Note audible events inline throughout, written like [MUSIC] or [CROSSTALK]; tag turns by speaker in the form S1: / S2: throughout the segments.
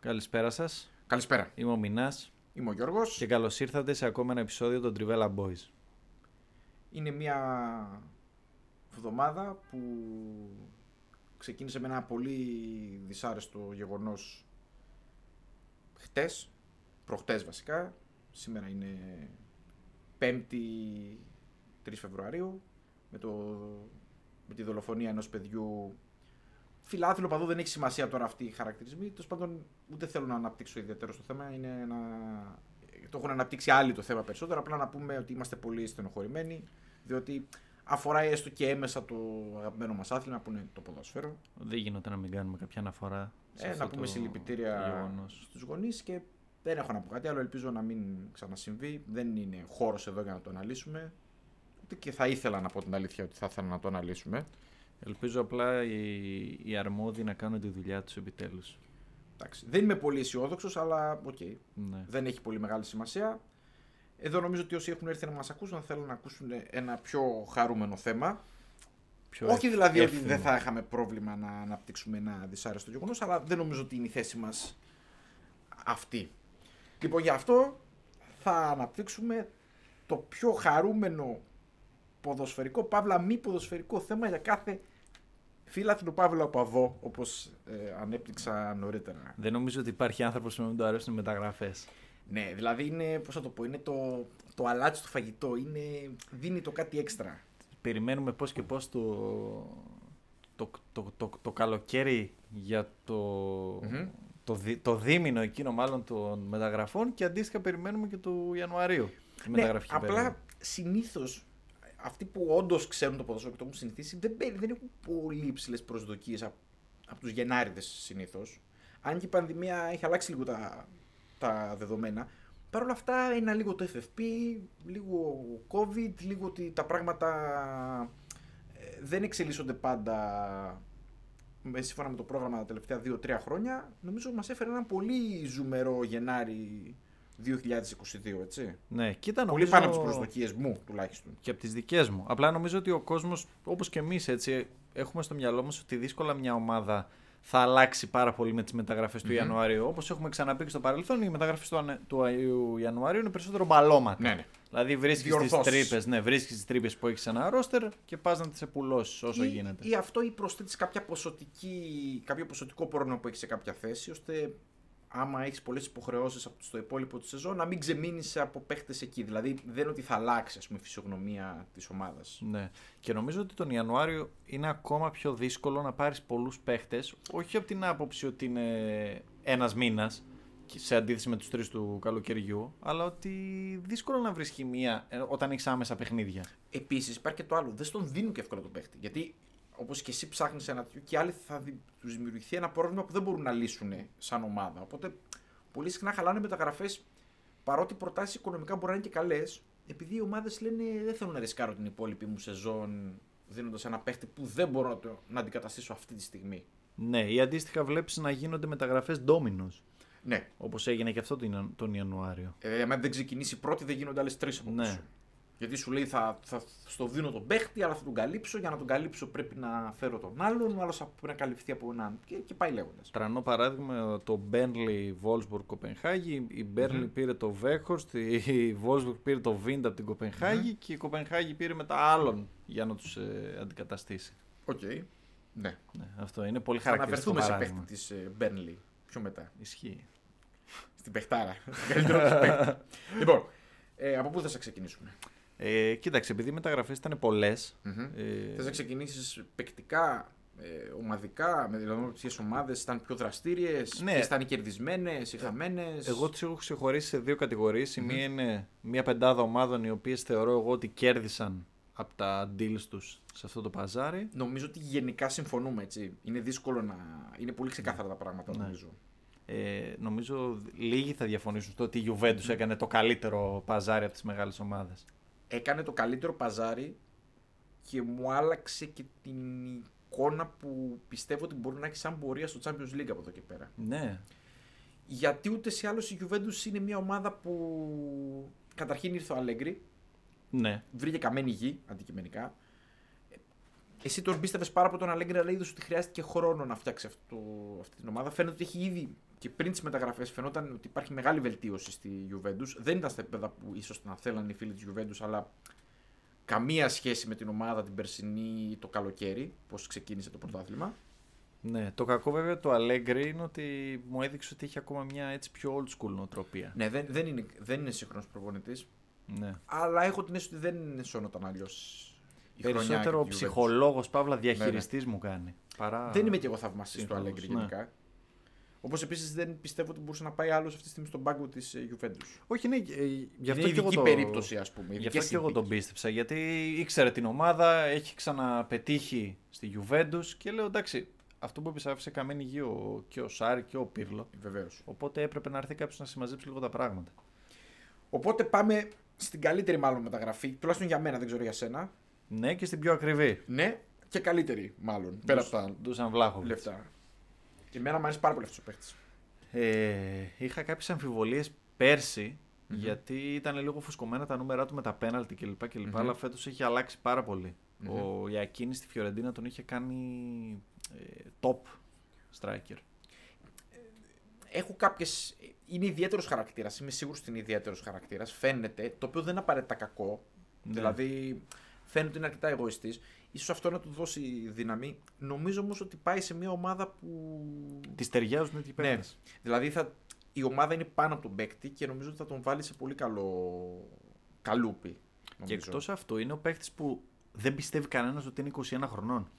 S1: Καλησπέρα σας.
S2: Καλησπέρα.
S1: Είμαι ο Μινάς
S2: Είμαι ο Γιώργος.
S1: και καλώς ήρθατε σε ακόμα ένα επεισόδιο των Trivella Boys.
S2: Είναι μια εβδομάδα που ξεκίνησε με ένα πολύ δυσάρεστο γεγονός χτες, προχτές βασικά. Σήμερα είναι 5η 3 Φεβρουαρίου με, το, με τη δολοφονία ενός παιδιού φιλάθλο παδού δεν έχει σημασία τώρα αυτοί οι χαρακτηρισμοί. Τέλος πάντων, ούτε θέλω να αναπτύξω ιδιαίτερο το θέμα. Είναι ένα... Το έχουν αναπτύξει άλλοι το θέμα περισσότερο. Απλά να πούμε ότι είμαστε πολύ στενοχωρημένοι, διότι αφορά έστω και έμεσα το αγαπημένο μας άθλημα που είναι το ποδόσφαιρο.
S1: Δεν γινόταν να μην κάνουμε κάποια αναφορά. σε
S2: Ε,
S1: αυτό
S2: να πούμε
S1: το
S2: συλληπιτήρια
S1: γεγονός.
S2: στους γονείς και δεν έχω να πω κάτι άλλο. Ελπίζω να μην ξανασυμβεί. Δεν είναι χώρος εδώ για να το αναλύσουμε. Ούτε και θα ήθελα να πω την αλήθεια ότι θα ήθελα να το αναλύσουμε.
S1: Ελπίζω απλά οι, οι αρμόδιοι να κάνουν τη δουλειά τους επιτέλους.
S2: Εντάξει. Δεν είμαι πολύ αισιόδοξος, αλλά οκ.
S1: Ναι.
S2: Δεν έχει πολύ μεγάλη σημασία. Εδώ νομίζω ότι όσοι έχουν έρθει να μας ακούσουν θέλουν να ακούσουν ένα πιο χαρούμενο θέμα.
S1: Πιο
S2: Όχι
S1: εύ-
S2: δηλαδή ότι
S1: εύθυμο.
S2: δεν θα είχαμε πρόβλημα να αναπτύξουμε ένα δυσάρεστο γεγονός, αλλά δεν νομίζω ότι είναι η θέση μας αυτή. Λοιπόν, γι' αυτό θα αναπτύξουμε το πιο χαρούμενο ποδοσφαιρικό, παύλα μη ποδοσφαιρικό θέμα για κάθε φίλαθλο παύλα οπαδό, όπως ε, ανέπτυξα νωρίτερα.
S1: Δεν νομίζω ότι υπάρχει άνθρωπος που να μην του αρέσουν οι μεταγραφές.
S2: Ναι, δηλαδή είναι, πώς θα το πω, είναι το, το αλάτι στο φαγητό, είναι, δίνει το κάτι έξτρα.
S1: Περιμένουμε πώς και πώς το, το, το, το, το καλοκαίρι για το,
S2: Μμμ.
S1: το, δι- το δίμηνο εκείνο μάλλον των μεταγραφών και αντίστοιχα περιμένουμε και του Ιανουαρίου. τη
S2: Ναι,
S1: μεταγραφική περίοδο.
S2: απλά συνήθως αυτοί που όντως ξέρουν το ποδόσφαιρο και το έχουν συνηθίσει δεν, παίρνουν- δεν έχουν πολύ υψηλές προσδοκίες από, από τους Γενάριδες συνήθως. Αν και η πανδημία έχει αλλάξει λίγο τα, τα δεδομένα. Παρ' όλα αυτά είναι λίγο το FFP, λίγο COVID, λίγο ότι τα πράγματα ε, δεν εξελίσσονται πάντα με- σύμφωνα με το πρόγραμμα τα τελευταία 2-3 χρόνια. Νομίζω μας έφερε έναν πολύ ζουμερό Γενάρη 2022, έτσι.
S1: Ναι, κοίτα
S2: Πολύ
S1: νομίζω...
S2: πάνω από τις προσδοκίες μου τουλάχιστον.
S1: Και από τις δικές μου. Απλά νομίζω ότι ο κόσμος, όπως και εμείς, έτσι, έχουμε στο μυαλό μας ότι δύσκολα μια ομάδα θα αλλάξει πάρα πολύ με τις μεταγραφές του Ιανουαρίου. Όπως έχουμε ξαναπεί και στο παρελθόν, οι μεταγραφές του, Ανε- του Αϊ- Ιανουαρίου είναι περισσότερο μπαλώματα.
S2: Ναι, ναι.
S1: Δηλαδή βρίσκεις τις
S2: Διορθώσεις.
S1: τρύπες ναι, βρίσκεις τις τρύπες που έχεις σε ένα ρόστερ και πας να τις επουλώσεις όσο
S2: ή,
S1: γίνεται.
S2: Ή αυτό ή προσθέτεις κάποια ποσοτική, κάποιο ποσοτικό πρόβλημα που έχεις σε κάποια θέση, ώστε άμα έχεις πολλές υποχρεώσεις στο υπόλοιπο της σεζόν να μην ξεμείνεις από παίχτες εκεί. Δηλαδή δεν είναι ότι θα αλλάξει ας πούμε, η φυσιογνωμία της ομάδας.
S1: Ναι. Και νομίζω ότι τον Ιανουάριο είναι ακόμα πιο δύσκολο να πάρεις πολλούς παίχτες. Όχι από την άποψη ότι είναι ένας μήνας σε αντίθεση με τους τρεις του καλοκαιριού, αλλά ότι δύσκολο να βρεις χημεία ε, όταν έχεις άμεσα παιχνίδια.
S2: Επίσης υπάρχει και το άλλο, δεν στον δίνουν και εύκολα τον παίχτη. Γιατί όπως και εσύ ψάχνεις ένα τέτοιο και οι άλλοι θα τους δημιουργηθεί ένα πρόβλημα που δεν μπορούν να λύσουν σαν ομάδα. Οπότε πολύ συχνά χαλάνε μεταγραφές παρότι οι προτάσεις οικονομικά μπορεί να είναι και καλές. Επειδή οι ομάδες λένε δεν θέλω να ρισκάρω την υπόλοιπη μου σεζόν δίνοντας ένα παίχτη που δεν μπορώ να, το, να αντικαταστήσω αυτή τη στιγμή.
S1: Ναι, ή αντίστοιχα βλέπεις να γίνονται μεταγραφές ντόμινος.
S2: Ναι.
S1: Όπως έγινε και αυτό τον Ιαν- τον Ιανουάριο.
S2: Ε, αν δεν ξεκινήσει η πρώτη, δεν γίνονται άλλες τρεις από
S1: Ναι.
S2: πίσω. Γιατί σου λέει θα, θα στο δίνω τον παίχτη, αλλά θα τον καλύψω. Για να τον καλύψω πρέπει να φέρω τον άλλον. Ο άλλος θα πρέπει να καλυφθεί από έναν. Και, και πάει λέγοντας.
S1: Τρανό παράδειγμα το Μπέρνλι Βόλσμπουργκ Κοπενχάγη. Η μπερνλι πήρε το Βέχορστ, η Βόλσμπουργκ πήρε το Βίντ από την κοπενχαγη και η Κοπενχάγη πήρε μετά άλλον για να τους αντικαταστήσει.
S2: Οκ. Ναι.
S1: Ναι, αυτό είναι πολύ
S2: Θα
S1: χαρακτηριστικό.
S2: αναφερθούμε σε
S1: παράδειγμα.
S2: παίχτη της Μπέρνλι πιο μετά.
S1: Ισχύει.
S2: Στην παιχτάρα. [LAUGHS] Στον καλύτερο της παίχτη.
S1: [LAUGHS]
S2: λοιπόν, ε, από πού θα σε ξεκινησουμε
S1: Ε, κοίταξε, επειδή οι μεταγραφές ήταν πολλές. Ε.
S2: Θες να ξεκινήσεις παικτικά, ε, ομαδικά, με δηλαδή ποιες ομάδες ήταν πιο δραστήριες,
S1: Ναι.
S2: ποιες ήταν κερδισμένες, οι χαμένες.
S1: Εγώ τι έχω ξεχωρίσει σε δύο κατηγορίες. Η μία είναι μια πεντάδα ομάδων οι οποίες θεωρώ εγώ ότι κέρδισαν από τα deals τους σε αυτό το παζάρι.
S2: Νομίζω ότι γενικά συμφωνούμε έτσι. Είναι δύσκολο να. Είναι πολύ ξεκάθαρα τα πράγματα νομίζω.
S1: Ε, νομίζω λίγοι θα διαφωνήσουν στο ότι η Juventus έκανε το καλύτερο παζάρι από τις μεγάλες ομάδες.
S2: Έκανε το καλύτερο παζάρι και μου άλλαξε και την εικόνα που πιστεύω ότι μπορεί να έχει σαν πορεία στο Champions League από εδώ και πέρα.
S1: Ναι.
S2: Γιατί ούτε σε άλλο η Juventus είναι μια ομάδα που καταρχήν ήρθε ο Αλέγκρι,
S1: Ναι.
S2: βρήκε καμένη γη αντικειμενικά. Ε, Εσύ τον πίστευες πάρα πολύ τον Αλέγκρι, αλλά είδες ότι χρειάστηκε χρόνο να φτιάξει αυτό, αυτή την ομάδα. Φαίνεται ότι έχει ήδη και πριν τις μεταγραφές φαινόταν ότι υπάρχει μεγάλη βελτίωση στη Juventus. Δεν ήταν στα επίπεδα που ίσως να θέλανε οι φίλοι της Juventus, αλλά καμία σχέση με την ομάδα την περσινή ή το καλοκαίρι, πώς ξεκίνησε το πρωτάθλημα.
S1: ναι. Το κακό βέβαια του Allegri είναι ότι μου έδειξε ότι είχε ακόμα μια έτσι πιο old school νοοτροπία.
S2: Ναι, δεν, δεν είναι, δεν είναι σύγχρονος προπονητής,
S1: Ναι.
S2: αλλά έχω την αίσθηση ότι δεν σώνονταν αλλιώ.
S1: Περισσότερο ψυχολόγος, παύλα διαχειριστής μου κάνει. Παρά...
S2: Δεν είμαι και εγώ θαυμαστής του
S1: Σύμφωνος,
S2: Αλέγκρι
S1: ναι.
S2: γενικά. Όπως επίσης δεν πιστεύω ότι μπορούσε να πάει άλλος αυτή τη στιγμή στον πάγκο της Γιουβέντους.
S1: Όχι, ναι, ε, γι' αυτό
S2: Είναι
S1: και εγώ
S2: ειδική
S1: το...
S2: περίπτωση, ας πούμε.
S1: Γι'
S2: ειδικές
S1: αυτό και εγώ τον
S2: συνθήκες.
S1: πίστεψα. Γιατί ήξερε την ομάδα, έχει ξαναπετύχει στη Juventus και λέω εντάξει, αυτό που είπες άφησε καμένη γη ο- και ο Σάρ και ο Πύρλο.
S2: Βεβαίως.
S1: Οπότε έπρεπε να έρθει κάποιος να συμμαζέψει λίγο τα πράγματα.
S2: Οπότε πάμε στην καλύτερη μάλλον μεταγραφή, τουλάχιστον για μένα, δεν ξέρω για σένα.
S1: Ναι, και στην πιο ακριβή.
S2: Ναι, και καλύτερη μάλλον. Πέρα από τα
S1: Ντούσαν Βλάχοβιτ.
S2: λεφτά. Και εμένα μου αρέσει πάρα πολύ αυτός ο παίχτης.
S1: Ε, είχα κάποιες αμφιβολίες πέρσι, γιατί ήταν λίγο φουσκωμένα τα νούμερα του με τα πέναλτι κλπ. κλπ
S2: Μμμ.
S1: Αλλά φέτος έχει αλλάξει πάρα πολύ. Ο Ιακίνη στη Φιωρεντίνα τον είχε κάνει ε, top striker.
S2: Έχω κάποιες. Είναι ιδιαίτερος χαρακτήρας. Είμαι σίγουρος ότι είναι ιδιαίτερος χαρακτήρας. Φαίνεται, το οποίο δεν είναι απαραίτητα κακό.
S1: Ναι.
S2: Δηλαδή, φαίνεται ότι είναι αρκετά εγωιστής. σω αυτό να του δώσει δύναμη. Νομίζω όμως ότι πάει σε μια ομάδα που.
S1: Της ταιριάζουν οι
S2: Ναι.
S1: παίκτες.
S2: Δηλαδή, θα... η ομάδα είναι πάνω από τον παίκτη και νομίζω ότι θα τον βάλει σε πολύ καλό. καλούπι.
S1: Και
S2: νομίζω.
S1: εκτός αυτού, είναι ο παίκτης που δεν πιστεύει κανένας ότι είναι 21 χρονών.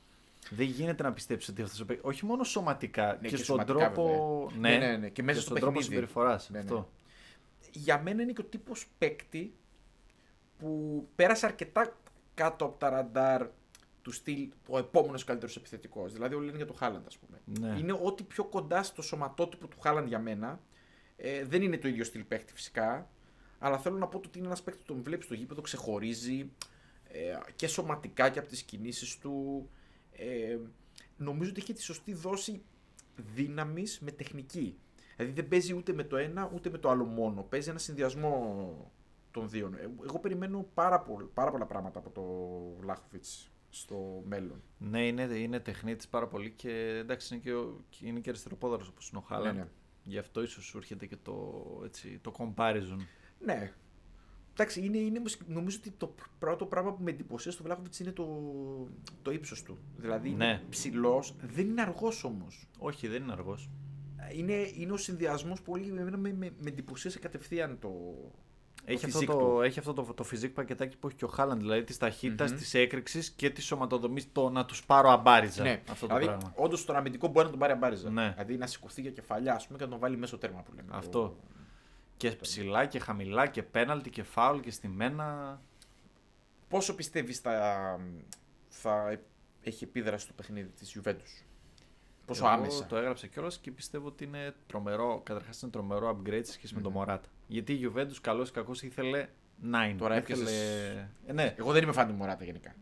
S1: Δεν γίνεται να πιστέψεις ότι αυτός ο παίκτη. Όχι μόνο σωματικά,
S2: Ναι,
S1: και,
S2: και
S1: στον
S2: σωματικά,
S1: τρόπο.
S2: βέβαια. Ναι, ναι, ναι, και μέσα στο
S1: στον τρόπο
S2: παιχνίδι.
S1: συμπεριφοράς.
S2: Ναι, ναι.
S1: Αυτό.
S2: για μένα είναι και ο τύπος παίκτη που πέρασε αρκετά κάτω από τα ραντάρ του στυλ ο επόμενος καλύτερος επιθετικός. Δηλαδή, όλοι λένε για τον Χάλαντ, ας πούμε.
S1: Ναι.
S2: Είναι ό,τι πιο κοντά στο σωματότυπο του Χάλαντ για μένα. Ε, δεν είναι το ίδιο στυλ παίκτη φυσικά. Αλλά θέλω να πω ότι είναι ένας παίκτη που τον βλέπεις στο γήπεδο, ξεχωρίζει ε, και σωματικά και από τις κινήσεις του. Ε, νομίζω ότι έχει τη σωστή δόση δύναμης με τεχνική. Δηλαδή δεν παίζει ούτε με το ένα ούτε με το άλλο μόνο. Παίζει ένα συνδυασμό των δύο. Ε, Εγώ περιμένω πάρα, πολλ- πάρα πολλά πράγματα από το Βλάχοβιτ στο μέλλον.
S1: Ναι, είναι, είναι τεχνίτη πάρα πολύ και εντάξει είναι και, ο- και είναι και αριστεροπόδαρος όπως είναι ο Χάλαντ.
S2: Ναι, ναι.
S1: Γι' αυτό ίσως σου έρχεται και το, έτσι, το comparison.
S2: Ναι. Εντάξει, είναι, είναι, όμως- νομίζω ότι το πρώτο πράγμα που με εντυπωσίασε στο Βλάχοβιτ είναι το, το ύψος του. Δηλαδή είναι
S1: Ναι.
S2: ψηλός, δεν είναι αργός όμως.
S1: Όχι, δεν είναι αργός.
S2: Είναι, είναι ο συνδυασμός που όλοι εμένα με, με, με εντυπωσίασε κατευθείαν το.
S1: Έχει,
S2: το
S1: αυτό
S2: physique
S1: το,
S2: του.
S1: έχει αυτό το, το physique πακετάκι που έχει και ο Χάλαντ. Δηλαδή της ταχύτητας,
S2: Μμμ.
S1: της τη έκρηξης και της σωματοδομής. Το να τους πάρω αμπάριζα.
S2: Ναι,
S1: Αυτό το
S2: δηλαδή,
S1: πράγμα.
S2: Όντως τον αμυντικό μπορεί να τον πάρει αμπάριζα.
S1: Ναι.
S2: Δηλαδή να σηκωθεί για κεφαλιά, ας πούμε, και να τον βάλει μέσω τέρμα που λέμε.
S1: Αυτό. Και ψηλά και χαμηλά και πέναλτι και φάουλ και στη μένα.
S2: Πόσο πιστεύεις θα, θα έχει επίδραση το παιχνίδι της Juventus. Πόσο
S1: Εγώ
S2: άμεσα.
S1: Το έγραψα κιόλας και πιστεύω ότι είναι τρομερό. Καταρχάς είναι τρομερό upgrade σε σχέση με τον Μωράτα. Γιατί η Juventus καλός ή κακός ήθελε 9.
S2: Τώρα
S1: ήθελε...
S2: έπιασες-
S1: Ε, ναι,
S2: Εγώ δεν είμαι φαν του Μωράτα γενικά.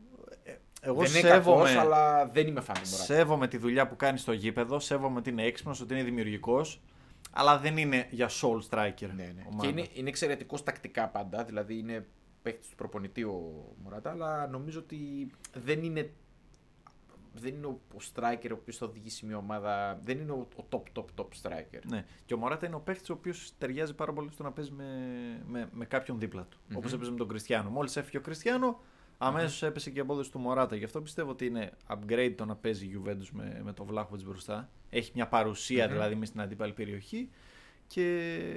S1: εγώ
S2: δεν είναι
S1: σέβομαι,
S2: κακός, αλλά δεν είμαι φαν του Μωράτα.
S1: σέβομαι τη δουλειά που κάνει στο γήπεδο, σέβομαι ότι είναι έξυπνος, ότι είναι δημιουργικός, αλλά δεν είναι για soul striker.
S2: Ναι, ναι.
S1: ομάδα.
S2: Και είναι, είναι εξαιρετικός τακτικά πάντα. Δηλαδή είναι παίκτης του προπονητή ο Μωράτα, αλλά νομίζω ότι δεν είναι. Δεν είναι ο ο striker ο οποίος θα οδηγήσει μια ομάδα. Δεν είναι ο, ο top, top, top striker.
S1: Ναι. Και ο Μωράτα είναι ο παίχτη ο οποίος ταιριάζει πάρα πολύ στο να παίζει με, με, με κάποιον δίπλα του. Όπως Όπως έπαιζε με τον Κριστιανό. Μόλις έφυγε ο Κριστιανό, αμέσως έπεσε και η απόδοση του Μωράτα. Γι' αυτό πιστεύω ότι είναι upgrade το να παίζει η Juventus με, με τον Βλάχοβιτ μπροστά. Έχει μια παρουσια
S2: Μμμ.
S1: δηλαδή μες στην αντίπαλη περιοχή. Και,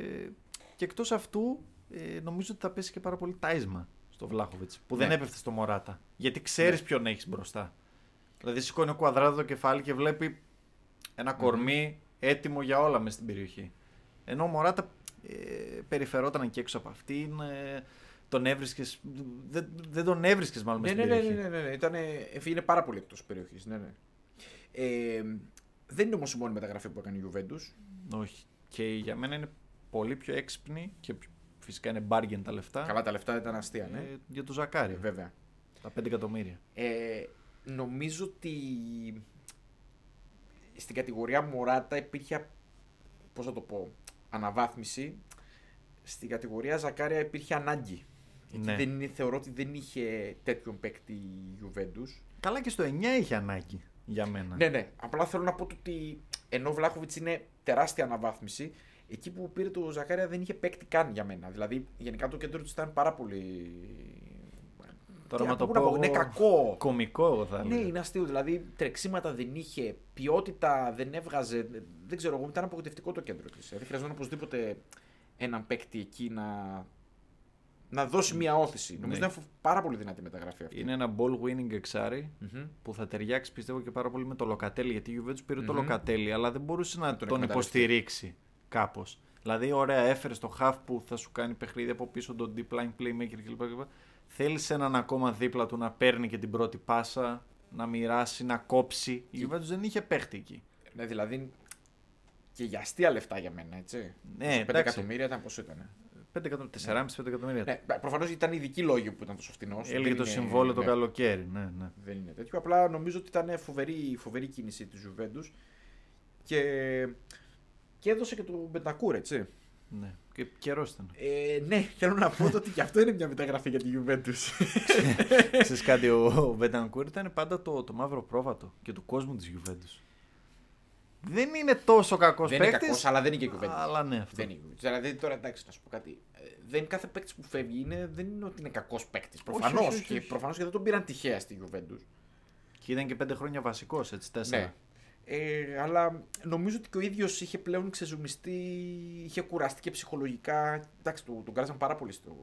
S1: και εκτός αυτού, ε, νομίζω ότι θα πέσει και πάρα πολύ τάισμα στο Βλάχοβιτ που δεν
S2: Ναι.
S1: έπεφτε στο Μωράτα. Γιατί ξέρεις ποιον έχεις μπροστά. Δηλαδή, σηκώνει ο κουαδράδο το κεφάλι και βλέπει ένα κορμί έτοιμο για όλα μες στην περιοχή. Ενώ ο Μωράτα ε, περιφερόταν και έξω από αυτήν. Ε, τον έβρισκες. Δεν, δεν τον έβρισκες μάλλον
S2: Ναι,
S1: μες
S2: ναι,
S1: στην
S2: ναι,
S1: περιοχή.
S2: ναι, ναι, ναι, ναι. Ήτανε- είναι πάρα πολύ εκτός περιοχής. Ναι, ναι. Ε, δεν είναι όμως η μόνη μεταγραφή που έκανε η Juventus.
S1: Όχι. Και για μένα είναι πολύ πιο έξυπνη και πιο- φυσικά είναι bargain τα λεφτά.
S2: Καλά, τα λεφτά ήταν αστεία,
S1: ε,
S2: ναι.
S1: για το Ζακάρι.
S2: Ε, βέβαια.
S1: Τα 5 εκατομμύρια.
S2: Ε, νομίζω ότι στην κατηγορία Μωράτα υπήρχε, πώς να το πω, αναβάθμιση. Στην κατηγορία Ζακάρια υπήρχε ανάγκη. Γιατί
S1: Ναι.
S2: δεν είναι, θεωρώ ότι δεν είχε τέτοιον παίκτη η Juventus.
S1: Καλά και στο 9 είχε ανάγκη για μένα.
S2: Ναι, ναι. Απλά θέλω να πω το ότι ενώ ο Βλάχοβιτ είναι τεράστια αναβάθμιση, εκεί που πήρε το Ζακάρια δεν είχε παίκτη καν για μένα. Δηλαδή, γενικά το κέντρο του ήταν πάρα πολύ.
S1: Τώρα
S2: Τι
S1: με
S2: να
S1: το
S2: πού να
S1: πω.
S2: Ναι,
S1: εγώ,
S2: κακό.
S1: Κομικό εγώ θα
S2: Ναι,
S1: έλεγα.
S2: είναι αστείο. Δηλαδή, τρεξίματα δεν είχε, ποιότητα δεν έβγαζε. Δεν ξέρω εγώ, ήταν απογοητευτικό το κέντρο της. Δεν χρειαζόταν οπωσδήποτε έναν παίκτη εκεί να, να δώσει μια όθηση. Νομίζω ότι ήταν πάρα πολύ δυνατή η μεταγραφή αυτή.
S1: Ναι. Είναι ένα ball winning εξάρι
S2: Μμμ.
S1: που θα ταιριάξει πιστεύω και πάρα πολύ με το Λοκατέλη. Γιατί η Juventus πήρε το
S2: Μμμ.
S1: Λοκατέλη, αλλά δεν μπορούσε να τον,
S2: εκμεταλλευτεί.
S1: υποστηρίξει κάπως. Δηλαδή, ωραία, έφερε το half που θα σου κάνει παιχνίδι από πίσω, τον deep line playmaker κλπ. κλπ. Θέλεις έναν ακόμα δίπλα του να παίρνει και την πρώτη πάσα, να μοιράσει, να κόψει. Η Juventus δεν είχε παίχτη εκεί.
S2: Ναι, δηλαδή και για αστεία λεφτά για μένα, έτσι.
S1: Ναι,
S2: 5
S1: εντάξει.
S2: εκατομμύρια ήταν πόσο ήταν.
S1: 5 εκατομμύρια, 4,5-5 εκατομμύρια.
S2: Ναι, προφανώς ήταν ειδικοί λόγοι που ήταν τόσο φθηνό.
S1: Έλεγε το συμβόλαιο το καλοκαίρι. Ναι, ναι.
S2: Δεν είναι τέτοιο. Απλά νομίζω ότι ήταν φοβερή, φοβερή κίνηση της Juventus και, και έδωσε και τον Μπεντακούρ, έτσι.
S1: ναι. Και καιρός ήταν.
S2: Ε, ναι, θέλω να πω ότι και αυτό είναι μια μεταγραφή για τη Juventus.
S1: Ξέρεις κάτι, ο, ο Μπεντανκούρ ήταν πάντα το, το μαύρο πρόβατο και του κόσμου της Juventus. Δεν είναι τόσο κακός
S2: δεν είναι
S1: παίκτης,
S2: κακός, αλλά δεν είναι και η Juventus.
S1: αλλά ναι αυτό.
S2: Δεν είναι. η Juventus. Δηλαδή τώρα εντάξει, να σου πω κάτι. Ε, Δεν, κάθε παίκτης που φεύγει είναι, δεν είναι ότι είναι κακός παίκτης. Προφανώς
S1: όχι, όχι,
S2: και,
S1: όχι.
S2: προφανώς και δεν τον πήραν τυχαία στη Juventus.
S1: Και ήταν και πέντε χρόνια βασικός, έτσι, τέσσερα.
S2: Ναι. Ε, αλλά νομίζω ότι και ο ίδιος είχε πλέον ξεζουμιστεί, είχε κουραστεί και ψυχολογικά. Εντάξει, τον, τον κάλεσαν πάρα πολύ στο,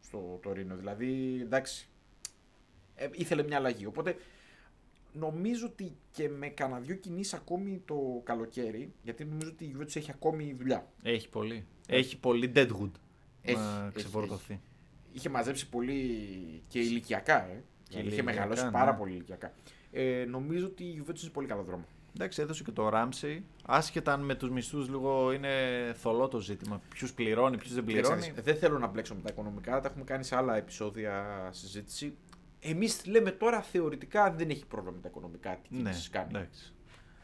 S2: στο Τωρίνο. Δηλαδή, εντάξει, ε, ήθελε μια αλλαγή. Οπότε νομίζω ότι και με κανένα δυο κινήσεις ακόμη το καλοκαίρι, γιατί νομίζω ότι η Juventus έχει ακόμη δουλειά.
S1: Έχει πολύ. Έχει πολύ Deadwood
S2: Έχει,
S1: να
S2: Ε. έχει,
S1: ξεφορτωθεί.
S2: Είχε μαζέψει πολύ και ηλικιακά, ε.
S1: Και
S2: είχε
S1: ηλικιακά,
S2: μεγαλώσει
S1: ναι.
S2: πάρα πολύ ηλικιακά. Ε, νομίζω ότι η Juventus είναι σε πολύ καλό δρόμο.
S1: Εντάξει, έδωσε και το Ράμψη. Άσχετα αν με τους μισθούς λίγο είναι θολό το ζήτημα. Ποιους πληρώνει, ποιους δεν πληρώνει.
S2: Κοίταξε, Ε, Δεν θέλω να μπλέξω με τα οικονομικά, τα έχουμε κάνει σε άλλα επεισόδια συζήτηση. Εμείς λέμε τώρα θεωρητικά δεν έχει πρόβλημα με τα οικονομικά. Τι
S1: Ναι,
S2: κινήσει κάνει.
S1: εντάξει.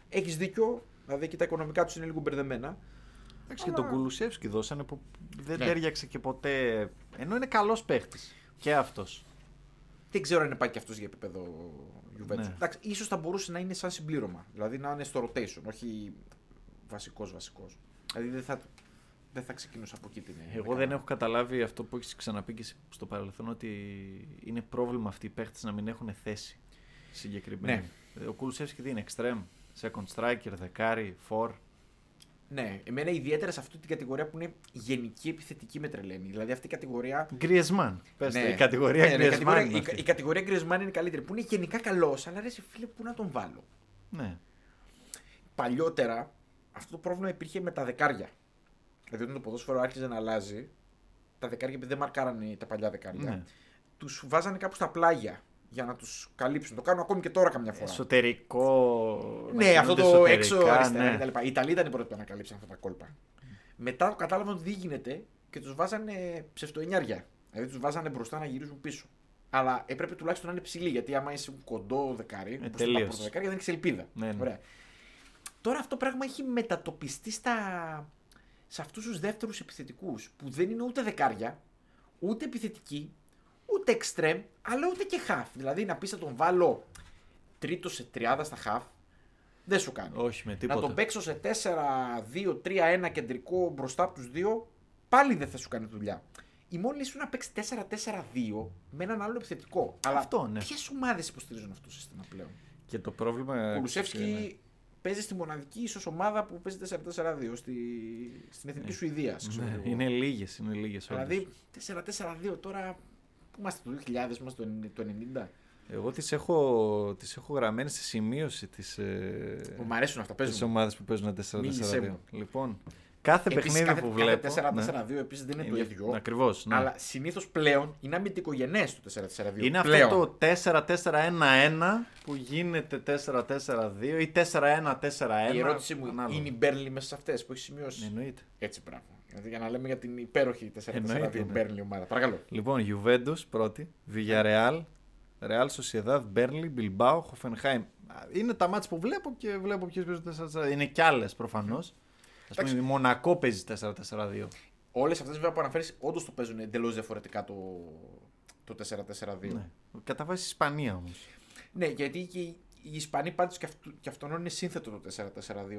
S2: Έχει δίκιο, δηλαδή και τα οικονομικά τους είναι λίγο μπερδεμένα.
S1: Εντάξει, και
S2: Αλλά-
S1: τον Κουλουσεύσκι δώσανε που δεν
S2: Ναι.
S1: τέριαξε και ποτέ. Ενώ είναι καλός παίχτης. Και αυτός.
S2: Δεν ξέρω αν είναι πάει και αυτός για επίπεδο Juventus.
S1: Ναι.
S2: Εντάξει, ίσως θα μπορούσε να είναι σαν συμπλήρωμα. Δηλαδή να είναι στο rotation, όχι βασικός βασικός. Δηλαδή δεν θα, δεν θα ξεκινούσα από εκεί την.
S1: Εγώ δεν έχω καταλάβει αυτό που έχεις ξαναπεί και εσύ στο παρελθόν ότι είναι πρόβλημα αυτοί οι παίχτες να μην έχουν θέση συγκεκριμένη.
S2: Ναι.
S1: Ο Κουλουσεύσκι τι είναι, extreme, second striker, δεκάρι, four.
S2: Ναι, εμένα ιδιαίτερα σε αυτή την κατηγορία που είναι γενική επιθετική με τρελαίνει. Δηλαδή αυτή η κατηγορία.
S1: Γκριεσμάν. Πες
S2: Ναι.
S1: η κατηγορία
S2: ναι, ναι, η
S1: Γκριεσμάν.
S2: κατηγορία-
S1: είναι
S2: η,
S1: αυτή.
S2: η κατηγορία Γκρισμάν είναι καλύτερη. Που είναι γενικά καλός, αλλά ρε, σε φίλε, πού να τον βάλω.
S1: Ναι.
S2: Παλιότερα αυτό το πρόβλημα υπήρχε με τα δεκάρια. Δηλαδή όταν το ποδόσφαιρο άρχιζε να αλλάζει, τα δεκάρια επειδή δεν μαρκάρανε τα παλιά δεκάρια,
S1: Ναι.
S2: τους του βάζανε κάπου στα πλάγια για να τους καλύψουν. Το κάνουν ακόμη και τώρα καμιά φορά.
S1: Εσωτερικό. να
S2: Ναι, αυτό
S1: κινούνται
S2: το έξω
S1: εσωτερικά,
S2: αριστερά
S1: ναι.
S2: κτλ. Οι Ιταλοί ήταν οι πρώτοι που ανακαλύψαν αυτά τα κόλπα. Μετά το κατάλαβαν ότι δεν γίνεται και τους βάζανε ψευτοενιάρια. Δηλαδή τους βάζανε μπροστά να γυρίζουν πίσω. Αλλά έπρεπε τουλάχιστον να είναι ψηλή, γιατί άμα είσαι κοντό δεκάρι, όπως τα
S1: Ε, τελείως.
S2: πρώτα δεκάρια δεν έχει ελπίδα.
S1: Ναι, ναι.
S2: Ωραία. Τώρα αυτό πράγμα έχει μετατοπιστεί στα... σε αυτούς τους δεύτερους επιθετικούς που δεν είναι ούτε δεκάρια, ούτε επιθετικοί, ούτε εξτρέμ, αλλά ούτε και half. Δηλαδή να πεις να τον βάλω τρίτο σε τριάδα στα half, δεν σου κάνει.
S1: Όχι με
S2: Να
S1: τίποτα.
S2: τον παίξω σε 4-2-3-1 κεντρικό μπροστά από τους δύο, πάλι δεν θα σου κάνει δουλειά. Η μόνη λύση σου είναι να παίξεις 4-4-2 με έναν άλλο επιθετικό. Αλλά
S1: Αυτό, ναι.
S2: ποιες ομάδες υποστηρίζουν αυτό το σύστημα πλέον.
S1: Και το πρόβλημα. Ναι.
S2: Ο
S1: είναι-
S2: Κουλουσεύσκι παίζει στη μοναδική ίσως ομάδα που παίζει 4-4-2 στη... στην εθνική Σουηδίας. ξέρω
S1: Ναι,
S2: εγώ.
S1: είναι λίγες, είναι λίγες.
S2: Δηλαδή 4-4-2 τώρα. Πού είμαστε το 2000, είμαστε το 90.
S1: Εγώ τις έχω, τις έχω γραμμένες στη σημείωση της, ε,
S2: Μου αρέσουν αυτά.
S1: της
S2: Παίζουν.
S1: ομάδας που παίζουν
S2: Μίλησέ
S1: 4-4-2.
S2: μου.
S1: Λοιπόν, Κάθε
S2: Επίσης,
S1: παιχνίδι
S2: κάθε-
S1: που
S2: κάθε
S1: βλέπω. ναι.
S2: 4-4-2 επίσης δεν είναι το ίδιο.
S1: Ακριβώς. Ναι.
S2: Αλλά συνήθως πλέον είναι αμυντικογενές το 4-4-2.
S1: Είναι
S2: πλέον.
S1: αυτό το 4-4-1-1 που γίνεται 4-4-2 ή 4-1-4-1.
S2: Η ερώτησή μου
S1: ανάλογα.
S2: είναι η Μπέρνλι μέσα σε αυτές που έχει σημειώσει.
S1: Εννοείται.
S2: Έτσι, μπράβο. Δηλαδή, για να λέμε για την υπέροχη 4-4-2
S1: Εννοείται, ναι.
S2: Μπέρνλι ομάδα. Παρακαλώ.
S1: Λοιπόν, Juventus πρώτη, Villarreal, Real Sociedad, Burnley, Bilbao, Hoffenheim. Α, Είναι τα μάτια που βλέπω και βλέπω ποιες παίζουν 4-4. Είναι κι άλλες προφανώς. Ας πούμε, η Μονακό παίζει 4-4-2.
S2: Όλες αυτές βέβαια που αναφέρεις, όντως το παίζουν εντελώς διαφορετικά το, το 4-4-2. Ναι.
S1: Ναι. Κατά βάση Ισπανία όμως.
S2: γιατί και οι οι Ισπανοί πάντως και, αυτού, και αυτόν είναι σύνθετο το 4-4-2.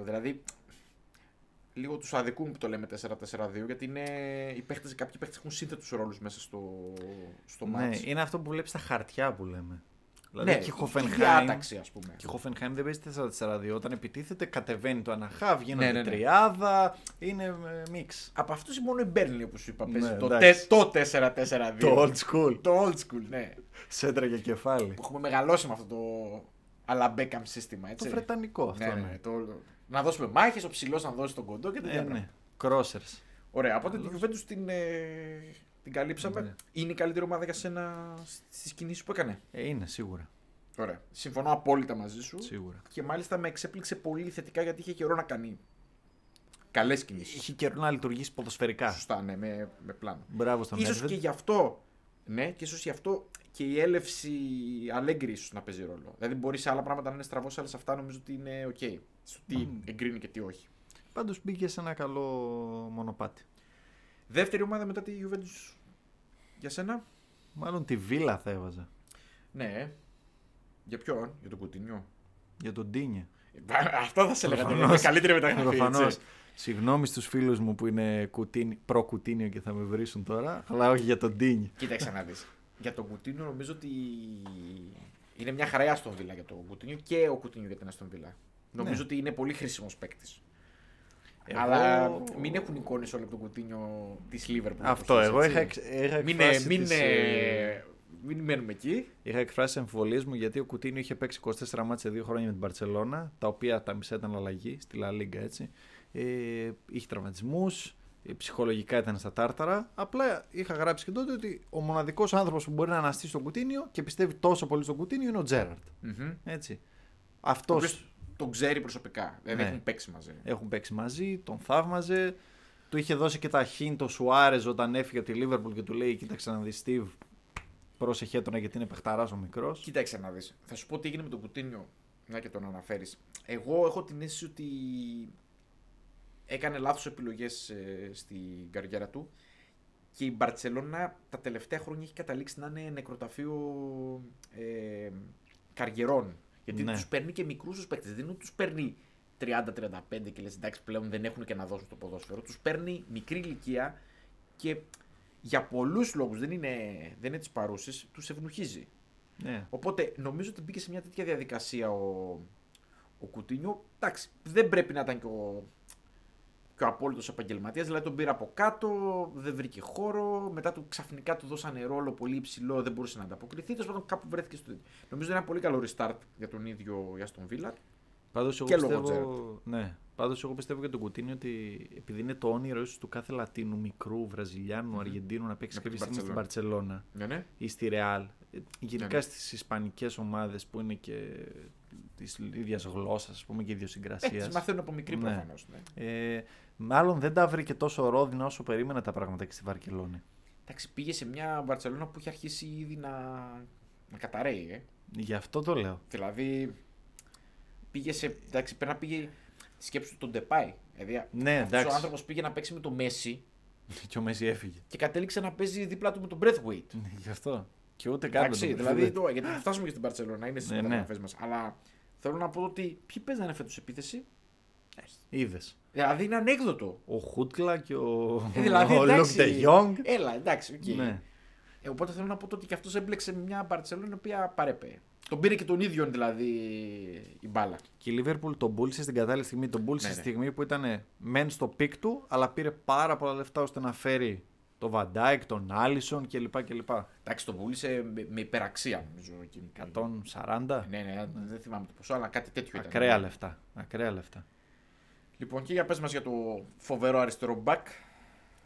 S2: Δηλαδή, λίγο τους αδικούν που το λέμε 4-4-2, γιατί είναι, οι παίχτες, κάποιοι παίχτες έχουν σύνθετους ρόλους μέσα στο, στο
S1: Ναι,
S2: μάτς.
S1: είναι αυτό που βλέπεις στα χαρτιά που λέμε. Δηλαδή
S2: Ναι,
S1: και η
S2: η
S1: Hoffenheim.
S2: διάταξη, ας πούμε.
S1: Και η Hoffenheim δεν παίζει 4-4-2. Όταν επιτίθεται, κατεβαίνει το αναχά, βγαίνονται
S2: Ναι, ναι, ναι.
S1: τριάδα. Είναι ε, μίξ.
S2: Από αυτούς μόνο η Μπέρνλι που σου είπα παίζει.
S1: Ναι,
S2: το,
S1: εντάξει.
S2: τε- το 4-4-2.
S1: Το old school.
S2: Το old school, ναι.
S1: Σέντρα για κεφάλι.
S2: Που έχουμε μεγαλώσει με αυτό το αλλά Beckham σύστημα, έτσι.
S1: Το βρετανικό αυτό.
S2: ναι, ναι, ναι, το... Να δώσουμε μάχες, ο ψηλός να δώσει τον κοντό και τέτοια
S1: Ε,
S2: πράγματα.
S1: ναι. Crossers.
S2: Ωραία, οπότε την Juventus την, ε, την καλύψαμε.
S1: Ναι.
S2: Είναι η καλύτερη ομάδα για σένα στις κινήσεις που έκανε.
S1: Ε, είναι σίγουρα.
S2: Ωραία. Συμφωνώ απόλυτα μαζί σου.
S1: Σίγουρα.
S2: Και μάλιστα με εξέπληξε πολύ θετικά γιατί είχε καιρό να κάνει καλές κινήσεις.
S1: Είχε καιρό να λειτουργήσει ποδοσφαιρικά.
S2: Σωστά, ναι, με, με πλάνο.
S1: Μπράβο στον
S2: Ίσως
S1: Έρβετ.
S2: και γι' αυτό. Ναι, και ίσως γι' αυτό και η έλευση αλέγκρι ίσως να παίζει ρόλο. Δηλαδή μπορεί σε άλλα πράγματα να είναι στραβός, αλλά σε αυτά νομίζω ότι είναι οκ. Στο τι εγκρίνει και τι όχι.
S1: Πάντως μπήκε σε ένα καλό μονοπάτι.
S2: Δεύτερη ομάδα μετά τη Juventus για σένα.
S1: Μάλλον τη Βίλα θα έβαζα.
S2: Ναι. Για ποιον, για τον Κουτίνιο.
S1: Για τον Τίνιε.
S2: Αυτό θα σε έλεγα.
S1: Προφανώς.
S2: τώρα, είναι Καλύτερη μεταγραφή.
S1: Προφανώ.
S2: έτσι.
S1: Συγγνώμη στους φίλους μου που είναι κουτίνι, προ-κουτίνιο και θα με βρίσουν τώρα, αλλά όχι για τον Τίνιε.
S2: Κοίταξε να δεις. Για τον Κουτίνιο νομίζω ότι είναι μια χαρά η Αστον Βίλα για τον Κουτίνιο και ο Κουτίνιο για την Αστον Βίλα. Νομίζω ότι είναι πολύ χρήσιμος παίκτης.
S1: Εγώ-
S2: Αλλά μην έχουν εικόνες όλο από τον Κουτίνιο της Λίβερπουλ.
S1: Αυτό. Εγώ είχα, εξ- είχα
S2: Μην,
S1: εκφράσει
S2: μην,
S1: τις, ε,
S2: ε, μην μένουμε εκεί.
S1: Είχα εκφράσει εμφιβολίες μου γιατί ο Κουτίνιο είχε παίξει 24 μάτια σε δύο χρόνια με την Παρσελώνα, τα οποία τα μισά ήταν αλλαγή στη Λα Λίγκα έτσι. Ε, είχε τραυματισμούς, ψυχολογικά ήταν στα τάρταρα. Απλά είχα γράψει και τότε ότι ο μοναδικός άνθρωπος που μπορεί να αναστήσει τον Κουτίνιο και πιστεύει τόσο πολύ στον Κουτίνιο είναι ο Τζέραρτ. Έτσι. Αυτό
S2: Ποιος τον ξέρει προσωπικά. Δηλαδή
S1: Ναι.
S2: έχουν παίξει μαζί.
S1: έχουν παίξει μαζί, τον θαύμαζε. Του είχε δώσει και τα χίν το Σουάρες όταν έφυγε από τη Λίβερπουλ και του λέει: Κοίταξε να δεις, Στίβ, πρόσεχε τώρα γιατί είναι παιχταράς ο μικρός.
S2: Κοίταξε να δεις. Θα σου πω τι έγινε με τον Κουτίνιο, να και τον αναφέρεις. Εγώ έχω την αίσθηση ότι έκανε λάθος επιλογές στην καριέρα του και η Μπαρσελόνα τα τελευταία χρόνια έχει καταλήξει να είναι νεκροταφείο ε, καριερών. Γιατί
S1: Ναι.
S2: τους του παίρνει και μικρούς τους παίκτες. Δεν είναι ότι τους παίρνει 30-35 και λες εντάξει πλέον δεν έχουν και να δώσουν το ποδόσφαιρο. Τους παίρνει μικρή ηλικία και για πολλούς λόγους δεν είναι, δεν είναι της παρούσης, τους ευνουχίζει.
S1: Ναι.
S2: Οπότε νομίζω ότι μπήκε σε μια τέτοια διαδικασία ο, ο Κουτίνιο. Εντάξει, δεν πρέπει να ήταν και ο, και ο απόλυτο επαγγελματία, δηλαδή τον πήρε από κάτω, δεν βρήκε χώρο. Μετά του ξαφνικά του δώσανε ρόλο πολύ υψηλό, δεν μπορούσε να ανταποκριθεί. Τέλος πάντων, κάπου βρέθηκε στο. Νομίζω είναι ένα πολύ καλό restart για τον ίδιο Γιάστον Βίλα.
S1: Πάντως εγώ,
S2: Και λόγω
S1: πιστεύω, ναι, πάντως εγώ πιστεύω για τον Κουτίνιο ότι επειδή είναι το όνειρο ίσως του κάθε Λατίνου, μικρού, Βραζιλιάνου, Αργεντίνου να παίξει
S2: Να
S1: κάποια
S2: παίξει
S1: στιγμή στην Παρσελώνα
S2: Ναι, ναι.
S1: ή στη Ρεάλ. ε, Γενικά
S2: ναι.
S1: στις ισπανικές ομάδες που είναι και της ίδιας γλώσσας ας πούμε, και
S2: Έτσι,
S1: ιδιοσυγκρασίας.
S2: μαθαίνουν από μικρή
S1: Ναι.
S2: προφανώς. Ναι.
S1: Ε, μάλλον δεν τα βρήκε τόσο ρόδινα όσο περίμενα τα πράγματα και στη Βαρκελόνη.
S2: Εντάξει, πήγε σε μια Βαρσελόνα που είχε αρχίσει ήδη να, να καταραίει. Ε.
S1: Γι' αυτό το λέω. [LAUGHS]
S2: Δηλαδή, πήγε σε. Εντάξει, πρέπει να πήγε. Σκέψου του τον Ντεπάη. Δηλαδή,
S1: Ναι,
S2: αυτός ο
S1: εντάξει.
S2: άνθρωπος πήγε να παίξει με τον Μέση
S1: και ο Μέση έφυγε.
S2: και κατέληξε να παίζει δίπλα του με τον Breathweight.
S1: Ναι, Γι' αυτό. Και ούτε καν
S2: Εντάξει,
S1: δεν το
S2: δηλαδή.
S1: πιστεύω.
S2: Το, γιατί θα φτάσουμε και στην Παρσελόνα, είναι στι
S1: Ναι, ναι.
S2: μεταγραφέ μας. Αλλά θέλω να πω ότι ποιοι παίζανε φέτος επίθεση.
S1: Είδες.
S2: Δηλαδή, είναι
S1: [LAUGHS]
S2: ανέκδοτο.
S1: Ο Χούτκλα και ο,
S2: Ε, δηλαδή,
S1: [LAUGHS] ο Λουκ
S2: εντάξει,
S1: Ντε Γιόνγκ.
S2: Έλα, εντάξει, οκ.
S1: Ναι.
S2: Ε, οπότε θέλω να πω ότι και αυτός έμπλεξε μια Μπαρσελόνα η οποία παρέπε. Τον πήρε και τον ίδιο δηλαδή η μπάλα.
S1: Και η Λίβερπουλ τον πούλησε στην κατάλληλη στιγμή. Τον πούλησε
S2: Ναι,
S1: στη
S2: ναι.
S1: στιγμή που ήταν μεν στο πικ του, αλλά πήρε πάρα πολλά λεφτά ώστε να φέρει τον Βαντάικ, τον Άλισον κλπ. κλπ.
S2: Εντάξει, τον πούλησε με, με υπεραξία νομίζω εκείνη. την-
S1: 140.
S2: Ναι, ναι, δεν θυμάμαι το ποσό, αλλά κάτι τέτοιο ήταν.
S1: Ακραία λεφτά. Ακραία λεφτά.
S2: Λοιπόν, και για πες μας για το φοβερό αριστερό back.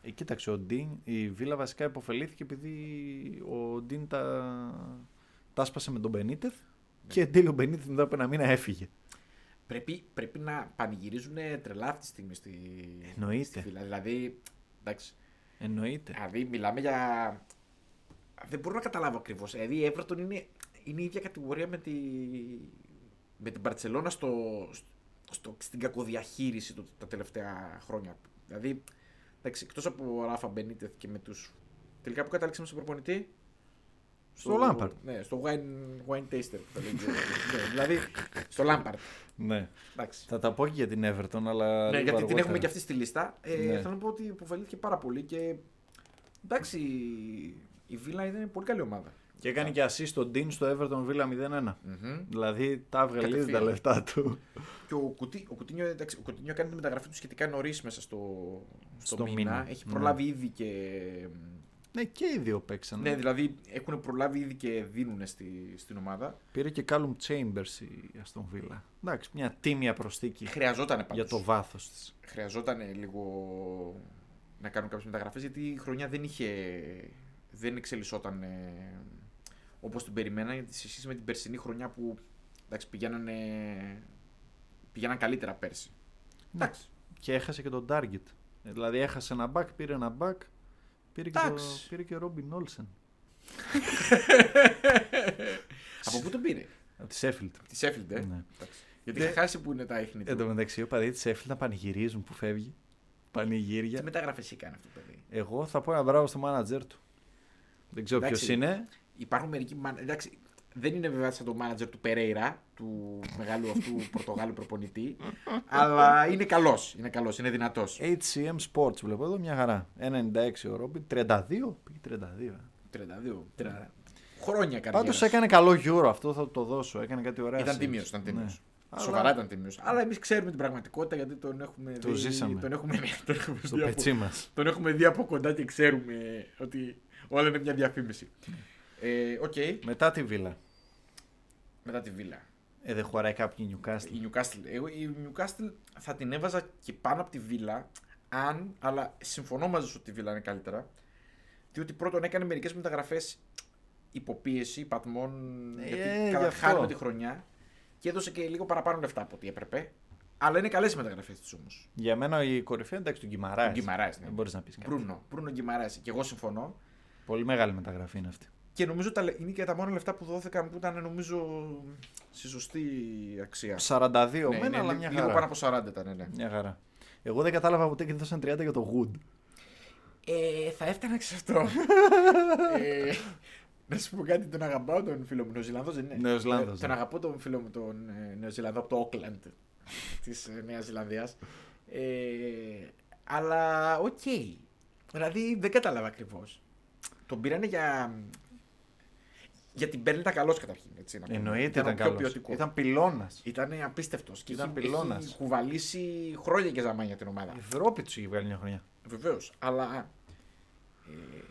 S1: Ε, κοίταξε, ο Ντίν, η Βίλα βασικά υποφελήθηκε επειδή ο Ντίν τα, τα σπάσε με τον Μπενίτεθ
S2: Ναι.
S1: και εν τέλει ο Μπενίτεθ μετά από ένα μήνα έφυγε.
S2: Πρέπει, πρέπει να πανηγυρίζουν τρελά αυτή τη στιγμή στη,
S1: Εννοείται.
S2: στη Βίλα. Δηλαδή, εντάξει,
S1: Εννοείται.
S2: δηλαδή μιλάμε για... Δεν μπορώ να καταλάβω ακριβώς. Δηλαδή η Everton είναι, είναι η ίδια κατηγορία με, τη, με την Barcelona στο, στο, στην κακοδιαχείριση του, τα τελευταία χρόνια. Δηλαδή, εντάξει, εκτός από ο Ράφα Μπενίτεθ και με τους... Τελικά που κατάληξαμε στον προπονητή,
S1: Στο Λάμπαρτ.
S2: Ναι, στο wine, wine taster που τα λέει. ναι, δηλαδή, στο Lampard.
S1: Ναι.
S2: Εντάξει.
S1: Θα τα πω και για την Everton, αλλά. λίγο
S2: Ναι, γιατί την
S1: αργότερα.
S2: έχουμε και αυτή στη λίστα. Ε,
S1: Ναι.
S2: Θέλω να πω ότι υποφελήθηκε πάρα πολύ και. Εντάξει, η Βίλα ήταν πολύ καλή ομάδα.
S1: Και έκανε και assist τον Dean στο Everton Villa 0-1.
S2: Μμμ.
S1: Δηλαδή τα έβγαλε
S2: Ναι. Κατευθείαν.
S1: ήδη τα λεφτά του.
S2: Και ο, Κουτί, ο, Κουτίνιο, εντάξει, ο Κουτίνιο κάνει τη μεταγραφή του σχετικά νωρίς μέσα στο, στο,
S1: Στο
S2: μήνα.
S1: μήνα.
S2: Έχει
S1: Ναι.
S2: προλάβει ήδη και.
S1: ναι, και οι δύο παίξαν.
S2: Ναι, δηλαδή έχουν προλάβει ήδη και δίνουν στη, στην ομάδα.
S1: Πήρε και Callum Chambers η Aston Villa. Εντάξει, μια τίμια προσθήκη
S2: Χρειαζόταν πάντως.
S1: για το βάθος της.
S2: χρειαζόταν λίγο να κάνουν κάποιες μεταγραφές γιατί η χρονιά δεν είχε δεν εξελισσόταν ε, όπως την περιμέναν γιατί σε σχέση με την περσινή χρονιά που εντάξει, πηγαίνανε, πηγαίναν καλύτερα πέρσι.
S1: Ναι.
S2: Εντάξει.
S1: Και έχασε και τον target. Ε, Δηλαδή έχασε ένα back, πήρε ένα back. Πήρε και, το,
S2: Εντάξει.
S1: πήρε και ο Ρόμπιν Όλσεν.
S2: Από πού τον πήρε,
S1: Από τη Σέφιλτ.
S2: τη Σέφιλντ, ε.
S1: Ναι.
S2: Εντάξει. Γιατί
S1: Δε-
S2: είχα χάσει που είναι τα ίχνη
S1: Εν τω
S2: του.
S1: μεταξύ, ο παδί τη Σέφιλτ να πανηγυρίζουν που φεύγει.
S2: Τι
S1: Πανηγύρια.
S2: μεταγραφές έκανε αυτό το παιδί.
S1: Εγώ θα πω ένα μπράβο στο μάνατζερ του. Δεν ξέρω
S2: Εντάξει.
S1: ποιος είναι.
S2: Υπάρχουν μερικοί. μαν- Εντάξει, δεν είναι βέβαια σαν το μάνατζερ του Περέιρα, του μεγάλου αυτού [LAUGHS] Πορτογάλου προπονητή, αλλά είναι καλός. Είναι καλός, είναι δυνατός.
S1: HCM Sports βλέπω εδώ μια χαρά. 96 ο Ρόμπιν, 32. Πήγε 32.
S2: 32. Χρόνια καριέρας.
S1: Πάντως Ναι. έκανε καλό γύρο αυτό, θα του το δώσω. Έκανε κάτι Ναι. ωραίο.
S2: Ήταν τίμιος. Ήταν τίμιος. Σοβαρά
S1: Αλλά-
S2: ήταν τίμιος. Αλλά εμείς ξέρουμε την πραγματικότητα γιατί τον έχουμε
S1: Το
S2: δει.
S1: ζήσαμε.
S2: Τον έχουμε, ναι, τον, έχουμε
S1: Στο
S2: δει
S1: πετσί
S2: από,
S1: μας.
S2: τον έχουμε δει από κοντά και ξέρουμε ότι όλα είναι μια διαφήμιση.
S1: Ναι.
S2: Ε, Οκ,
S1: Μετά τη Βίλα.
S2: μετά τη Βίλα.
S1: Ε, δεν χωράει κάποιοι
S2: Η
S1: Newcastle.
S2: Newcastle. Εγώ η Newcastle θα την έβαζα και πάνω από τη Βίλα, αν, αλλά συμφωνώ μαζί σου ότι η Βίλα είναι καλύτερα. Διότι πρώτον έκανε μερικές μεταγραφές υποπίεση, πατμών.
S1: Ε, γι'
S2: γιατί
S1: αυτό.
S2: καταχάνουμε τη χρονιά. Και έδωσε και λίγο παραπάνω λεφτά από ό,τι έπρεπε. Αλλά είναι καλές οι μεταγραφές της όμως.
S1: Για μένα η κορυφαία εντάξει του Γκυμαράη.
S2: Του Γκυμαράες, ναι.
S1: Δεν μπορείς να πεις κάτι.
S2: Μπρούνο. Μπρούνο Γκυμαράες. Και εγώ συμφωνώ.
S1: Πολύ μεγάλη μεταγραφή είναι αυτή.
S2: Και νομίζω τα, λε- είναι και τα μόνα λεφτά που δόθηκαν που ήταν νομίζω στη σωστή αξία.
S1: 42
S2: Ναι,
S1: μένα,
S2: είναι
S1: αλλά
S2: λι-
S1: μια
S2: λίγο πάνω
S1: χαρά.
S2: από 40 ήταν, ναι.
S1: Μια χαρά. Εγώ δεν κατάλαβα ποτέ και δώσαν 30 για το Wood.
S2: Ε, θα έφτανα και
S1: [LAUGHS]
S2: σε αυτό. ε, να σου πω κάτι, τον αγαπάω τον φίλο μου. Νεοζηλανδός δεν είναι.
S1: Νεοζηλανδός,
S2: Ε,
S1: ναι.
S2: Τον αγαπώ τον φίλο μου τον ε, Νεοζηλανδό από το Όκλαντ [LAUGHS] τη Νέας Ζηλανδίας. Ε, αλλά οκ. Δηλαδή δεν κατάλαβα ακριβώς. Τον πήρανε για. Για την Μπέρλιν ήταν καλός καταρχήν. Έτσι, να πούμε.
S1: Εννοείται
S2: ο
S1: ήταν
S2: πιο
S1: καλός.
S2: ποιοτικό.
S1: Ήταν πυλώνας.
S2: Ήταν απίστευτος. Και
S1: Ήταν
S2: έχει-
S1: πυλώνας.
S2: έχει κουβαλήσει χρόνια και ζαμάνια την ομάδα.
S1: Η Ευρώπη τους είχε βγάλει μια χρονιά.
S2: Βεβαίως. Αλλά. ε,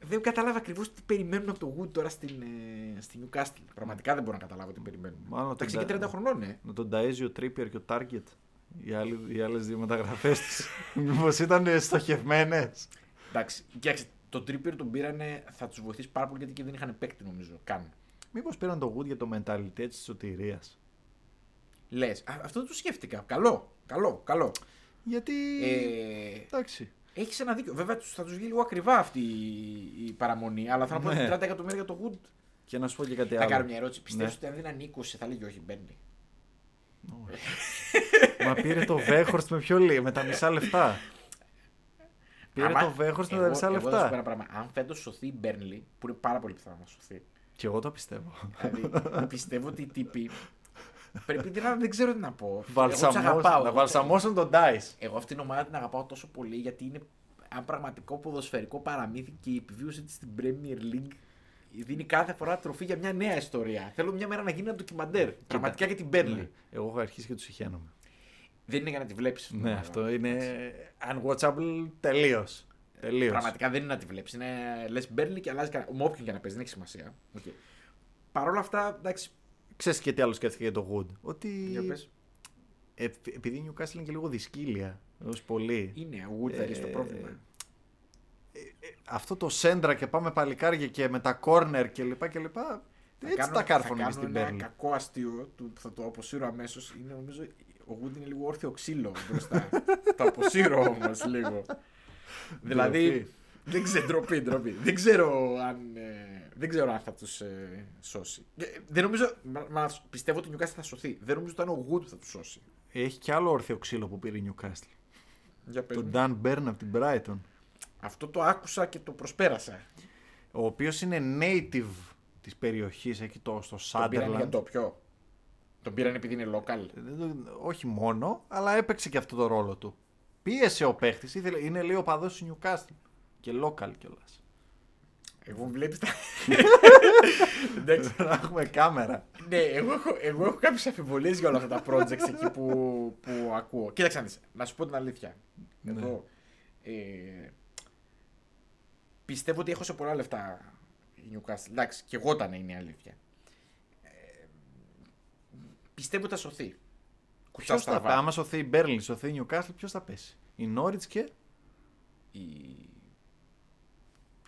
S2: δεν κατάλαβα ακριβώς τι περιμένουν από το Wood τώρα στην, ε, στη Newcastle. Πραγματικά δεν μπορώ να καταλάβω τι περιμένουν.
S1: Μάλλον
S2: Εντάξει
S1: τον
S2: και 30
S1: τα-
S2: χρονών, ναι.
S1: Με τον Ταέζιο Τρίπιερ και ο Τάρκετ. Οι, άλλοι, οι άλλες δύο μεταγραφές [LAUGHS] της. Μήπως ήταν στοχευμένες.
S2: Εντάξει. Κοίταξε, τον Trippier τον πήρανε, θα τους βοηθήσει πάρα πολύ γιατί και δεν είχαν παίκτη νομίζω καν.
S1: Μήπως πήραν το Wood για το mentality της σωτηρίας.
S2: Λες. Αυτό δεν το σκέφτηκα. Καλό. Καλό, καλό.
S1: Γιατί...
S2: Ε,
S1: Εντάξει.
S2: Έχεις ένα δίκιο. Βέβαια τους- θα τους βγει λίγο ακριβά αυτή η- η παραμονή. Αλλά θα να πω
S1: Ναι.
S2: ότι 30 εκατομμύρια για το Wood.
S1: Και να σου πω και κάτι
S2: Θα
S1: άλλο.
S2: κάνω μια ερώτηση. Πιστεύεις
S1: Ναι.
S2: ότι αν δίναν 20 θα λέγει όχι, μπαίνει.
S1: Μα πήρε το Βέχορστ με πιο λίγο, με τα μισά λεφτά. πήρε
S2: Άμα-
S1: το Βέχορστ με τα
S2: εγώ-
S1: μισά
S2: εγώ θα σου πω ένα
S1: λεφτά.
S2: πράγμα. Αν φέτος σωθεί η Μπέρνλι, που είναι πάρα πολύ πιθανό να σωθεί.
S1: Και εγώ το πιστεύω. [LAUGHS]
S2: δηλαδή, πιστεύω ότι οι τύποι. Πρέπει να δεν ξέρω τι να πω.
S1: Βαλσαμός-
S2: Εγώ τους αγαπάω.
S1: να βαλσαμώσουν τον Dice.
S2: Εγώ αυτήν την ομάδα την αγαπάω τόσο πολύ γιατί είναι ένα πραγματικό ποδοσφαιρικό παραμύθι και η επιβίωση της στην Premier League δίνει κάθε φορά τροφή για μια νέα ιστορία. Θέλω μια μέρα να γίνει ένα ντοκιμαντέρ. Πραγματικά για την Μπέρνλι.
S1: Ναι. Εγώ έχω αρχίσει και τους συχαίνομαι.
S2: Δεν είναι για να τη βλέπεις.
S1: Ναι, αυτό είναι unwatchable τελείως. Τελείως.
S2: Πραγματικά δεν είναι να τη βλέπεις. Είναι λες Μπέρλι και αλλάζει κανένα. Με όποιον και να παίζει, δεν έχει σημασία. Okay. Παρ' όλα αυτά, εντάξει.
S1: Ξέρεις και τι άλλο σκέφτηκα για το Wood. Ότι
S2: για πες.
S1: Ε, επειδή η Newcastle είναι και λίγο δυσκύλια, ως πολύ.
S2: Είναι ουδερή το
S1: Ε,
S2: πρόβλημα.
S1: Αυτό το σέντρα και πάμε παλικάρια και με τα κόρνερ κλπ. κλπ. Έτσι
S2: κάνω-
S1: τα κάρφωνε
S2: θα
S1: και
S2: κάνω
S1: στην
S2: ένα
S1: Μπέρλι.
S2: κακό αστείο του που θα το αποσύρω αμέσως. Είναι νομίζω ο Wood είναι λίγο όρθιο ξύλο
S1: [LAUGHS]
S2: μπροστά. το αποσύρω όμως λίγο. δηλαδή.
S1: Ντροπή.
S2: δεν ξέρω, ντροπή, ντροπή. δεν ξέρω αν. ε, δεν ξέρω αν θα τους σώσει. Ε, δεν νομίζω. Μα, μα- πιστεύω ότι ο Newcastle θα σωθεί. Δεν νομίζω ότι ήταν ο Wood που θα τους σώσει.
S1: Έχει και άλλο όρθιο ξύλο που πήρε η Newcastle.
S2: Για πες
S1: Τον
S2: μου.
S1: Dan Byrne από την Brighton.
S2: Αυτό το άκουσα και το προσπέρασα.
S1: Ο οποίος είναι native της περιοχής εκεί το, στο
S2: Τον πήραν για
S1: Sunderland. Ε,
S2: το ποιο. Τον πήραν επειδή είναι local.
S1: Δεν το- όχι μόνο, αλλά έπαιξε και αυτό το ρόλο του. Πίεσε ο παίχτης, είναι λέει ο παδός του Newcastle. Και local κιόλας.
S2: Εγώ βλέπεις τα. Εντάξει.
S1: [LAUGHS] Να έχουμε κάμερα.
S2: Ναι, εγώ έχω, εγώ έχω κάποιες αμφιβολίε για όλα αυτά τα projects εκεί που, που ακούω. Κοίταξε να δεις, να σου πω την αλήθεια.
S1: Ναι.
S2: Εγώ, ε, πιστεύω ότι έχω σε πολλά λεφτά η Newcastle. Εντάξει, και εγώ ήταν είναι η αλήθεια. Ε, πιστεύω ότι θα σωθεί. Κουτσά
S1: Ποιο θα πέσει,
S2: στραβά.
S1: άμα σωθεί η Μπέρλιν, σωθεί η Newcastle, ποιος θα πέσει. Η Norwich και
S2: Η...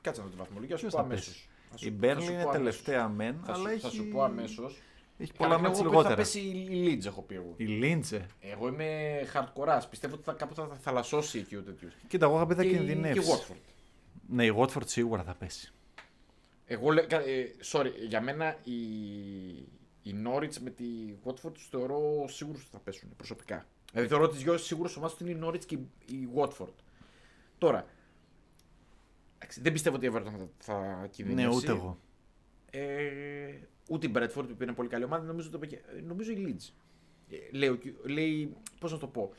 S2: Κάτσε να δω τη βαθμολογία, σου
S1: Ποιος
S2: πω
S1: θα
S2: αμέσως.
S1: πέσει? η Μπέρλιν είναι τελευταία μεν,
S2: Θα,
S1: αλλά
S2: σου,
S1: έχει,
S2: θα σου πω αμέσως.
S1: έχει πολλά μάτς
S2: Θα
S1: λιγότερα.
S2: πέσει η η Leeds, έχω πει εγώ.
S1: Η Λίντζε.
S2: Εγώ είμαι hardcore. Πιστεύω ότι θα, κάπου θα, θα θαλασσώσει εκεί ο τέτοιος.
S1: Κοίτα, εγώ είχα πει θα
S2: Και η
S1: κινδυνεύσει.
S2: Watford.
S1: Ναι, η Watford σίγουρα θα πέσει.
S2: Εγώ λέω. Ε, sorry, για μένα η, η Norwich με τη Watford τους θεωρώ σίγουρου ότι θα πέσουν προσωπικά. Δηλαδή θεωρώ ότι τις δυο σίγουρες ομάδες είναι η Norwich και η, η Watford. Τώρα. εντάξει, Δεν πιστεύω ότι η Everton θα, θα
S1: Ναι,
S2: κινδυνεύσει.
S1: ούτε εγώ.
S2: Ε, ούτε η Bradford που είναι πολύ καλή ομάδα, νομίζω, το, είπε και- ε, νομίζω η Leeds. Ε, λέω, και- λέει, πώς να το πω,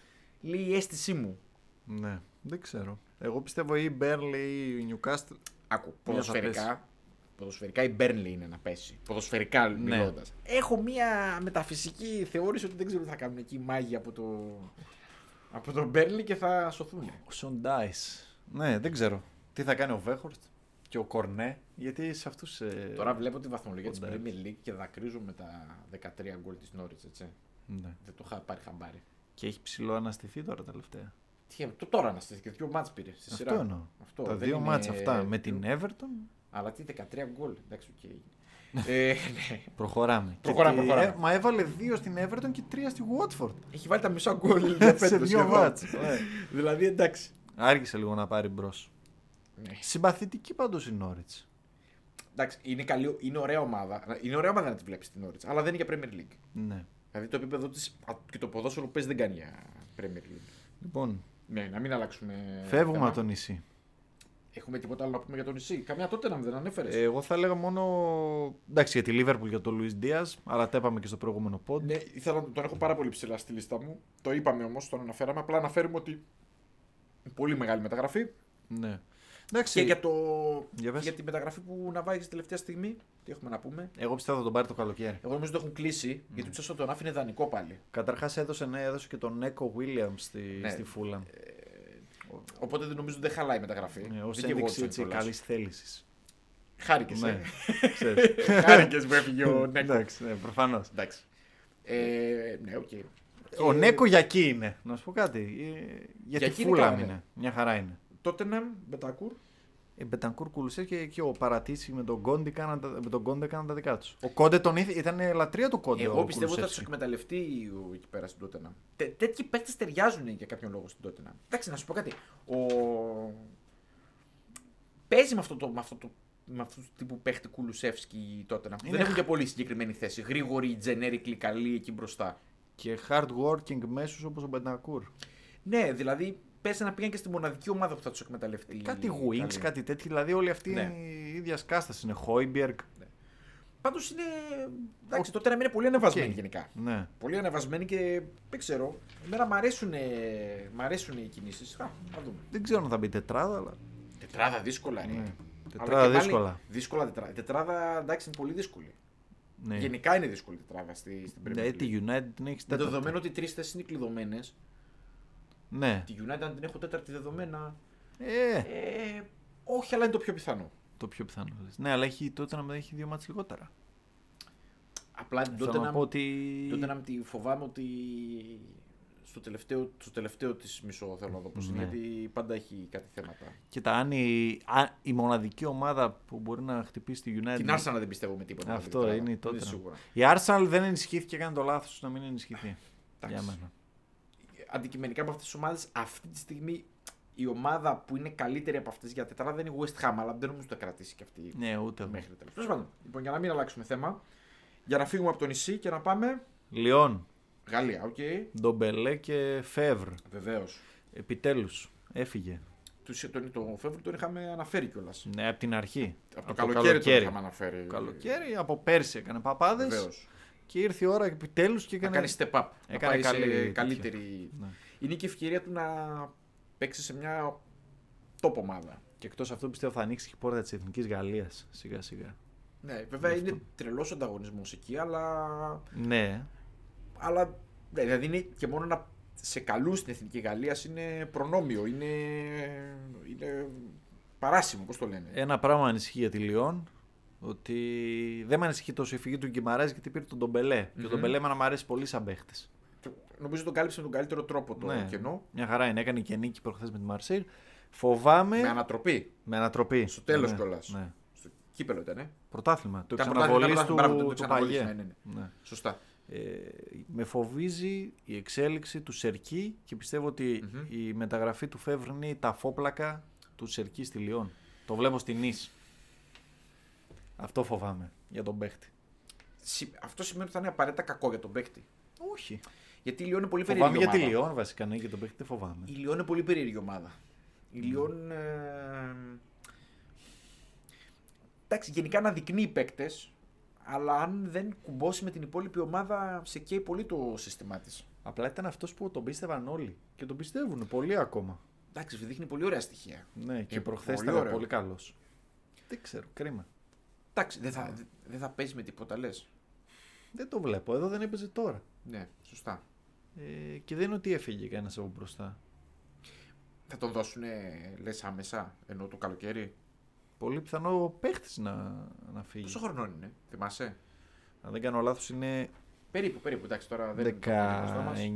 S2: λέει η αίσθησή μου.
S1: Ναι, δεν ξέρω. Εγώ πιστεύω ή η Μπέρλι ή η Newcastle.
S2: Άκου,
S1: Μια θα
S2: ποδοσφαιρικά, ποδοσφαιρικά η Μπέρνλι είναι να πέσει. Ποδοσφαιρικά μιλώντα. Ναι. Έχω μία μεταφυσική θεώρηση ότι δεν ξέρω τι θα κάνουν εκεί οι μάγοι από το, από τον Μπέρνλι και θα σωθούν.
S1: Ο Σον Ντάις. Ναι, δεν ξέρω. Τι θα κάνει ο Βέχορτ και ο Κορνέ. Γιατί σε αυτούς. Ε...
S2: Τώρα βλέπω τη βαθμολογία της
S1: εντάξει.
S2: Premier League και δακρύζω με τα 13 γκολ της Norwich, έτσι.
S1: Ναι.
S2: Δεν το είχα πάρει χαμπάρι.
S1: Και έχει ψηλό αναστηθεί τώρα τελευταία.
S2: Τι, το τώρα να στείλει και δύο μάτς πήρε στη σειρά.
S1: Αυτό εννοώ.
S2: Αυτό,
S1: Τα
S2: δεν
S1: δύο
S2: είναι-
S1: μάτσα αυτά με την Everton
S2: Αλλά τι 13 γκολ. Εντάξει, [LAUGHS] οκ. ε, ναι.
S1: προχωράμε.
S2: Προχωράμε,
S1: Και τη-
S2: προχωράμε.
S1: ε, μα έβαλε δύο στην Everton και τρία στη Watford.
S2: Έχει βάλει τα μισά γκολ
S1: σε δύο μάτσα.
S2: δηλαδή εντάξει.
S1: Άργησε λίγο να πάρει μπρος.
S2: Ναι.
S1: Συμπαθητική πάντως η Norwich.
S2: Εντάξει, είναι, καλή, είναι ωραία ομάδα. Είναι ωραία ομάδα να τη βλέπεις την Norwich, αλλά δεν είναι για Premier League.
S1: Ναι.
S2: Δηλαδή το επίπεδο της και το ποδόσφαιρο που παίζει δεν κάνει για Premier League.
S1: Λοιπόν,
S2: Ναι, να μην αλλάξουμε.
S1: φεύγουμε
S2: θέμα.
S1: από το νησί.
S2: Έχουμε τίποτα άλλο να πούμε για το νησί. Καμιά τότε να μην δεν ανέφερες.
S1: Ε, Εγώ θα έλεγα μόνο. Εντάξει, για τη Λίβερπουλ για τον Λουί Δία, αλλά τα είπαμε και στο προηγούμενο πόντ.
S2: Ναι, ήθελα να τον έχω πάρα πολύ ψηλά στη λίστα μου. Το είπαμε όμως, τον αναφέραμε. Απλά αναφέρουμε ότι. Πολύ μεγάλη μεταγραφή.
S1: Ναι. Εντάξει,
S2: Και για, το...
S1: Για πες.
S2: για τη μεταγραφή που να βάλει τελευταία στιγμή, τι έχουμε να πούμε.
S1: εγώ πιστεύω θα τον πάρει το καλοκαίρι.
S2: Εγώ νομίζω ότι το έχουν κλείσει, γιατί
S1: Ναι.
S2: ο Τσέσο τον άφηνε δανεικό πάλι.
S1: Καταρχάς έδωσε, ναι, έδωσε και τον Νέκο Βίλιαμ στη,
S2: Ναι.
S1: στη Φούλα.
S2: Οπότε δεν νομίζω ότι δεν χαλάει η μεταγραφή.
S1: Ναι, Ω
S2: Ε, Δεν και εγώ
S1: ένδειξη
S2: ήρθα
S1: έτσι
S2: κιόλας.
S1: καλή θέλησης.
S2: Χάρηκες,
S1: Ναι.
S2: ε.
S1: [LAUGHS] Ξέρεις.
S2: [LAUGHS] Χάρηκες που έφυγε ο Νέκο.
S1: Εντάξει, ναι, προφανώς.
S2: Εντάξει. Ε, ναι, οκ.
S1: Ο Νέκο για εκεί είναι. Να σου πω κάτι. Ε, Για
S2: Για
S1: τη
S2: εκεί είναι
S1: Φούλα
S2: καλά, ναι.
S1: είναι. Μια χαρά είναι.
S2: Τότε να Μπετακούρ.
S1: Ε, Μπετανκούρ Κουλουσέ και, και ο Παρατήσι με τον Κόντε κάναν, τα- με τον Κόντε κάναν τα δικά τους. Ο Κόντε τον ήθε, ήταν λατρεία του Κόντε.
S2: Εγώ
S1: ο
S2: πιστεύω ότι θα τους
S1: Κουλουσεύσκι.
S2: εκμεταλλευτεί ο- εκεί πέρα στην Τότενα. Τέ, τέτοιοι παίκτες ταιριάζουν για κάποιον λόγο στην Τότενα. Εντάξει, να σου πω κάτι. Ο... Παίζει με αυτό το. Με αυτό το με αυτού του τύπου παίχτη Κουλουσεύσκη τότε να
S1: Είναι
S2: Δεν έχουν
S1: χα-
S2: και πολύ συγκεκριμένη θέση. Γρήγορη, generically καλή εκεί μπροστά.
S1: Και hard working μέσους όπως ο Μπεντακούρ.
S2: Ναι, δηλαδή πες να πήγαν και στη μοναδική ομάδα που θα τους εκμεταλλευτεί.
S1: Ε, Κάτι
S2: καλή.
S1: wings, κάτι τέτοιο. Δηλαδή όλοι αυτοί
S2: Ναι.
S1: είναι η ίδια κάστα. Είναι Χόιμπιεργκ.
S2: Πάντως είναι. Εντάξει, τότε να μην είναι πολύ ανεβασμένη
S1: Οκ.
S2: γενικά.
S1: Ναι.
S2: Πολύ ανεβασμένη και δεν ξέρω. Εμένα μ' αρέσουν, μ αρέσουν οι κινήσεις. Α, θα δούμε.
S1: Δεν ξέρω αν θα μπει τετράδα, αλλά.
S2: Τετράδα δύσκολα είναι.
S1: Ναι.
S2: Αλλά
S1: Τετράδα
S2: και πάλι
S1: δύσκολα.
S2: Δύσκολα τετράδα. Τετράδα εντάξει είναι πολύ δύσκολη.
S1: Ναι.
S2: Γενικά είναι δύσκολη η τετράδα στη, στην Premier
S1: Ναι,
S2: League.
S1: τη United την έχεις
S2: Με το
S1: τέταρτη.
S2: δεδομένο ότι τρεις θέσεις είναι κλειδωμένες,
S1: Ναι.
S2: τη United αν την έχω τέταρτη δεδομένα.
S1: Ε,
S2: Ε, όχι, αλλά είναι το πιο πιθανό.
S1: το πιο πιθανό. λες. Ναι, αλλά έχει, τότε να έχει δύο μάτς λιγότερα.
S2: Απλά την
S1: Θέλω να πω
S2: Tottenham,
S1: ότι.
S2: Tottenham τη φοβάμαι ότι στο τελευταίο, στο τελευταίο της μισό θέλω να δω πώς είναι,
S1: Ναι.
S2: γιατί πάντα έχει κάτι θέματα.
S1: Κοίτα, αν η, α- η μοναδική ομάδα που μπορεί να χτυπήσει τη United.
S2: Την Arsenal δεν πιστεύω με τίποτα.
S1: Ε, ναι. Αυτό
S2: δηλαδή,
S1: είναι η
S2: δεν
S1: τότε.
S2: σίγουρα.
S1: Η Arsenal δεν ενισχύθηκε, έκανε το λάθος να μην ενισχυθεί.
S2: Εντάξει.
S1: Για μένα.
S2: Αντικειμενικά από αυτές τις ομάδες, αυτή τη στιγμή η ομάδα που είναι καλύτερη από αυτές για τετράδα είναι η West Ham, αλλά δεν νομίζω ότι θα κρατήσει και αυτή
S1: Ναι, ούτε εγώ.
S2: μέχρι τέλος. Τέλος πάντων, λοιπόν, για να μην αλλάξουμε θέμα, για να φύγουμε από το νησί και να πάμε
S1: Λιόν,
S2: Γαλλία, οκ. Okay.
S1: Ντομπελέ και Φεύρ.
S2: Βεβαίως.
S1: Επιτέλους. Έφυγε.
S2: Τον, τον Φεύρου τον είχαμε αναφέρει κιόλας.
S1: Ναι, από την αρχή.
S2: Από το καλοκαίρι, τον είχαμε
S1: Το
S2: αναφέρει.
S1: καλοκαίρι, από πέρσι έκανε παπάδες.
S2: Βεβαίως.
S1: Και ήρθε η ώρα επιτέλους και
S2: Να
S1: έκανε.
S2: κάνει step up. να
S1: έκανε
S2: πάει σε
S1: καλή-
S2: καλύτερη.
S1: Ναι.
S2: Είναι και η ευκαιρία του να παίξει σε μια top ομάδα.
S1: Και εκτός αυτού πιστεύω θα ανοίξει και η πόρτα της Εθνικής Γαλλίας σιγά σιγά.
S2: Ναι, βέβαια
S1: Αυτό.
S2: είναι τρελός ανταγωνισμός εκεί, αλλά.
S1: Ναι,
S2: αλλά δηλαδή είναι και μόνο να σε καλούς στην εθνική Γαλλίας είναι προνόμιο. Είναι, είναι παράσιμο, πώς το λένε.
S1: Ένα πράγμα ανησυχεί για τη Λιόν. Ότι δεν με ανησυχεί τόσο η φυγή του Γκυμαρέ γιατί πήρε τον Ντομπελέ. Και ο Ντομπελέ εμένα μου αρέσει πολύ σαν παίχτης.
S2: Νομίζω τον κάλυψε με τον καλύτερο τρόπο το
S1: Ναι.
S2: κενό.
S1: Μια χαρά είναι. Έκανε και νίκη προχθές με τη Μαρσίλ. Φοβάμαι.
S2: Με
S1: Με,
S2: ανατροπή.
S1: ανατροπή.
S2: Στο τέλος
S1: Ε. ναι,
S2: κιόλας.
S1: Ναι.
S2: Στο κύπελο ήταν. ε.
S1: Πρωτάθλημα. Το
S2: Ήταν
S1: ξαναβολή
S2: πρωτάθλημα,
S1: του,
S2: μπράβο, το
S1: του
S2: ξαναβολής,
S1: Παγιέ.
S2: ναι, ναι,
S1: Ναι.
S2: Σωστά.
S1: Ε, με φοβίζει η εξέλιξη του Σερκί και πιστεύω ότι η μεταγραφή του φεύρνει τα φόπλακα του Σερκί στη Λιόν. Το βλέπω στην Νης. Αυτό φοβάμαι για τον παίχτη.
S2: Συ- Αυτό σημαίνει ότι θα είναι απαραίτητα κακό για τον παίκτη.
S1: Όχι.
S2: Γιατί η Λιόν είναι πολύ περίεργη.
S1: Φοβάμαι για τη
S2: ομάδα.
S1: Λιόν βασικά, ναι, για τον παίχτη δεν φοβάμαι.
S2: Η Λιόν είναι πολύ περίεργη ομάδα. Η Λιόν. ε, Εντάξει, γενικά αναδεικνύει παίκτες, αλλά αν δεν κουμπώσει με την υπόλοιπη ομάδα, σε καίει πολύ το σύστημά της.
S1: Απλά ήταν αυτός που τον πίστευαν όλοι. Και τον πιστεύουν πολύ ακόμα.
S2: Εντάξει, δείχνει πολύ ωραία στοιχεία.
S1: Ναι, και
S2: Ε,
S1: προχθές
S2: πολύ
S1: ήταν
S2: ωραίο.
S1: πολύ καλός. Δεν ξέρω, κρίμα.
S2: Εντάξει, δεν
S1: Ναι.
S2: θα, δε- δεν θα παίζει με τίποτα, λες.
S1: Δεν το βλέπω. Εδώ δεν έπαιζε τώρα.
S2: Ναι, σωστά.
S1: Ε, και δεν είναι ότι έφυγε κανένας από μπροστά.
S2: Θα τον δώσουν, λες άμεσα, ενώ το καλοκαίρι.
S1: Πολύ πιθανό ο παίχτης να, να φύγει.
S2: Πόσο χρονών είναι, θυμάσαι.
S1: Αν δεν κάνω λάθος, είναι
S2: Περίπου, περίπου. Εντάξει, τώρα δεν είναι το γνωστό μας.
S1: 19-20.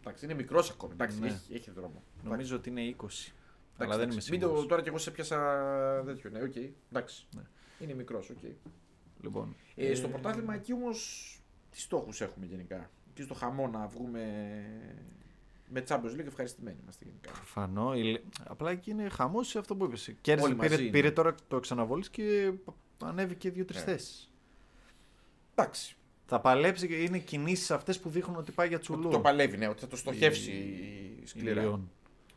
S2: Εντάξει, είναι μικρός ακόμα. Εντάξει,
S1: Ναι.
S2: έχει, έχει δρόμο. Εντάξει,
S1: Νομίζω ότι είναι 20.
S2: εντάξει,
S1: Αλλά δεν είμαι
S2: εντάξει.
S1: σίγουρος.
S2: Μην το, τώρα κι εγώ σε πιάσα τέτοιο. Ναι, οκ. εντάξει. Είναι μικρός, οκ.
S1: Λοιπόν,
S2: Ε, στο πρωτάθλημα εκεί όμως τι στόχους έχουμε γενικά. Εκεί στο χαμό να βγούμε με Champions League ευχαριστημένοι είμαστε γενικά.
S1: Προφανώ. η Λε- Απλά εκεί είναι χαμός σε αυτό που είπες. Κέρδισε,
S2: Όλοι μαζί
S1: πήρε,
S2: είναι.
S1: πήρε τώρα το ξαναβολή και ανέβηκε δύο-τρει
S2: Ε.
S1: θέσεις.
S2: Εντάξει.
S1: Θα παλέψει και είναι κινήσεις αυτές που δείχνουν ότι πάει για τσουλού.
S2: Ότι το παλεύει, ναι, ότι θα το στοχεύσει η... σκληρά.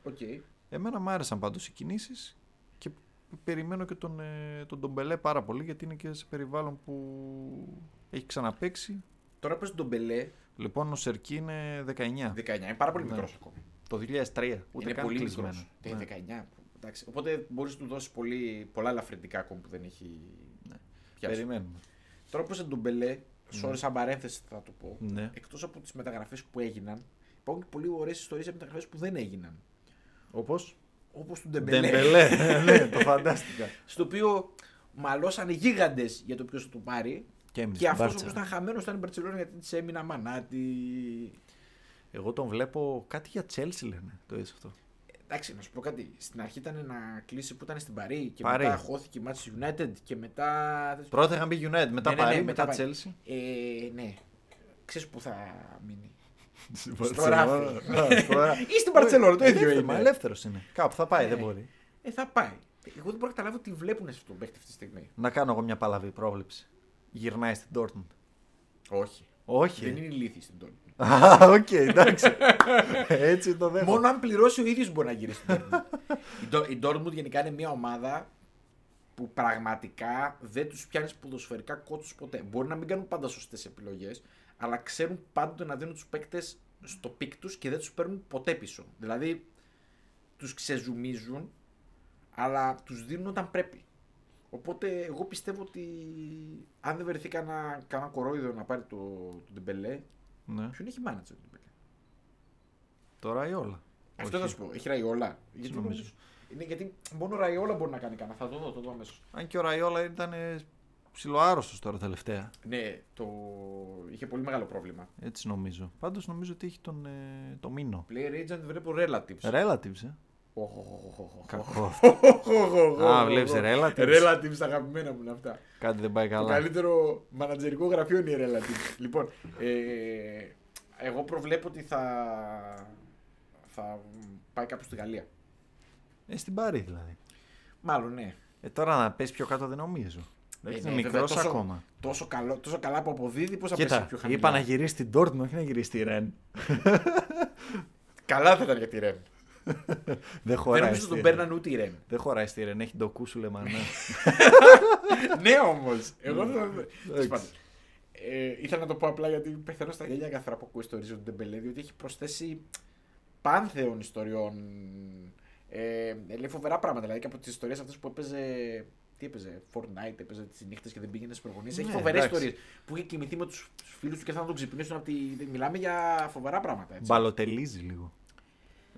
S2: Οκ.
S1: Λιόν. Εμένα μου άρεσαν πάντως οι κινήσεις και περιμένω και τον, ε, τον Ντομπελέ πάρα πολύ γιατί είναι και σε περιβάλλον που έχει ξαναπέξει.
S2: Τώρα πες τον Μπελέ,
S1: Λοιπόν, ο Σερκί είναι 19.
S2: 19, είναι πάρα πολύ
S1: Ναι.
S2: μικρός ακόμα.
S1: Το 2003. Ούτε
S2: είναι
S1: καν
S2: πολύ
S1: κλεισμένος.
S2: μικρός.
S1: Ναι.
S2: Ναι. 19. Εντάξει. Οπότε μπορείς να του δώσεις πολύ, πολλά ελαφρυντικά ακόμη που δεν έχει
S1: Ναι.
S2: πιάσει.
S1: Περιμένουμε.
S2: Τώρα που είσαι τον Μπελέ, sorry σαν παρένθεση θα το πω.
S1: Ναι.
S2: Εκτός από τις μεταγραφές που έγιναν, υπάρχουν και πολύ ωραίες ιστορίες για μεταγραφές που δεν έγιναν.
S1: Όπως.
S2: Όπως του Ντεμπελέ.
S1: Ντεμπελέ. ναι, το φαντάστηκα.
S2: [LAUGHS] Στο οποίο μαλώσανε γίγαντες για το ποιος θα το πάρει.
S1: Και έμεινε
S2: και
S1: στην
S2: αυτός
S1: Μπάρτσα.
S2: όπως ήταν χαμένος ήταν η Μπαρσελόνα γιατί της έμεινα μανάτη.
S1: Εγώ τον βλέπω κάτι για Chelsea λένε. Το είδες αυτό.
S2: Εντάξει, να σου πω κάτι. Στην αρχή ήταν να κλείσει που ήταν στην Παρή και
S1: Παρή.
S2: μετά χώθηκε η Μάτση United και μετά.
S1: Πρώτα είχαν πει United, μετά
S2: Ναι, ναι,
S1: Παρί,
S2: ναι,
S1: μετά,
S2: Παρή.
S1: Chelsea.
S2: Ε, ναι. Ξέρεις που θα μείνει.
S1: Στο
S2: ράφι. [LAUGHS]
S1: ράφι. Ναι, Στο ράφι.
S2: Ή στην Μπαρτσελόνα, το ίδιο
S1: Ελεύθερο,
S2: είναι.
S1: Μα ελεύθερος είναι. Κάπου θα πάει, δεν μπορεί.
S2: Ε, θα πάει. Εγώ δεν μπορώ να καταλάβω τι βλέπουν σε αυτόν τον παίχτη αυτή τη στιγμή.
S1: Να κάνω εγώ μια παλαβή πρόβλεψη. Γυρνάει στην Dortmund.
S2: Όχι.
S1: Όχι. ε.
S2: Δεν είναι ηλίθιοι στην Τόνη.
S1: Α, οκ, εντάξει. Έτσι το δέχομαι.
S2: Μόνο αν πληρώσει ο ίδιος μπορεί να γυρίσει στην Dortmund. [LAUGHS] η, Ντο- η Dortmund γενικά είναι μια ομάδα που πραγματικά δεν τους πιάνεις ποδοσφαιρικά κότσους ποτέ. Μπορεί να μην κάνουν πάντα σωστές επιλογές, αλλά ξέρουν πάντοτε να δίνουν τους παίκτες στο πικ τους και δεν τους παίρνουν ποτέ πίσω. Δηλαδή, τους ξεζουμίζουν, αλλά τους δίνουν όταν πρέπει. Οπότε εγώ πιστεύω ότι αν δεν βρεθεί κανένα, κανένα κορόιδο να πάρει το, τον Ντεμπελέ,
S1: Ναι.
S2: ποιον έχει μάνατζερ τον Ντεμπελέ.
S1: Τώρα ή όλα.
S2: Αυτό
S1: Όχι.
S2: θα σου πω. Έχει ραϊόλα. Γιατί
S1: νομίζω.
S2: νομίζω. Είναι γιατί μόνο ραϊόλα μπορεί να κάνει κανένα. Θα το δω, το δω αμέσως.
S1: Αν και ο Ραϊόλα ήταν ε, ψιλοάρρωστος τώρα τελευταία.
S2: Ναι, το... είχε πολύ μεγάλο πρόβλημα.
S1: Έτσι νομίζω. Πάντως νομίζω ότι έχει τον. Ε, το μήνο.
S2: Player agent βλέπω relatives.
S1: Relatives, ε.
S2: Οχ,
S1: Κακό. αυτό. Α,
S2: Α,
S1: βλέπεις, relatives.
S2: Relatives, τα αγαπημένα μου είναι αυτά.
S1: Κάτι δεν πάει
S2: Το
S1: καλά.
S2: καλύτερο μανατζερικό γραφείο είναι η Relatives. λοιπόν, ε, εγώ προβλέπω ότι θα, θα πάει κάπου στη Γαλλία.
S1: Ε, στην Πάρη δηλαδή.
S2: Μάλλον, ναι.
S1: Ε, τώρα να πέσει πιο κάτω δεν νομίζω.
S2: Ε,
S1: είναι
S2: ναι, βέβαια,
S1: μικρό
S2: τόσο-
S1: ακόμα.
S2: Τόσο, καλό, τόσο καλά που αποδίδει, πώς θα πέσει
S1: Κοίτα,
S2: πιο χαμηλά.
S1: είπα να γυρίσει την Dortmund, όχι να γυρίσει τη Ρεν.
S2: Καλά θα ήταν για τη Ρεν.
S1: δεν
S2: Δεν
S1: χωράει.
S2: Ε, νομίζω
S1: στη Ρεν.
S2: ότι τον παίρνανε ούτε η Ρεν.
S1: Δεν χωράει στη Ρεν, έχει ντοκούσου λεμανά.
S2: [LAUGHS] ναι, όμως. Εγώ θα.
S1: εντάξει.
S2: Τέλος πάντων. Ε, ήθελα να το πω απλά γιατί πεθαίνω στα γέλια κάθε φορά που ακούω ιστορίες του Ντεμπελέ, διότι έχει προσθέσει πάνθεων ιστοριών. Ε, ε, λέει φοβερά πράγματα. Δηλαδή και από τις ιστορίες αυτές που έπαιζε. Τι έπαιζε, Fortnite, έπαιζε τις νύχτες και δεν πήγαινε στις προπονίε.
S1: Ναι,
S2: έχει φοβερές
S1: εντάξει.
S2: ιστορίες. Που είχε κοιμηθεί με τους φίλους του και θα τον ξυπνήσουν από τη. Μιλάμε για φοβερά πράγματα. Έτσι.
S1: Μπαλοτελίζει λίγο.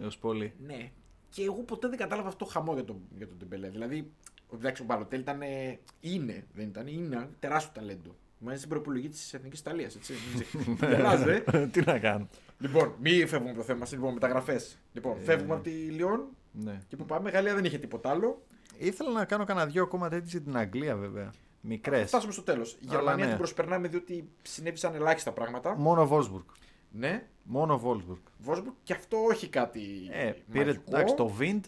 S1: Έως πολύ.
S2: Ναι. Και εγώ ποτέ δεν κατάλαβα αυτό το χαμό για τον, για τον Ντεμπελέ. Δηλαδή, ο- εντάξει, ο Μπαλοτέλ ήταν. ε, είναι, δεν ήταν, είναι ένα τεράστιο ταλέντο. Μάλιστα στην προπολογή της Εθνικής Ιταλίας, έτσι.
S1: [LAUGHS]
S2: Μην ξε- γελάς, ε.
S1: [LAUGHS] Τι να κάνω.
S2: λοιπόν, μη φεύγουμε από το θέμα, μας, λοιπόν, μεταγραφές. Λοιπόν,
S1: Ε,
S2: φεύγουμε
S1: ναι.
S2: από τη Λιόν
S1: Ναι.
S2: και που πάμε. Γαλλία δεν είχε τίποτα άλλο.
S1: Ήθελα να κάνω κανένα δυο ακόμα τέτοιες για την Αγγλία βέβαια. Μικρές.
S2: Φτάσαμε στο τέλος. Η
S1: Αλλά Ε.
S2: Γερμανία
S1: ναι.
S2: την προσπερνάμε διότι συνέβησαν ελάχιστα πράγματα.
S1: Μόνο Βόλσμπουργκ.
S2: Ναι.
S1: Μόνο Βόλσμπουργκ.
S2: Βόσμπουργκ και αυτό όχι κάτι.
S1: Ε, πήρε
S2: μαγικό.
S1: εντάξει, το Βιντ.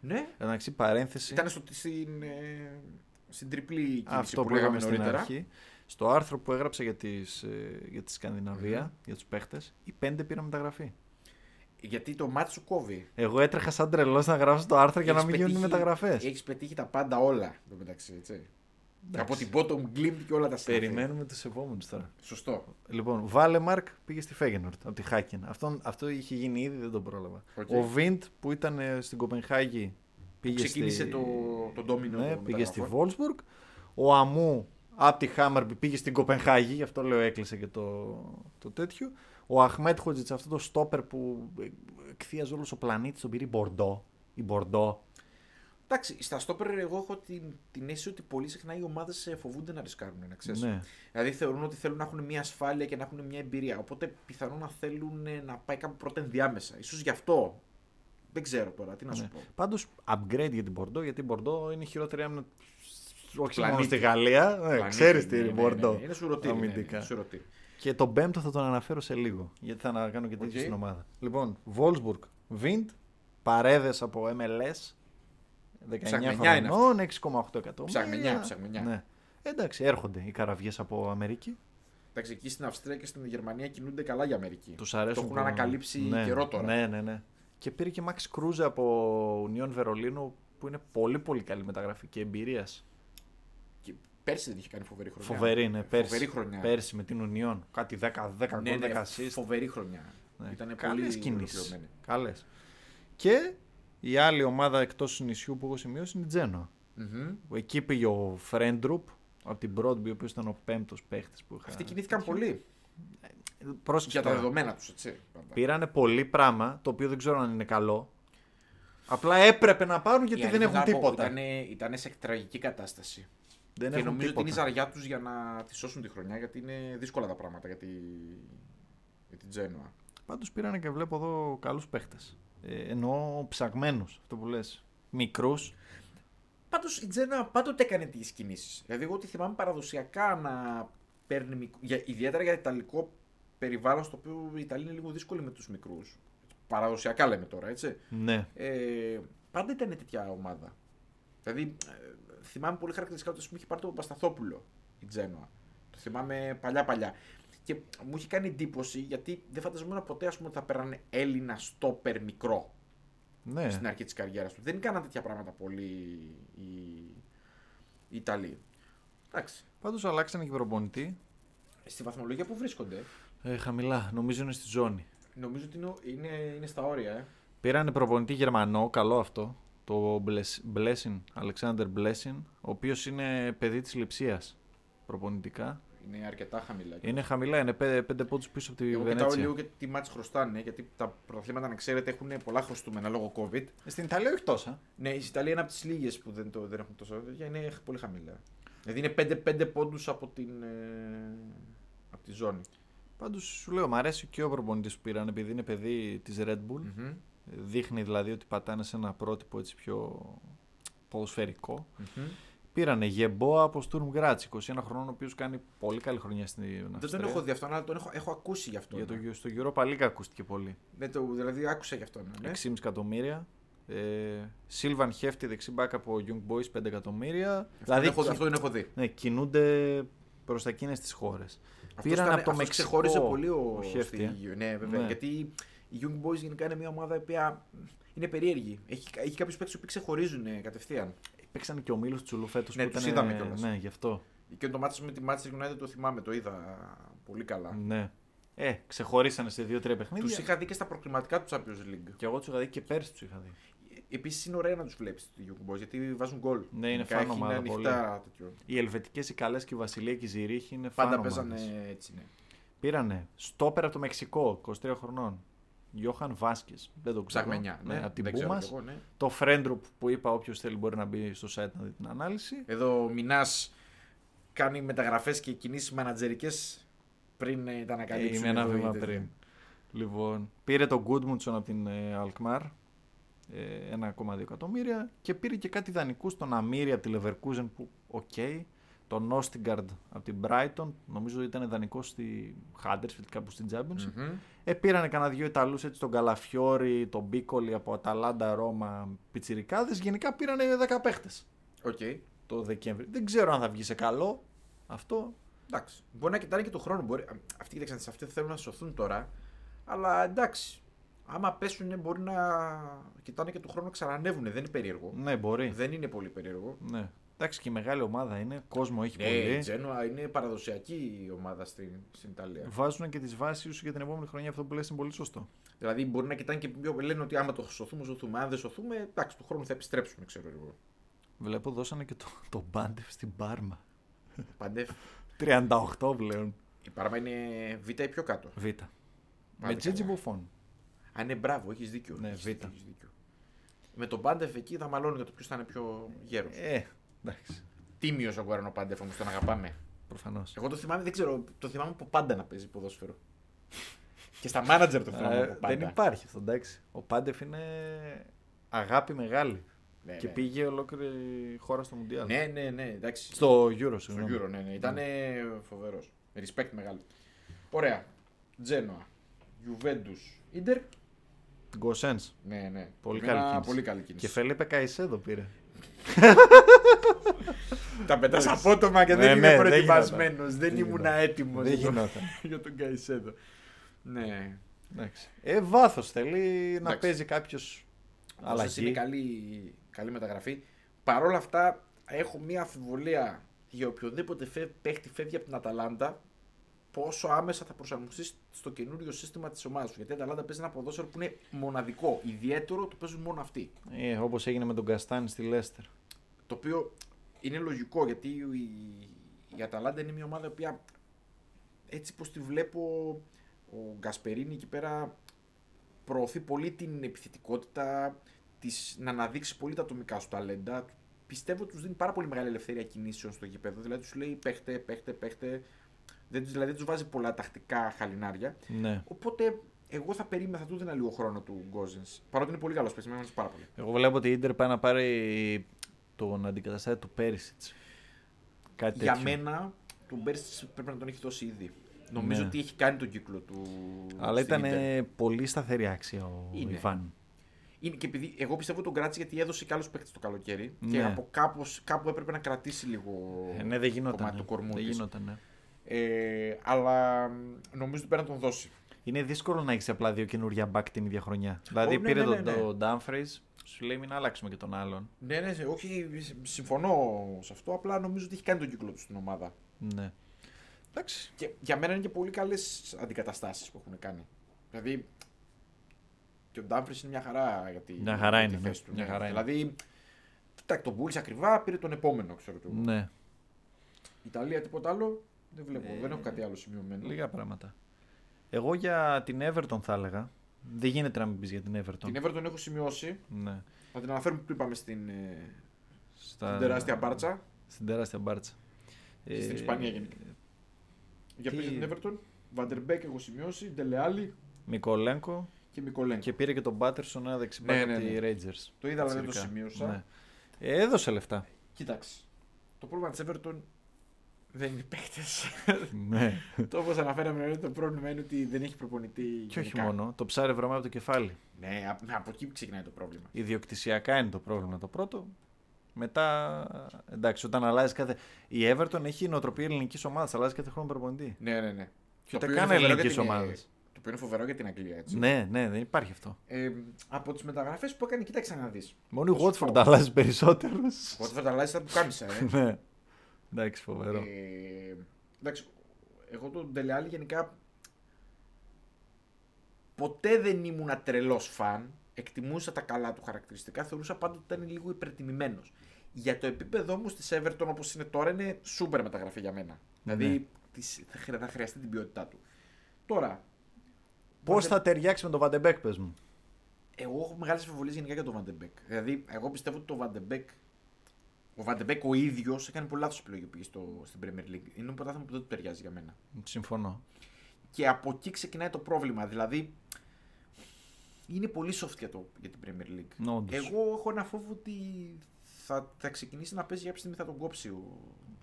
S2: Ναι.
S1: Εντάξει, παρένθεση.
S2: Ήταν στο, στην, ε, στην τριπλή κίνηση
S1: αυτό που,
S2: λέγαμε
S1: λέγαμε στην
S2: νωρίτερα.
S1: αρχή. Στο άρθρο που έγραψα για, τις, ε, για τη σκανδιναβια για τους παίχτες, οι πέντε πήραν μεταγραφή.
S2: Γιατί το μάτι σου κόβει.
S1: Εγώ έτρεχα σαν τρελός να γράψω το άρθρο για να μην γίνουν οι μεταγραφές.
S2: Έχεις πετύχει τα πάντα όλα εδώ μεταξύ, έτσι. Από την bottom glimp και όλα τα στέλνει.
S1: Περιμένουμε τους επόμενους τώρα.
S2: Σωστό.
S1: Λοιπόν, Βάλεμαρκ πήγε στη Φέγενορτ από τη Χάκεν. Αυτό, αυτό είχε γίνει ήδη, δεν τον πρόλαβα.
S2: Οκ.
S1: Ο Βίντ που ήταν ε, στην Κοπενχάγη πήγε
S2: Ξεκίνησε
S1: στη...
S2: το, το ντόμινο.
S1: ναι,
S2: των
S1: πήγε στη
S2: μεταγραφών.
S1: Βόλσμπουργκ. Ο Αμού από τη Χάμαρμπι πήγε στην Κοπενχάγη, γι' αυτό λέω έκλεισε και το, το τέτοιο. Ο Αχμέτ Χοτζιτ, αυτό το στόπερ που ε, εκθίαζε όλος ο πλανήτης, τον πήρε η Μπορντό. Η Μπορντό.
S2: Εντάξει, στα στόπερ εγώ έχω την, την αίσθηση ότι πολύ συχνά οι ομάδες φοβούνται να ρισκάρουν, να ξέρεις.
S1: Ναι.
S2: Δηλαδή θεωρούν ότι θέλουν να έχουν μια ασφάλεια και να έχουν μια εμπειρία. Οπότε πιθανόν να θέλουν ε, να πάει κάπου πρώτα ενδιάμεσα. σω γι' αυτό. Δεν ξέρω τώρα, τι να σου
S1: Ναι.
S2: πω.
S1: Πάντως upgrade για την Μπορντό, γιατί η Μπορντό είναι η χειρότερη άμυνα. Όχι
S2: Πλανήτη.
S1: μόνο στη Γαλλία. Ναι,
S2: Πλανήτη,
S1: Ξέρεις τι
S2: ναι,
S1: είναι η
S2: ναι, ναι,
S1: Μπορντό.
S2: ναι, Είναι σουρωτή. ναι, ναι,
S1: αμυντικά.
S2: σουρωτή.
S1: Και τον πέμπτο θα τον αναφέρω σε λίγο. Γιατί θα να κάνω και τέτοιο
S2: Οκ.
S1: στην ομάδα. Λοιπόν, Wolfsburg, Wind, παρέδες από MLS. 19
S2: Ψαγμενιά είναι
S1: χρονών, 6,8 εκατομμύρια.
S2: Ψαγμενιά, ψαγμενιά.
S1: Ναι. Εντάξει, έρχονται οι καραβιές από Αμερική.
S2: Εντάξει, εκεί στην Αυστρία και στην Γερμανία κινούνται καλά για Αμερική.
S1: Τους αρέσουν.
S2: Το έχουν
S1: που-
S2: ανακαλύψει
S1: ναι,
S2: καιρό τώρα.
S1: Ναι, ναι, ναι. Και πήρε και Max Κρούζε από Union Βερολίνου που είναι πολύ πολύ καλή μεταγραφή και εμπειρίας.
S2: Και πέρσι δεν είχε κάνει φοβερή χρονιά.
S1: Φοβερή, ναι, πέρσι.
S2: Φοβερή χρονιά.
S1: Πέρσι με την Union. Κάτι 10-10 γκολ, 10
S2: ναι, ναι,
S1: assist.
S2: φοβερή χρονιά.
S1: Ναι.
S2: Ήταν
S1: Καλές
S2: πολύ
S1: κινήσεις.
S2: ολοκληρωμένη.
S1: Καλές. Και η άλλη ομάδα εκτός νησιού που έχω σημειώσει είναι η Τζένοα.
S2: Μμμ.
S1: Εκεί πήγε ο Φρέντρουπ από την Broadby, ο οποίος ήταν ο πέμπτος παίχτης που είχα.
S2: Αυτοί κινήθηκαν πολύ
S1: Ε, Πρόσεξε
S2: για τα
S1: τώρα.
S2: δεδομένα τους, έτσι. πάντα.
S1: Πήρανε πολύ πράγμα, το οποίο δεν ξέρω αν είναι καλό. Απλά έπρεπε να πάρουν γιατί
S2: Η
S1: δεν
S2: αλήθεια
S1: έχουν
S2: να πω,
S1: τίποτα.
S2: Ήτανε, ε, ήτανε σε τραγική κατάσταση.
S1: Δεν
S2: και
S1: έχουν
S2: νομίζω
S1: τίποτα.
S2: ότι είναι η ζαριά τους για να τη σώσουν τη χρονιά γιατί είναι δύσκολα τα πράγματα για, τη... για την Τζένοα.
S1: Πάντως πήρανε και βλέπω εδώ καλούς παίχτες. Ε, εννοώ ψαγμένους, αυτό που λες. Μικρούς.
S2: Πάντως η Τζένα πάντοτε έκανε τις κινήσεις. Δηλαδή, εγώ τη θυμάμαι παραδοσιακά να παίρνει. μικ- Για, ιδιαίτερα για ιταλικό περιβάλλον, στο οποίο η Ιταλία είναι λίγο δύσκολη με τους μικρούς. Παραδοσιακά λέμε τώρα, έτσι.
S1: Ναι.
S2: Ε, πάντα ήταν τέτοια ομάδα. Δηλαδή, ε, θυμάμαι πολύ χαρακτηριστικά ότι ας πούμε, είχε πάρει τον Παπασταθόπουλο η Τζένοα. Το θυμάμαι παλιά-παλιά. Και μου είχε κάνει εντύπωση γιατί δεν φανταζόμουν ποτέ ας πούμε, ότι θα πέρανε Έλληνα στόπερ μικρό
S1: Ναι.
S2: στην αρχή της καριέρας του. Δεν κάναν τέτοια πράγματα πολύ οι, οι Ιταλοί. Εντάξει.
S1: Πάντως αλλάξανε και προπονητή.
S2: Στη βαθμολογία που βρίσκονται,
S1: Ε, χαμηλά, νομίζω είναι στη ζώνη.
S2: νομίζω ότι είναι, ο- είναι, είναι στα όρια. Ε.
S1: Πήρανε προπονητή Γερμανό, καλό αυτό. Το Blessing, Alexander Blessing, ο οποίος είναι παιδί της Λιψίας προπονητικά.
S2: Είναι αρκετά χαμηλά.
S1: Είναι χαμηλά, είναι πέ- πέντε πόντους πίσω από τη
S2: Εγώ κοιτάω
S1: Βενέτσια.
S2: λίγο και τι μάτς χρωστάνε, γιατί τα πρωταθλήματα, να ξέρετε, έχουν πολλά χρωστούμενα λόγω COVID.
S1: Στην Ιταλία όχι τόσα.
S2: Ναι, η Ιταλία είναι από τις λίγες που δεν, το, δεν έχουν τόσο. όρια, Είναι χ- πολύ χαμηλά. Δηλαδή είναι 5-5 πόντους από, την, ε, από τη ζώνη.
S1: Πάντως σου λέω, μου αρέσει και ο προπονητής που πήραν επειδή είναι παιδί της Red Bull.
S2: Μμμ.
S1: Δείχνει δηλαδή ότι πατάνε σε ένα πρότυπο έτσι πιο ποδοσφαιρικό. Πήρανε Γεμπόα από Στουρμ Γκράτς, 21 χρόνων, ο οποίος κάνει πολύ καλή χρονιά στην
S2: Δεν
S1: Αυστρία.
S2: τον έχω δει αυτόν, αλλά τον έχω, έχω ακούσει γι' ναι. αυτόν.
S1: Για το, στο Europa League ακούστηκε πολύ.
S2: Δεν το, δηλαδή άκουσα γι' αυτόν. Ναι.
S1: 6,5 εκατομμύρια. Ε, Σίλβαν Χέφτη δεξί μπακ από Young Boys 5 εκατομμύρια.
S2: Δηλαδή,
S1: δηλαδή
S2: έχω,
S1: κι-
S2: αυτό τον έχω δει.
S1: ναι, κινούνται προς τα εκείνες τις χώρες.
S2: Αυτός ήταν- αυτός ξεχώριζε πολύ ο,
S1: Χέφτη.
S2: στη
S1: ε.
S2: Γιου. Ναι, βέβαια.
S1: Ναι.
S2: Γιατί η Young Boys γενικά είναι μια ομάδα η οποία είναι περίεργη. Έχει, έχει κάποιους παίκτες που ξεχωρίζουν ε, κατευθείαν.
S1: Παίξανε και ο Μίλος Τσουλού φέτο
S2: Ναι,
S1: που
S2: τους
S1: ήταν.
S2: είδαμε κιόλας.
S1: Ναι, γι' αυτό.
S2: Και το μάτι με τη Manchester United το θυμάμαι, το είδα πολύ καλά.
S1: Ναι. Ε, ξεχωρίσανε σε δύο-τρία παιχνίδια.
S2: Τους είχα δει και στα προκριματικά του Champions League.
S1: Και εγώ τους είχα δει και πέρσι τους είχα δει.
S2: Επίσης είναι ωραία να τους βλέπεις του Young Boys γιατί βάζουν γκολ.
S1: Ναι, είναι
S2: Γενικά
S1: φαν
S2: έχει-
S1: ομάδα
S2: ανοιχτά τέτοιο.
S1: Οι Ελβετικές, οι Καλές και η Βασιλεία και η Ζηρίχη είναι
S2: Πάντα
S1: φαν
S2: παίζανε
S1: ομάδες.
S2: έτσι, ναι.
S1: Πήρανε στόπερ από το Μεξικό, 23 χρονών. Γιώχαν Βάσκε. Δεν το ξέρω.
S2: Ψαγμενιά. Ναι,
S1: από την
S2: δεν ξέρω
S1: Πούμα.
S2: κι εγώ, ναι.
S1: Το Friendrup που είπα, όποιος θέλει μπορεί να μπει στο site να δει την ανάλυση.
S2: Εδώ Μινάς κάνει μεταγραφές και κινήσεις μανατζερικές πριν ε, τα ανακαλύψουν.
S1: Είμαι ένα
S2: εδώ οι
S1: βήμα
S2: τέτοιοι.
S1: πριν. Λοιπόν, πήρε τον Γκούντμουτσον από την ε, Αλκμαρ. ε, 1,2 εκατομμύρια και πήρε και κάτι δανεικού τον Αμύρη από τη Leverkusen που οκ. τον Όστιγκαρντ από την Brighton, νομίζω ήταν δανεικό στη Huddersfield κάπου στην Championship.
S2: Μμμ.
S1: Ε, πήρανε κανένα δύο Ιταλούς έτσι, τον Καλαφιόρη, τον Μπίκολη από Αταλάντα, Ρώμα, Πιτσιρικάδες. Γενικά πήρανε 10 παίχτες
S2: Οκ.
S1: το Δεκέμβρη. Δεν ξέρω αν θα βγει σε καλό αυτό.
S2: Εντάξει. Μπορεί να κοιτάνε και το χρόνο. Μπορεί... α, Αυτοί κοίταξαν τι αυτοί θέλουν να σωθούν τώρα. Αλλά εντάξει. Άμα πέσουν μπορεί να κοιτάνε και το χρόνο να ξανανεύουν. Δεν είναι περίεργο.
S1: Ναι, μπορεί.
S2: Δεν είναι πολύ περίεργο.
S1: Ναι. Εντάξει και η μεγάλη ομάδα είναι, κόσμο έχει
S2: Ναι, η
S1: πολύ.
S2: Τζένοα είναι παραδοσιακή η ομάδα στην, στην Ιταλία.
S1: Βάζουν και τις βάσεις σου για την επόμενη χρονιά αυτό που λες είναι πολύ σωστό.
S2: Δηλαδή μπορεί να κοιτάνε και πιο. Λένε ότι άμα το σωθούμε, σωθούμε. Αν δεν σωθούμε, εντάξει, του χρόνου θα επιστρέψουμε, ξέρω εγώ.
S1: Βλέπω δώσανε και το, το Μπάντεφ στην Πάρμα.
S2: Παντεύ.
S1: 38 πλέον.
S2: Η Πάρμα είναι β' ή πιο κάτω.
S1: Β. Με Τζίτζι
S2: καλά.
S1: Μπουφόν.
S2: Α, ναι, μπράβο, έχεις δίκιο.
S1: Ναι,
S2: έχεις
S1: β'.
S2: δίκιο, έχεις δίκιο. Με τον Πάντεφ εκεί θα μαλώνει για το ποιος θα είναι πιο γέρος.
S1: Ε, εντάξει.
S2: Τίμιος ο Γκουαρανό Πάντεφ όμω τον αγαπάμε.
S1: Προφανώς.
S2: Εγώ το θυμάμαι, δεν ξέρω, το θυμάμαι από πάντα να παίζει ποδόσφαιρο. και στα μάνατζερ το θυμάμαι
S1: Ε,
S2: από πάντα.
S1: δεν υπάρχει αυτό, εντάξει. Ο Πάντεφ είναι αγάπη μεγάλη.
S2: Ναι,
S1: και
S2: ναι.
S1: πήγε ολόκληρη χώρα στο Μουντιάλ.
S2: Ναι, ναι, ναι, εντάξει.
S1: Στο Euro,
S2: Στο
S1: συγγνώμη.
S2: Euro, ναι, ναι. Ήταν φοβερό. Respect μεγάλο. Ωραία. Τζένοα. Juventus. Ιντερ.
S1: Γκοσένς.
S2: Ναι, ναι.
S1: Πολύ
S2: Εμένα,
S1: καλή κίνηση.
S2: Πολύ καλή
S1: Και
S2: κίνηση.
S1: Φελίπε Καϊσέδο πήρε.
S2: Τα πετάς απότομα και
S1: Ναι,
S2: δεν
S1: ναι,
S2: είμαι
S1: δεν
S2: προετοιμασμένο.
S1: γινόταν.
S2: Δεν
S1: Δεν
S2: ήμουν
S1: γινόταν.
S2: έτοιμος
S1: Δεν γινόταν.
S2: [LAUGHS] για τον Καϊσέδο. Ναι.
S1: Εντάξει. Ε, βάθος θέλει να
S2: Εντάξει.
S1: παίζει κάποιος
S2: Αλλά είναι
S1: αλλαγή.
S2: καλή, καλή μεταγραφή. Παρ' όλα αυτά, έχω μία αμφιβολία για οποιοδήποτε φε- παίχτη φεύγει από την Αταλάντα πόσο άμεσα θα προσαρμοστείς στο καινούριο σύστημα της ομάδας σου. Γιατί η Αταλάντα παίζει ένα ποδόσφαιρο που είναι μοναδικό, ιδιαίτερο, το παίζουν μόνο αυτοί.
S1: Ε, Όπως έγινε με τον Καστάνη στη Λέστερ.
S2: Το οποίο είναι λογικό γιατί η, η Αταλάντα είναι μια ομάδα η οποία έτσι πως τη βλέπω ο Γκασπερίνη εκεί πέρα προωθεί πολύ την επιθετικότητα, της, να αναδείξει πολύ τα ατομικά σου ταλέντα. Πιστεύω τους δίνει πάρα πολύ μεγάλη ελευθερία κινήσεων στο γήπεδο. Δηλαδή τους λέει παίχτε, παίχτε, παίχτε. Δεν τους, δηλαδή δεν τους βάζει πολλά τακτικά χαλινάρια.
S1: Ναι.
S2: Οπότε εγώ θα περίμενα, θα τους δίνα λίγο χρόνο του Γκόζενς. Παρότι είναι πολύ καλός παίκτης, με αρέσει πάρα πολύ.
S1: Εγώ βλέπω ότι η ντερ πάει να πάρει τον αντικαταστάτη του Πέρισιτ. Κάτι
S2: Για
S1: τέτοιο.
S2: μένα, τον Μπέρσιτ πρέπει να τον έχει δώσει ήδη. Νομίζω
S1: Ναι.
S2: ότι έχει κάνει τον κύκλο του.
S1: Αλλά
S2: στην
S1: ήταν
S2: Ιντερ.
S1: πολύ σταθερή άξια ο
S2: Είναι.
S1: Ιβάν.
S2: Είναι και επειδή εγώ πιστεύω τον κράτησε γιατί έδωσε και άλλους παίκτες το καλοκαίρι. Και
S1: Ναι.
S2: από κάπως, κάπου έπρεπε να κρατήσει λίγο
S1: Ε, ναι, δεν
S2: το κομμάτι
S1: γινόταν.
S2: του κορμού
S1: δεν
S2: της.
S1: γινόταν ναι.
S2: Ε, αλλά μ, νομίζω ότι πρέπει να τον δώσει.
S1: Είναι δύσκολο να έχεις απλά δύο καινούργια μπακ την ίδια χρονιά. Δηλαδή
S2: ναι,
S1: πήρε
S2: ναι,
S1: τον
S2: ναι, ναι.
S1: τον Dumfries, σου λέει μην αλλάξουμε και τον άλλον.
S2: Ναι, ναι, όχι, συμφωνώ σε αυτό. Απλά νομίζω ότι έχει κάνει τον κύκλο του στην ομάδα.
S1: Ναι. Εντάξει.
S2: Και για μένα είναι και πολύ καλές αντικαταστάσεις που έχουν κάνει. Δηλαδή. Και ο Ντάμφρι είναι μια χαρά για τη,
S1: Μια χαρά
S2: για τη
S1: είναι, ναι.
S2: θέση του.
S1: Μια
S2: ναι.
S1: χαρά είναι.
S2: Δηλαδή. Κοιτάξτε, τον Μπούλ ακριβά πήρε τον επόμενο, ξέρω του.
S1: Ναι.
S2: Ιταλία, τίποτα άλλο. Δεν βλέπω,
S1: Ε,
S2: δεν έχω κάτι άλλο σημειωμένο.
S1: Λίγα πράγματα. Εγώ για την Everton θα έλεγα. Δεν γίνεται να μην πεις για την Everton.
S2: Την Everton έχω σημειώσει.
S1: Ναι.
S2: Θα την αναφέρουμε που είπαμε στην, ε,
S1: Στα...
S2: στην τεράστια μπάρτσα.
S1: Στην τεράστια μπάρτσα.
S2: Και στην Ισπανία γενικά. Για
S1: Ε, τι-
S2: πίσω την Everton, Βαντερμπέκ έχω σημειώσει, Ντελεάλη
S1: Μικολέγκο
S2: και Μικολέγκο.
S1: και πήρε και τον Πάτερσον ένα δεξιμπάκι
S2: Ναι,
S1: από
S2: ναι,
S1: τη
S2: ναι.
S1: Rangers.
S2: Το είδα, αλλά δεν το
S1: Τσιρικά.
S2: σημείωσα.
S1: Ναι. Ε, Έδωσε λεφτά.
S2: Κοίταξε. Το πρόβλημα της Everton δεν είναι παίκτες.
S1: [LAUGHS]
S2: [LAUGHS]
S1: ναι.
S2: το όπως αναφέραμε νωρίτερα, το πρόβλημα είναι ότι δεν έχει προπονητή.
S1: Και όχι
S2: γενικά.
S1: μόνο. Το ψάρι βρωμάει από το κεφάλι.
S2: Ναι, απ- από εκεί ξεκινάει το πρόβλημα.
S1: Ιδιοκτησιακά είναι το πρόβλημα το πρώτο. Μετά, εντάξει, όταν αλλάζει κάθε. Η Everton έχει νοοτροπία ελληνικής ομάδας, αλλάζει κάθε χρόνο προπονητή.
S2: Ναι, ναι, ναι.
S1: Και
S2: Το
S1: ούτε
S2: οποίο
S1: καν
S2: είναι φοβερό
S1: ελληνική
S2: για την-
S1: ομάδας.
S2: Το οποίο είναι φοβερό για την Αγγλία, έτσι.
S1: Ναι, ναι, δεν υπάρχει αυτό.
S2: Ε, από τις μεταγραφές που έκανε, κοίταξε να δεις.
S1: Μόνο η
S2: Θα σου
S1: Watford
S2: πω.
S1: αλλάζει περισσότερους.
S2: Όταν θα τα αλλάζει, θα του κάμισα, ε.
S1: ναι. Εντάξει, φοβερό.
S2: Ε, εντάξει, εγώ τον Τελεάλη γενικά ποτέ δεν ήμουν τρελός φαν. Εκτιμούσα τα καλά του χαρακτηριστικά. Θεωρούσα πάντα ότι ήταν λίγο υπερτιμημένος. Για το επίπεδό μου στη Everton όπως είναι τώρα είναι σούπερ μεταγραφή για μένα.
S1: Ναι.
S2: Δηλαδή της- θα, χρεια- θα χρειαστεί την ποιότητά του. Τώρα,
S1: Πώς θα ταιριάξει με τον Βαντεμπέκ, πες μου.
S2: εγώ έχω μεγάλες αμφιβολίε γενικά για τον Βαντεμπέκ. Δηλαδή, εγώ πιστεύω ότι το Βαντεμπέκ. Ο Βαντεμπέκ ο ίδιος έκανε πολύ λάθος επιλογή που πήγε στο, στην Premier League. Είναι ένα πρωτάθλημα που δεν του ταιριάζει για μένα.
S1: Συμφωνώ.
S2: Και από εκεί ξεκινάει το πρόβλημα. Δηλαδή, είναι πολύ soft για, το, για την Premier League.
S1: Ναι, όντως.
S2: Εγώ έχω ένα φόβο ότι θα, θα ξεκινήσει να παίζει κάποια στιγμή θα τον κόψει ο.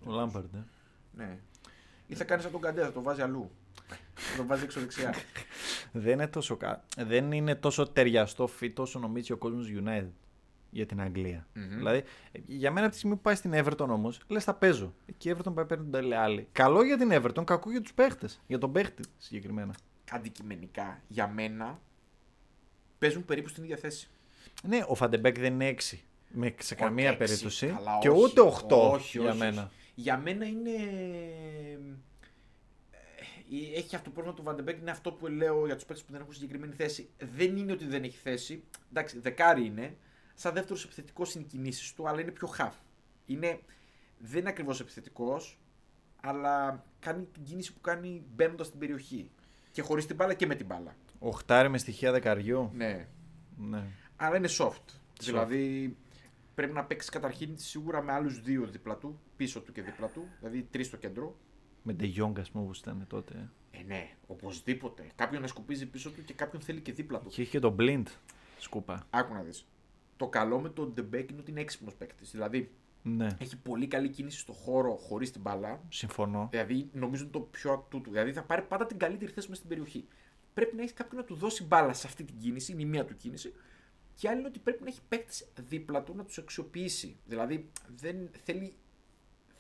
S1: Ο Λάμπαρντ. ε.
S2: Ναι. Ή θα κάνει σαν τον Καντέ, θα τον βάζει αλλού. θα τον βάζει
S1: [LAUGHS]
S2: έξω δεξιά.
S1: Δεν είναι τόσο, κα... δεν είναι τόσο ταιριαστό fit όσο νομίζει ο κόσμος United για την αγγλια Δηλαδή, ε, για μένα από τη στιγμή που πάει στην Everton όμως, λες θα παίζω. Εκεί η Everton πάει παίρνει τον Τελεάλη. Καλό για την Everton, κακό για τους παίχτες. Για τον παίχτη συγκεκριμένα.
S2: Αντικειμενικά, για μένα, παίζουν περίπου στην ίδια θέση.
S1: Ναι, ο Φαντεμπέκ δεν είναι 6. Με, σε
S2: Όχι,
S1: καμία
S2: έξι,
S1: περίπτωση.
S2: καλά,
S1: και
S2: όχι.
S1: ούτε 8
S2: Όχι,
S1: για
S2: όχι,
S1: μένα.
S2: όχι. Για μένα είναι. ε, Έχει αυτό το πρόβλημα του Βαντεμπέκ, είναι αυτό που λέω για τους παίκτες που δεν έχουν συγκεκριμένη θέση. Δεν είναι ότι δεν έχει θέση. Εντάξει, δεκάρι είναι. Σαν δεύτερος επιθετικός είναι οι κινήσεις του, αλλά είναι πιο χαφ. Είναι... Δεν είναι ακριβώς επιθετικός, αλλά κάνει την κίνηση που κάνει μπαίνοντας στην περιοχή. Και χωρίς την μπάλα και με την μπάλα.
S1: Οχτάρι με στοιχεία δεκαριού.
S2: Ναι.
S1: Ναι.
S2: Αλλά είναι soft. Δηλαδή πρέπει να παίξεις καταρχήν σίγουρα με άλλους δύο δίπλα του, πίσω του και δίπλα του, δηλαδή τρεις στο κέντρο.
S1: Με ντε Jong, ας πούμε, όπως ήταν τότε. ε.
S2: Ε, ναι, οπωσδήποτε. Κάποιον να σκουπίζει πίσω του και κάποιον θέλει και δίπλα του.
S1: Και είχε και τον Blind. Σκούπα.
S2: Άκου να δεις. Το καλό με τον Ντεμπέκ είναι ότι είναι έξυπνος παίκτης. Δηλαδή
S1: Ναι.
S2: έχει πολύ καλή κίνηση στο χώρο χωρίς την μπάλα.
S1: Συμφωνώ.
S2: Δηλαδή νομίζω είναι το πιο ατού του. Δηλαδή θα πάρει πάντα την καλύτερη θέση μέσα στην περιοχή. Πρέπει να έχει κάποιον να του δώσει μπάλα σε αυτή την κίνηση, είναι η μία του κίνηση. Και άλλη είναι ότι πρέπει να έχει παίκτες δίπλα του να τους αξιοποιήσει. Δηλαδή δεν θέλει,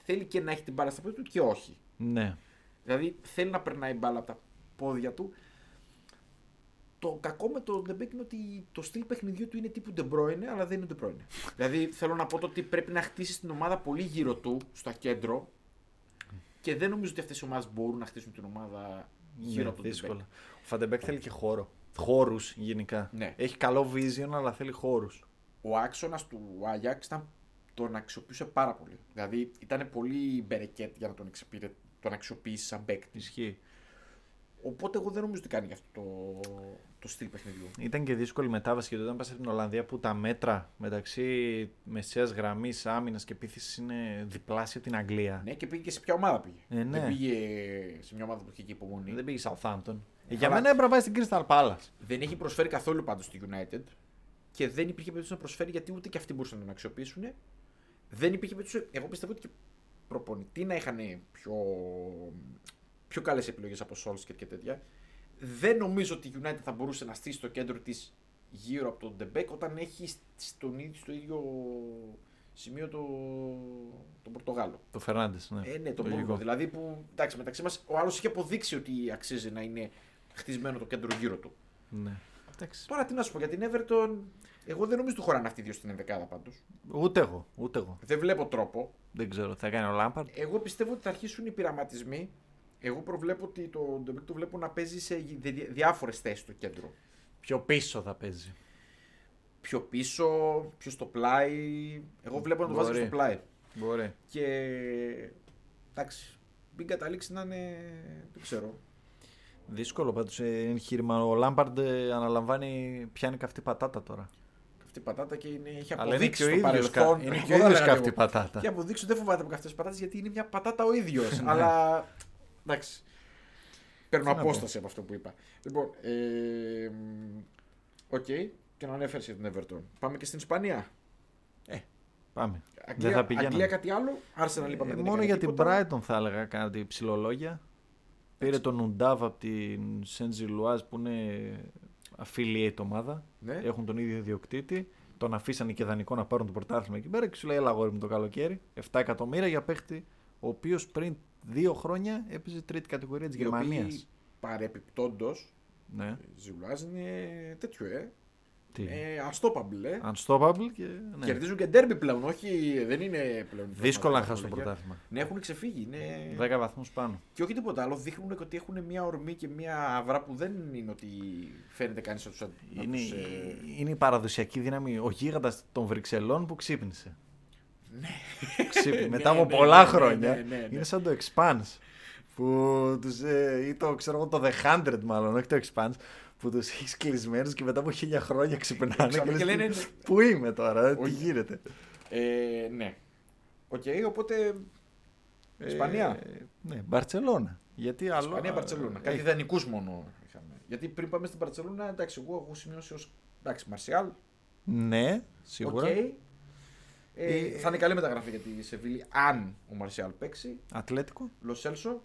S2: θέλει και να έχει την μπάλα στα πόδια του και όχι.
S1: Ναι.
S2: Δηλαδή θέλει να περνάει μπάλα από τα πόδια του. Το κακό με τον Ντεμπέκ είναι ότι το στυλ παιχνιδιού του είναι τύπου De Bruyne, αλλά δεν είναι De Bruyne. δηλαδή θέλω να πω το ότι πρέπει να χτίσει την ομάδα πολύ γύρω του, στο κέντρο. Και δεν νομίζω ότι αυτές οι ομάδες μπορούν να χτίσουν την ομάδα γύρω
S1: Ναι,
S2: από τον
S1: δύσκολα.
S2: Ντεμπέκ.
S1: Ο Φαντεμπέκ θέλει και χώρο. Χώρους γενικά.
S2: Ναι.
S1: Έχει καλό vision, αλλά θέλει χώρους.
S2: Ο άξονας του Άγιαξ ήταν τον αξιοποιούσε πάρα πολύ. Δηλαδή ήταν πολύ μπερεκέτ για να τον, εξυπηρε- τον αξιοποιήσει σαν παίκτη.
S1: Ισχύει.
S2: Οπότε εγώ δεν νομίζω ότι κάνει γι' αυτό το, το στυλ παιχνιδιού.
S1: Ήταν και δύσκολη μετάβαση γιατί όταν πας από την Ολλανδία που τα μέτρα μεταξύ μεσαίας γραμμής, άμυνας και επίθεσης είναι διπλάσια από την Αγγλία.
S2: Ναι, και πήγε και σε ποια ομάδα πήγε.
S1: Ε, ναι.
S2: Δεν πήγε σε μια ομάδα που είχε και υπομονή.
S1: Δεν
S2: Δεν,
S1: πήγε Southampton. Ε, Για
S2: Καλά.
S1: μένα έπρεπε να πάει στην Crystal Palace.
S2: έχει προσφέρει καθόλου πάντως στη United και δεν υπήρχε περίπτωση να προσφέρει γιατί ούτε και αυτοί μπορούσαν να τον αξιοποιήσουν. Δεν υπήρχε περίπτωση. Εγώ πιστεύω ότι και προπονητή να είχαν πιο, πιο καλές επιλογές από Solskjaer και τέτοια. Δεν νομίζω ότι η United θα μπορούσε να στήσει το κέντρο της γύρω από τον Ντεμπέκ όταν έχει στον, ίδιο- στο ίδιο σημείο το, τον Πορτογάλο.
S1: Το Φερνάντες. Ναι,
S2: Ε, ναι, το
S1: Λογικό.
S2: Μπούργο. Δηλαδή που εντάξει, μεταξύ μας ο άλλος είχε αποδείξει ότι αξίζει να είναι χτισμένο το κέντρο γύρω του.
S1: Ναι. Εντάξει.
S2: Τώρα τι να σου πω για την Everton. Εγώ δεν νομίζω ότι χωράνε αυτοί οι δύο στην ενδεκάδα πάντως.
S1: Ούτε εγώ. Ούτε εγώ.
S2: Δεν βλέπω τρόπο.
S1: Δεν ξέρω. Θα κάνει ο Λάμπαρτ.
S2: Εγώ πιστεύω ότι θα αρχίσουν οι πειραματισμοί. Εγώ προβλέπω ότι το Ντομπίκ το βλέπω να παίζει σε διάφορες θέσεις στο κέντρο.
S1: Πιο πίσω θα παίζει.
S2: Πιο πίσω, πιο στο πλάι. Εγώ βλέπω να το βάζει
S1: Μπορεί.
S2: στο πλάι.
S1: Μπορεί.
S2: Και εντάξει, μην καταλήξει να είναι. Δεν ξέρω.
S1: ε, Δύσκολο πάντως εγχείρημα. Ο Λάμπαρντ ε, αναλαμβάνει, πιάνει καυτή πατάτα τώρα.
S2: αυτή η πατάτα και είναι, έχει
S1: Αλλά είναι
S2: αποδείξει
S1: και ο
S2: στο
S1: ίδιος
S2: παρελθόν.
S1: κα... είναι
S2: Εγώ
S1: και ο
S2: θα
S1: ίδιος
S2: λέγα κι
S1: καυτή
S2: εγώ.
S1: πατάτα. Ναι.
S2: Και αποδείξω δεν φοβάται από καυτές πατάτες γιατί είναι μια πατάτα ο ίδιος. αλλά. Εντάξει. Παίρνω
S1: Τι να πω.
S2: απόσταση από αυτό που είπα. Λοιπόν. ε, μ, Οκ. Και να ανέφερες για την Everton. Πάμε και στην Ισπανία.
S1: Πάμε.
S2: Αγγλία,
S1: δεν θα πηγαίναμε.
S2: Αγγλία κάτι άλλο. Άρσενα λοιπόν.
S1: Ε, μόνο για την Brighton θα έλεγα κάτι ψηλολόγια. Πήρε τον Ουντάβ από την Σεντζιλουάζ που είναι affiliate ομάδα.
S2: Ναι.
S1: Έχουν τον ίδιο ιδιοκτήτη. Τον αφήσανε και δανεικό να πάρουν το πρωτάθλημα εκεί πέρα και σου λέει: Ελά, αγόρι μου το καλοκαίρι. 7 εκατομμύρια για παίχτη, ο οποίος πριν δύο χρόνια έπαιζε τρίτη κατηγορία της Γερμανίας.
S2: Παρεπιπτόντως.
S1: Ναι.
S2: Ζουλάζ είναι τέτοιο, ε.
S1: Τι.
S2: ε unstoppable, ε.
S1: Unstoppable και. Ναι.
S2: Κερδίζουν και ντέρμπι πλέον, όχι, δεν είναι πλέον.
S1: Δύσκολα να
S2: πραγματικά
S1: χάσουν το
S2: κολεγιά.
S1: πρωτάθλημα.
S2: Ναι, έχουν ξεφύγει. Είναι...
S1: 10 βαθμούς πάνω.
S2: Και όχι τίποτα άλλο, δείχνουν ότι έχουν μια ορμή και μια αυρά που δεν είναι ότι φαίνεται κανείς να ε, του
S1: Είναι, είναι η παραδοσιακή δύναμη, ο γίγαντας των Βρυξελών που ξύπνησε. Ναι.
S2: [LAUGHS]
S1: Ξύπνησε. Μετά
S2: Ναι,
S1: από
S2: ναι,
S1: πολλά
S2: ναι, ναι,
S1: χρόνια.
S2: ναι, ναι, ναι.
S1: Είναι σαν το Expanse. Που τους, ε, ή το, ξέρω εγώ, το The 100 μάλλον, όχι το Expanse. Που [LAUGHS] τους έχεις κλεισμένους και μετά από χίλια χρόνια ξυπνάνε.
S2: Ξαφνικά
S1: λες,
S2: λένε,
S1: «Τι- Πού είμαι τώρα, τι
S2: Όχι.
S1: γίνεται.
S2: Ε, ναι. Οκ, οπότε. Ισπανία.
S1: Ε, ναι, Μπαρσελόνα. Γιατί άλλο. Ε,
S2: Ισπανία, Μπαρσελόνα. Κάτι ιδανικού μόνο είχαμε. Γιατί πριν πάμε στην Μπαρσελόνα, εντάξει, εγώ έχω σημειώσει ως. Εντάξει, Μαρσιάλ.
S1: Ναι, σίγουρα.
S2: οκ. Ε, θα είναι καλή μεταγραφή για τη Σεβίλη αν ο Μαρσιάλ παίξει.
S1: Ατλέτικο.
S2: Λοσέλσο.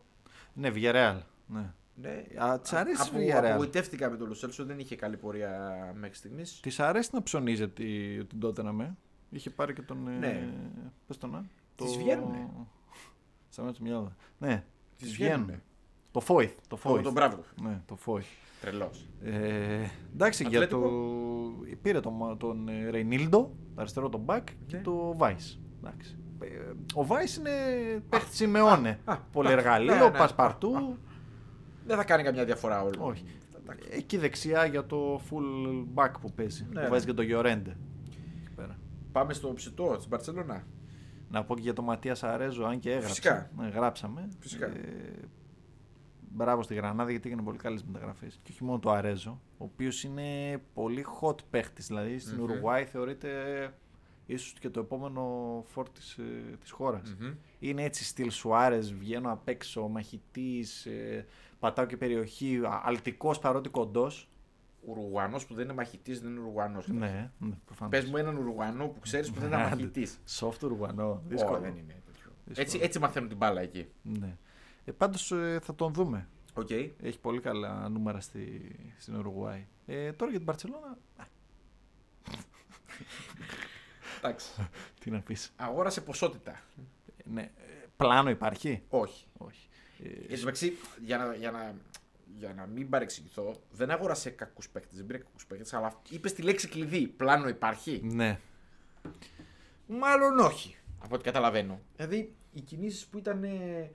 S1: Ναι, Villarreal. Ναι.
S2: Ναι.
S1: Α, της αρέσει η
S2: Απο,
S1: Villarreal.
S2: απογοητεύτηκα με τον Λοσέλσο, δεν είχε καλή πορεία μέχρι στιγμής.
S1: Της αρέσει να ψωνίζει τη, την τότε να με. Είχε πάρει και τον. ε,
S2: Ναι.
S1: πες τον να.
S2: Τις βγαίνουνε.
S1: Σταμάτησε μια μυαλά. Ναι.
S2: Τις βγαίνουνε.
S1: Το Φόιθ. Το Φόιθ.
S2: Τον μπράβο.
S1: Ναι, το Φόιθ.
S2: Τρελός.
S1: Ε, εντάξει, για
S2: Ατλέτικο.
S1: το. Πήρε τον, τον ε, Ρεϊνίλντο, αριστερό τον Μπακ και
S2: Ναι.
S1: το Βάις. Ο Βάις είναι παίχτης Σιμεώνε.
S2: α, ναι,
S1: Πολυεργαλείο,
S2: ναι. Α,
S1: πασπαρτού.
S2: Δεν θα κάνει καμιά διαφορά όλο.
S1: Όχι.
S2: Εντάξει.
S1: Εκεί δεξιά για το full back που παίζει.
S2: Ναι,
S1: που
S2: ναι.
S1: βάζει και το Γιορέντε. Εκεί πέρα.
S2: Πάμε στο ψητό της Μπαρσελόνα.
S1: Να πω και για τον Ματίας Αρέζο, αν και έγραψε.
S2: Φυσικά.
S1: Ναι, γράψαμε.
S2: Φυσικά.
S1: Ε, μπράβο στη Γρανάδα γιατί έκανε πολύ καλές μεταγραφές. Και όχι μόνο το Αρέζο, ο οποίος είναι πολύ hot παίχτης. Δηλαδή στην
S2: Μμμ.
S1: Ουρουάη θεωρείται ίσως και το επόμενο φόρτη τη χώρα. Είναι έτσι στυλ Σουάρες, βγαίνω απ' έξω, μαχητής, πατάω και περιοχή, αλτικός παρότι κοντός.
S2: Ουρουγουανός που δεν είναι μαχητής, δεν είναι Ουρουγουανός.
S1: Ναι, ναι, προφανώς.
S2: Πες μου έναν Ουρουγουανό που ξέρεις που δεν είναι
S1: Άντε.
S2: μαχητής.
S1: Soft Ουρουανό.
S2: Δύσκολο.
S1: Δύσκολο.
S2: δεν είναι τέτοιο.
S1: Δύσκολο.
S2: Έτσι, έτσι μαθαίνουν την μπάλα εκεί.
S1: Ναι. Ε, πάντως ε, θα τον δούμε.
S2: Οκ.
S1: Έχει πολύ καλά νούμερα στη, στην Ουρουγουάη. Ε, τώρα για την Παρσελόνα.
S2: Εντάξει.
S1: Τι να πεις.
S2: Αγόρασε ποσότητα.
S1: Ναι. ε, Πλάνο υπάρχει.
S2: Όχι.
S1: Όχι. Ε,
S2: Εν τω μεταξύ, για να, για, να, για να μην παρεξηγηθώ, δεν αγόρασε κακούς παίκτες, δεν πήρε κακούς παίκτες, αλλά είπες τη λέξη κλειδί. Πλάνο υπάρχει.
S1: ναι.
S2: Μάλλον όχι. Από ό,τι καταλαβαίνω. Δηλαδή, οι κινήσεις που ήταν. Ε,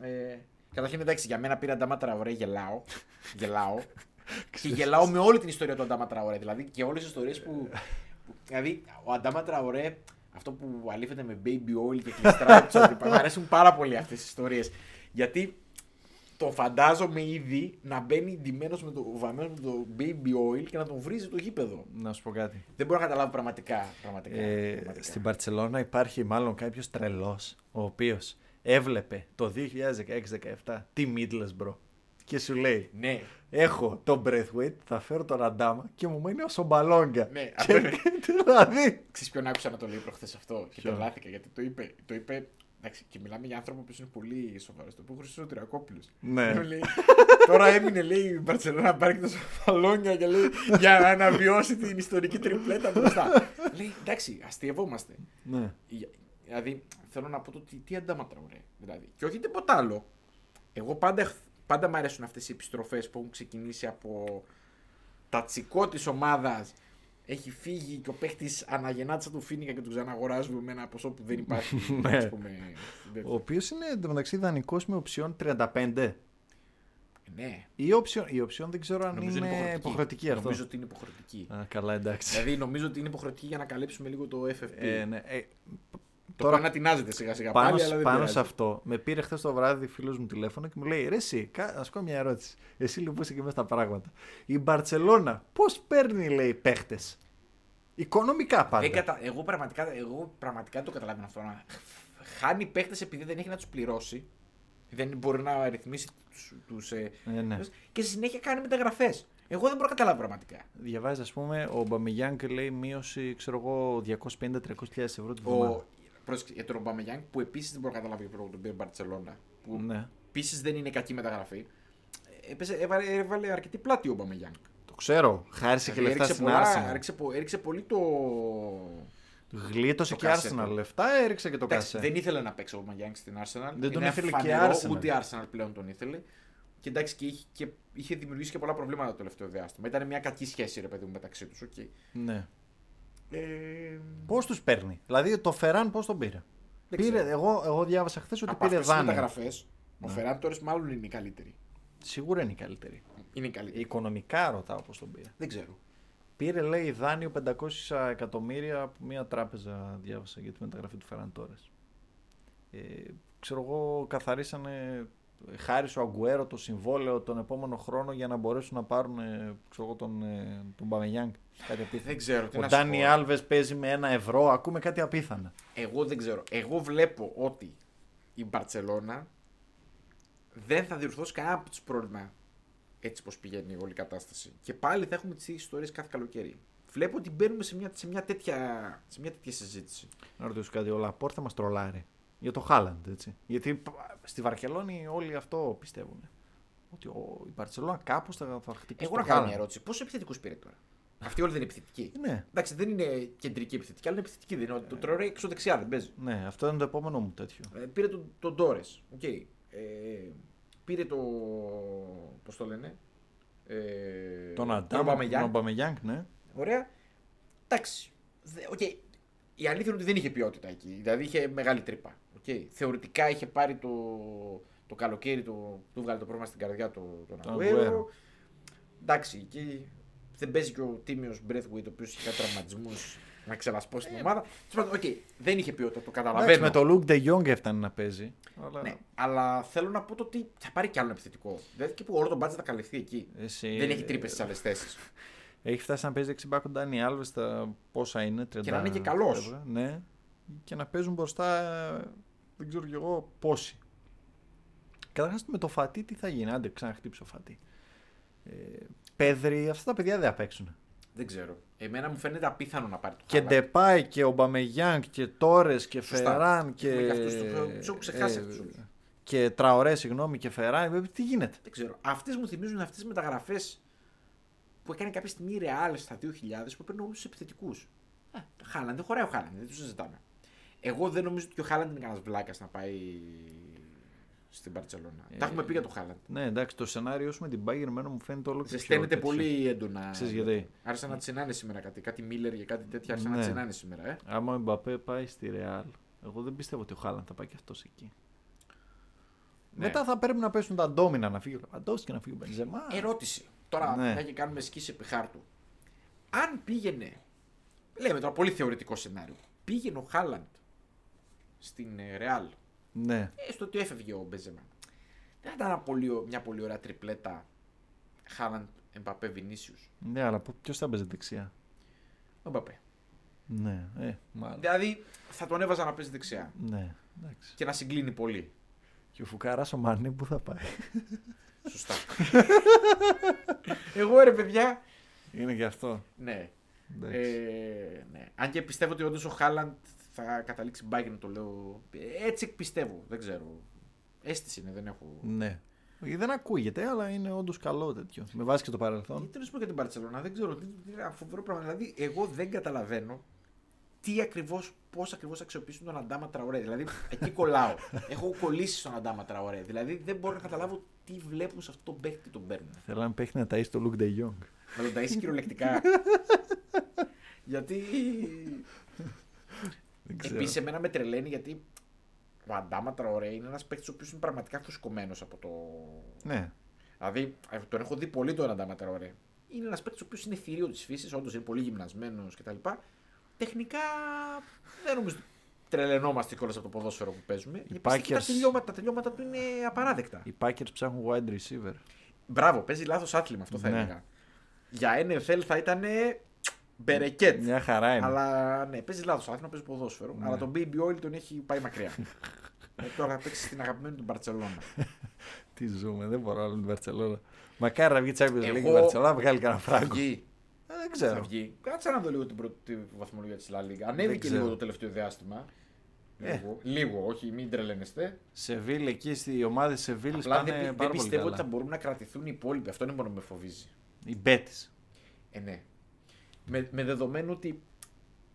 S2: ε, καταρχήν, εντάξει, για μένα πήρε Αντάμα Τραωρέ, [LAUGHS] γελάω. γελάω. και γελάω με όλη την ιστορία του Αντάμα Τραωρέ. Δηλαδή, και όλες τις ιστορίες που, που- Δηλαδή, ο Αντάμα Τραωρέ, αυτό που αλήφεται με baby oil και [LAUGHS] κλειστρά. ξέρω, τι, Μου αρέσουν πάρα πολύ αυτές τις ιστορίες. Γιατί το φαντάζομαι ήδη να μπαίνει ντυμένος με το βαμμένος με το baby oil και να τον βρίζει το γήπεδο.
S1: Να σου πω κάτι.
S2: Δεν μπορώ να καταλάβω πραγματικά. πραγματικά,
S1: Ε,
S2: πραγματικά.
S1: στην Παρσελόνα υπάρχει μάλλον κάποιος τρελός ο οποίος έβλεπε το 2016-17 τη Middlesbrough και σου λέει
S2: Ναι,
S1: Έχω τον Breathweight, θα φέρω τον Ραντάμα και μου μένει ο Σομπαλόγκα.
S2: Ναι,
S1: και,
S2: αυτό είναι.
S1: [LAUGHS] δηλαδή.
S2: Ξέρεις ποιον άκουσα να το λέει προχθές αυτό και
S1: Ποιον?
S2: τρελάθηκα γιατί το είπε. Το είπε εντάξει, και μιλάμε για άνθρωπο που είναι πολύ σοβαρός. Το είπε ο Χρυσό Τυρακόπουλο.
S1: Ναι.
S2: Τώρα έμεινε, λέει, η Μπαρσελόνα πάρει και τα σοφαλόνια και λέει, για να αναβιώσει την ιστορική τριπλέτα μπροστά. λέει, εντάξει, αστείευόμαστε.
S1: ναι.
S2: Για- Δηλαδή, θέλω να πω το τι, τι αντάματρα, ωραία. Δηλαδή. Και όχι τίποτα άλλο. Εγώ πάντα, χ- πάντα μου αρέσουν αυτές οι επιστροφές που έχουν ξεκινήσει από τα τσικό της ομάδας. Έχει φύγει και ο παίχτης αναγεννάται σαν τον Φίνικα και τον ξαναγοράζουμε με ένα ποσό που δεν υπάρχει. [LAUGHS]
S1: Ναι.
S2: ας πούμε.
S1: Ο οποίος είναι εντωμεταξύ ιδανικός με οψιόν 35.
S2: ναι.
S1: Η οψιόν, η οψιόν δεν ξέρω αν
S2: Νομίζω
S1: είναι υποχρεωτική, αυτό.
S2: Νομίζω ότι είναι υποχρεωτική.
S1: Α, καλά, εντάξει.
S2: δηλαδή, νομίζω ότι είναι υποχρεωτική για να καλύψουμε λίγο το FFP.
S1: Ε, ναι, ε,
S2: το
S1: τώρα-
S2: τώρα... ανατινάζεται σιγά σιγά
S1: πάνω,
S2: πάλι, αλλά δεν
S1: πάνω
S2: πειράζει.
S1: σε αυτό, με πήρε χθες το βράδυ φίλος μου τηλέφωνο και μου λέει: Ρε, εσύ, κα- να σου κάνω μια ερώτηση. Εσύ λοιπόν είσαι και μέσα στα πράγματα. Η Μπαρσελόνα, πώς παίρνει, λέει, παίχτες. 20 Οικονομικά πάντα.
S2: Δεν κατα... εγώ, πραγματικά, εγώ πραγματικά δεν το καταλαβαίνω αυτό. Να χάνει παίχτες επειδή δεν έχει να τους πληρώσει. Δεν μπορεί να ρυθμίσει τους.
S1: Ε, ναι.
S2: Και στη συνέχεια κάνει μεταγραφές. Εγώ δεν μπορώ να καταλάβω πραγματικά.
S1: Διαβάζεις, ας πούμε, ο Μπαμιγιάνγκ λέει μείωση, ξέρω εγώ, 250-300.000 ευρώ την
S2: Ο...
S1: εβδομάδα.
S2: Πρόσεξε, για τον Ομπαμεγιάνγκ που επίσης δεν μπορώ να καταλάβω γιατί τον πήρε η Μπαρσελόνα. Που
S1: Ναι.
S2: επίσης δεν είναι κακή μεταγραφή. Έπαιζε, έβαλε, έβαλε αρκετή πλάτη ο Ομπαμεγιάνγκ.
S1: Το ξέρω. Χάρισε και λεφτά στην Arsenal.
S2: έριξε, πο- έριξε πολύ το.
S1: Γλίτωσε
S2: Το
S1: και
S2: κάσε
S1: Arsenal
S2: του.
S1: λεφτά, έριξε και το
S2: Εντάξει,
S1: κάσε.
S2: δεν ήθελε να παίξει ο Ομπαμεγιάνγκ στην Arsenal.
S1: Δεν τον
S2: Είναι
S1: ήθελε και η
S2: φανερό,
S1: Arsenal.
S2: Ούτε η Arsenal πλέον τον ήθελε. Και εντάξει, και είχε, και είχε δημιουργήσει και πολλά προβλήματα το τελευταίο διάστημα. Ήταν μια κακή σχέση, ρε παιδί μου, μεταξύ τους. Okay.
S1: Ναι.
S2: Ε,
S1: Πώς τους παίρνει. Δηλαδή το Φεράν πώς τον πήρε.
S2: Δεν
S1: πήρε
S2: ξέρω.
S1: εγώ, εγώ διάβασα χθες ότι
S2: από
S1: πήρε Ναι.
S2: αυτές τις
S1: δάνειο.
S2: μεταγραφές, ο Φεράν τώρα μάλλον είναι η καλύτερη.
S1: Σίγουρα είναι η καλύτερη.
S2: Είναι η
S1: Ε,
S2: καλύτερη.
S1: Οικονομικά ρωτάω πώς τον πήρε.
S2: Δεν ξέρω.
S1: Πήρε, λέει, δάνειο 500 εκατομμύρια από μια τράπεζα, διάβασα για τη μεταγραφή του Φεραν Τόρες. Ε, ξέρω εγώ, καθαρίσανε χάρη ο Αγκουέρο το συμβόλαιο τον επόμενο χρόνο για να μπορέσουν να πάρουν ε, ξέρω εγώ, τον, ε, τον Μπαμεγιάνγκ. Κάτι απίθανο.
S2: Δεν ξέρω, τι
S1: ε, Ο
S2: να σου
S1: Ντάνι
S2: πω.
S1: Άλβες παίζει με ένα ευρώ. Ακούμε κάτι απίθανα.
S2: Εγώ δεν ξέρω. Εγώ βλέπω ότι η Μπαρτσελώνα δεν θα διορθώσει κανένα από τους πρόβλημα έτσι πως πηγαίνει η όλη κατάσταση. Και πάλι θα έχουμε τις ίδιες ιστορίες κάθε καλοκαίρι. Βλέπω ότι μπαίνουμε σε μια, σε μια, τέτοια, σε μια τέτοια συζήτηση.
S1: Να ρωτήσω κάτι, ο Λαπόρ θα μας τρολάρει. Για το Χάλαντ, έτσι. Γιατί π, στη Βαρκελόνη όλοι αυτό πιστεύουν. Ότι ο, η Μπαρσελόνα κάπως θα, θα χτυπήσει. το
S2: Εγώ να κάνω μια
S1: Haaland.
S2: ερώτηση. Πόσο επιθετικούς πήρε τώρα. Αυτοί όλοι δεν είναι επιθετικοί.
S1: Ναι.
S2: Εντάξει, δεν είναι κεντρική επιθετική, αλλά είναι επιθετική. Δεν είναι. Το τρωρέ έξω δεξιά δεν παίζει.
S1: Ναι, αυτό είναι το επόμενο μου τέτοιο.
S2: Ε, πήρε τον, τον Τόρες. Ε, πήρε το. Πώς το λένε. Ε,
S1: τον Αντάμ,
S2: Aubameyang.
S1: τον Μπαμεγιάνγκ, ναι.
S2: Ωραία. Εντάξει. Δε, οκ. Η αλήθεια είναι ότι δεν είχε ποιότητα εκεί. Δηλαδή είχε μεγάλη τρύπα. Οκ. Θεωρητικά είχε πάρει το, το καλοκαίρι, το, του βγάλε το πρόβλημα στην καρδιά του τον
S1: Τον
S2: Αγκουέρο.
S1: Αγκουέρο.
S2: Εντάξει, εκεί δεν παίζει και ο τίμιος Μπρέθουιτ, ο οποίος είχε κάτι τραυματισμούς να ξελασπώσει την ομάδα. Τέλος πάντων, Οκ, δεν είχε ποιότητα, το
S1: Ε, Εντάξει,
S2: καταλαβαίνω.
S1: με το Λουκ Ντε Γιόγκ έφτανε να παίζει. Αλλά...
S2: Ναι, αλλά θέλω να πω το ότι θα πάρει κι άλλο ένα επιθετικό. Δηλαδή και που όλο τον μπάτζετ θα καλυφθεί εκεί.
S1: Εσύ- ε,
S2: Δεν έχει τρύπες στις άλλες θέσεις.
S1: Έχει φτάσει να παίζει δεξιμπάκο Ντάνι Άλβες στα πόσα είναι, 30.
S2: να είναι και καλός.
S1: ευρώ, Ναι. Και να παίζουν μπροστά, ε, δεν ξέρω κι εγώ πόσοι. Καταρχάς με το φατί τι θα γίνει, άντε ξαναχτύψω φατί. Ε, Πέδρη, αυτά τα παιδιά δεν θα παίξουν.
S2: Δεν ξέρω. Εμένα μου φαίνεται απίθανο να πάρει το
S1: Και
S2: Χάλαντ.
S1: Ντεπάι και Ομπαμεγιάνγκ και Τόρες και
S2: Σωστά.
S1: Φεράν και. ε,
S2: Έχουμε και αυτούς τους έχω- τους έχω ξεχάσει αυτούς όλους.
S1: Και Τραωρέ, συγγνώμη, και Φεράν. Ε, Τι γίνεται.
S2: Δεν ξέρω. Αυτές μου θυμίζουν αυτές τις μεταγραφές που έκανε κάποια στιγμή η Real στα 2000 που παίρνουν όλους τους επιθετικούς.
S1: Ε.
S2: Το Χάλαντ, δεν χωράει ο Χάλαντ, δεν το συζητάμε. Εγώ δεν νομίζω ότι και ο Χάλαντ είναι κανένας βλάκας να πάει στην Παρσελόνα.
S1: Ε,
S2: Τα έχουμε πει για το Χάλαντ.
S1: Ναι, εντάξει, το σενάριο σου με την Bayern εμένα μου φαίνεται όλο και πιο
S2: Ζεσταίνεται
S1: τέτοιο.
S2: πολύ έντονα.
S1: Ξέρεις γιατί.
S2: Άρχισαν να τσινάνε σήμερα κάτι. Κάτι Μίλλερ για κάτι τέτοια. Άρχισαν να
S1: Ναι.
S2: τσινάνε σήμερα. Ε.
S1: Άμα ο Μπαπέ πάει στη Ρεάλ, εγώ δεν πιστεύω ότι ο Χάλαντ θα πάει και αυτός εκεί.
S2: Ναι.
S1: Μετά θα πρέπει να πέσουν τα ντόμινα να φύγει ο Λεβαντός και να φύγει ο Μπενζεμά.
S2: Ερώτηση. Τώρα,
S1: Ναι.
S2: μια και κάνουμε σκίση επί χάρτου. Αν πήγαινε. Λέμε τώρα πολύ θεωρητικό σενάριο. Πήγαινε ο Χάλαντ στην ε, Ρεάλ.
S1: Ναι.
S2: Ε, στο ότι έφευγε ο Μπεζεμά. Δεν θα ήταν ένα πολύ ω- μια πολύ ωραία τριπλέτα Χάλαντ, Εμπαπέ, Βινίσιους.
S1: ναι, αλλά ποιος θα παίζει δεξιά.
S2: Εμπαπέ.
S1: Ναι, ε, μάλλον.
S2: Δηλαδή θα τον έβαζα να παίζει δεξιά
S1: Ναι, εντάξει.
S2: και να συγκλίνει πολύ.
S1: Και ο Φουκάρα ο Μανί που θα πάει.
S2: Σωστά. Εγώ ρε παιδιά.
S1: [LAUGHS] Είναι γι' αυτό.
S2: Ναι.
S1: Εντάξει.
S2: Ε, ναι. Αν και πιστεύω ότι όντως ο Χάλαντ θα καταλήξει Bayern, το λέω. Έτσι πιστεύω, δεν ξέρω. Αίσθηση είναι, δεν έχω.
S1: Ναι. Ε, Δεν ακούγεται, αλλά είναι όντως καλό τέτοιο. Με βάση και το παρελθόν.
S2: Γιατί να σου πω για την Παρσελόνα, δεν ξέρω. τι- τι- ένα Φοβερό πράγμα. Δηλαδή, εγώ δεν καταλαβαίνω τι ακριβώς, πώς ακριβώς θα αξιοποιήσουν τον Αντάμα Τραωρέ. Δηλαδή, εκεί
S1: [LAUGHS]
S2: κολλάω. έχω κολλήσει στον Αντάμα Τραωρέ. Δηλαδή, δεν μπορώ να καταλάβω τι βλέπουν σε αυτό τον παίχτη τον παίρνουν.
S1: Θέλω να παίχνει να ταΐσει το Λουκ Ντε Γιόγκ.
S2: Να τον ταΐσει
S1: [LAUGHS]
S2: κυριολεκτικά. Γιατί
S1: Δεν ξέρω.
S2: Επίσης, εμένα με τρελαίνει γιατί ο Αντάμα Τραωρέ είναι ένας παίκτης ο οποίος είναι πραγματικά φουσκωμένος από το.
S1: Ναι.
S2: Δηλαδή, ε, τον έχω δει πολύ τον Αντάμα Τραωρέ. Είναι ένας παίκτης ο οποίος είναι θηρίο της φύσης, όντως είναι πολύ γυμνασμένος κτλ. Τεχνικά δεν νομίζω ότι τρελαινόμαστε κιόλας από το ποδόσφαιρο που παίζουμε. Γιατί
S1: Packers-
S2: πιστεύω τα, τελειώματα, τα τελειώματα του είναι απαράδεκτα.
S1: Οι Packers ψάχνουν wide receiver.
S2: Μπράβο, παίζει λάθος άθλημα αυτό θα
S1: Ναι.
S2: έλεγα. Για NFL θα ήταν Μπερεκέτ.
S1: Μια χαρά είναι. Ναι.
S2: Αλλά ναι, παίζει λάθος άθλημα, παίζει ποδόσφαιρο. Αλλά τον Baby Oil τον έχει πάει μακριά.
S1: [LAUGHS]
S2: ε, τώρα θα παίξει στην αγαπημένη του Μπαρσελόνα.
S1: Τι ζούμε, δεν μπορώ άλλο την Βαρκελόνα. Μακάρι να βγει Champions League
S2: Εγώ-
S1: η Βαρκελόνα, βγάλει κανένα
S2: θα
S1: φράγκο.
S2: βγει.
S1: Ε, Δεν
S2: Θα
S1: ξέρω.
S2: βγει. Κάτσε να δω λίγο την πρώτη τη βαθμολογία της La Liga. Ανέβηκε
S1: ξέρω.
S2: λίγο το τελευταίο διάστημα.
S1: Ε.
S2: Λίγο, λίγο, όχι, μην τρελαίνεστε.
S1: Σεβίλ εκεί, στη- οι ομάδε Σεβίλ
S2: Απλά
S1: πάνε
S2: δεν, πι-
S1: πάρα
S2: δεν
S1: πολύ
S2: πιστεύω
S1: καλά.
S2: ότι θα μπορούν να κρατηθούν οι υπόλοιποι. Αυτό είναι μόνο που με φοβίζει.
S1: Η Μπέτη.
S2: Ε, ναι. Με, με δεδομένο ότι.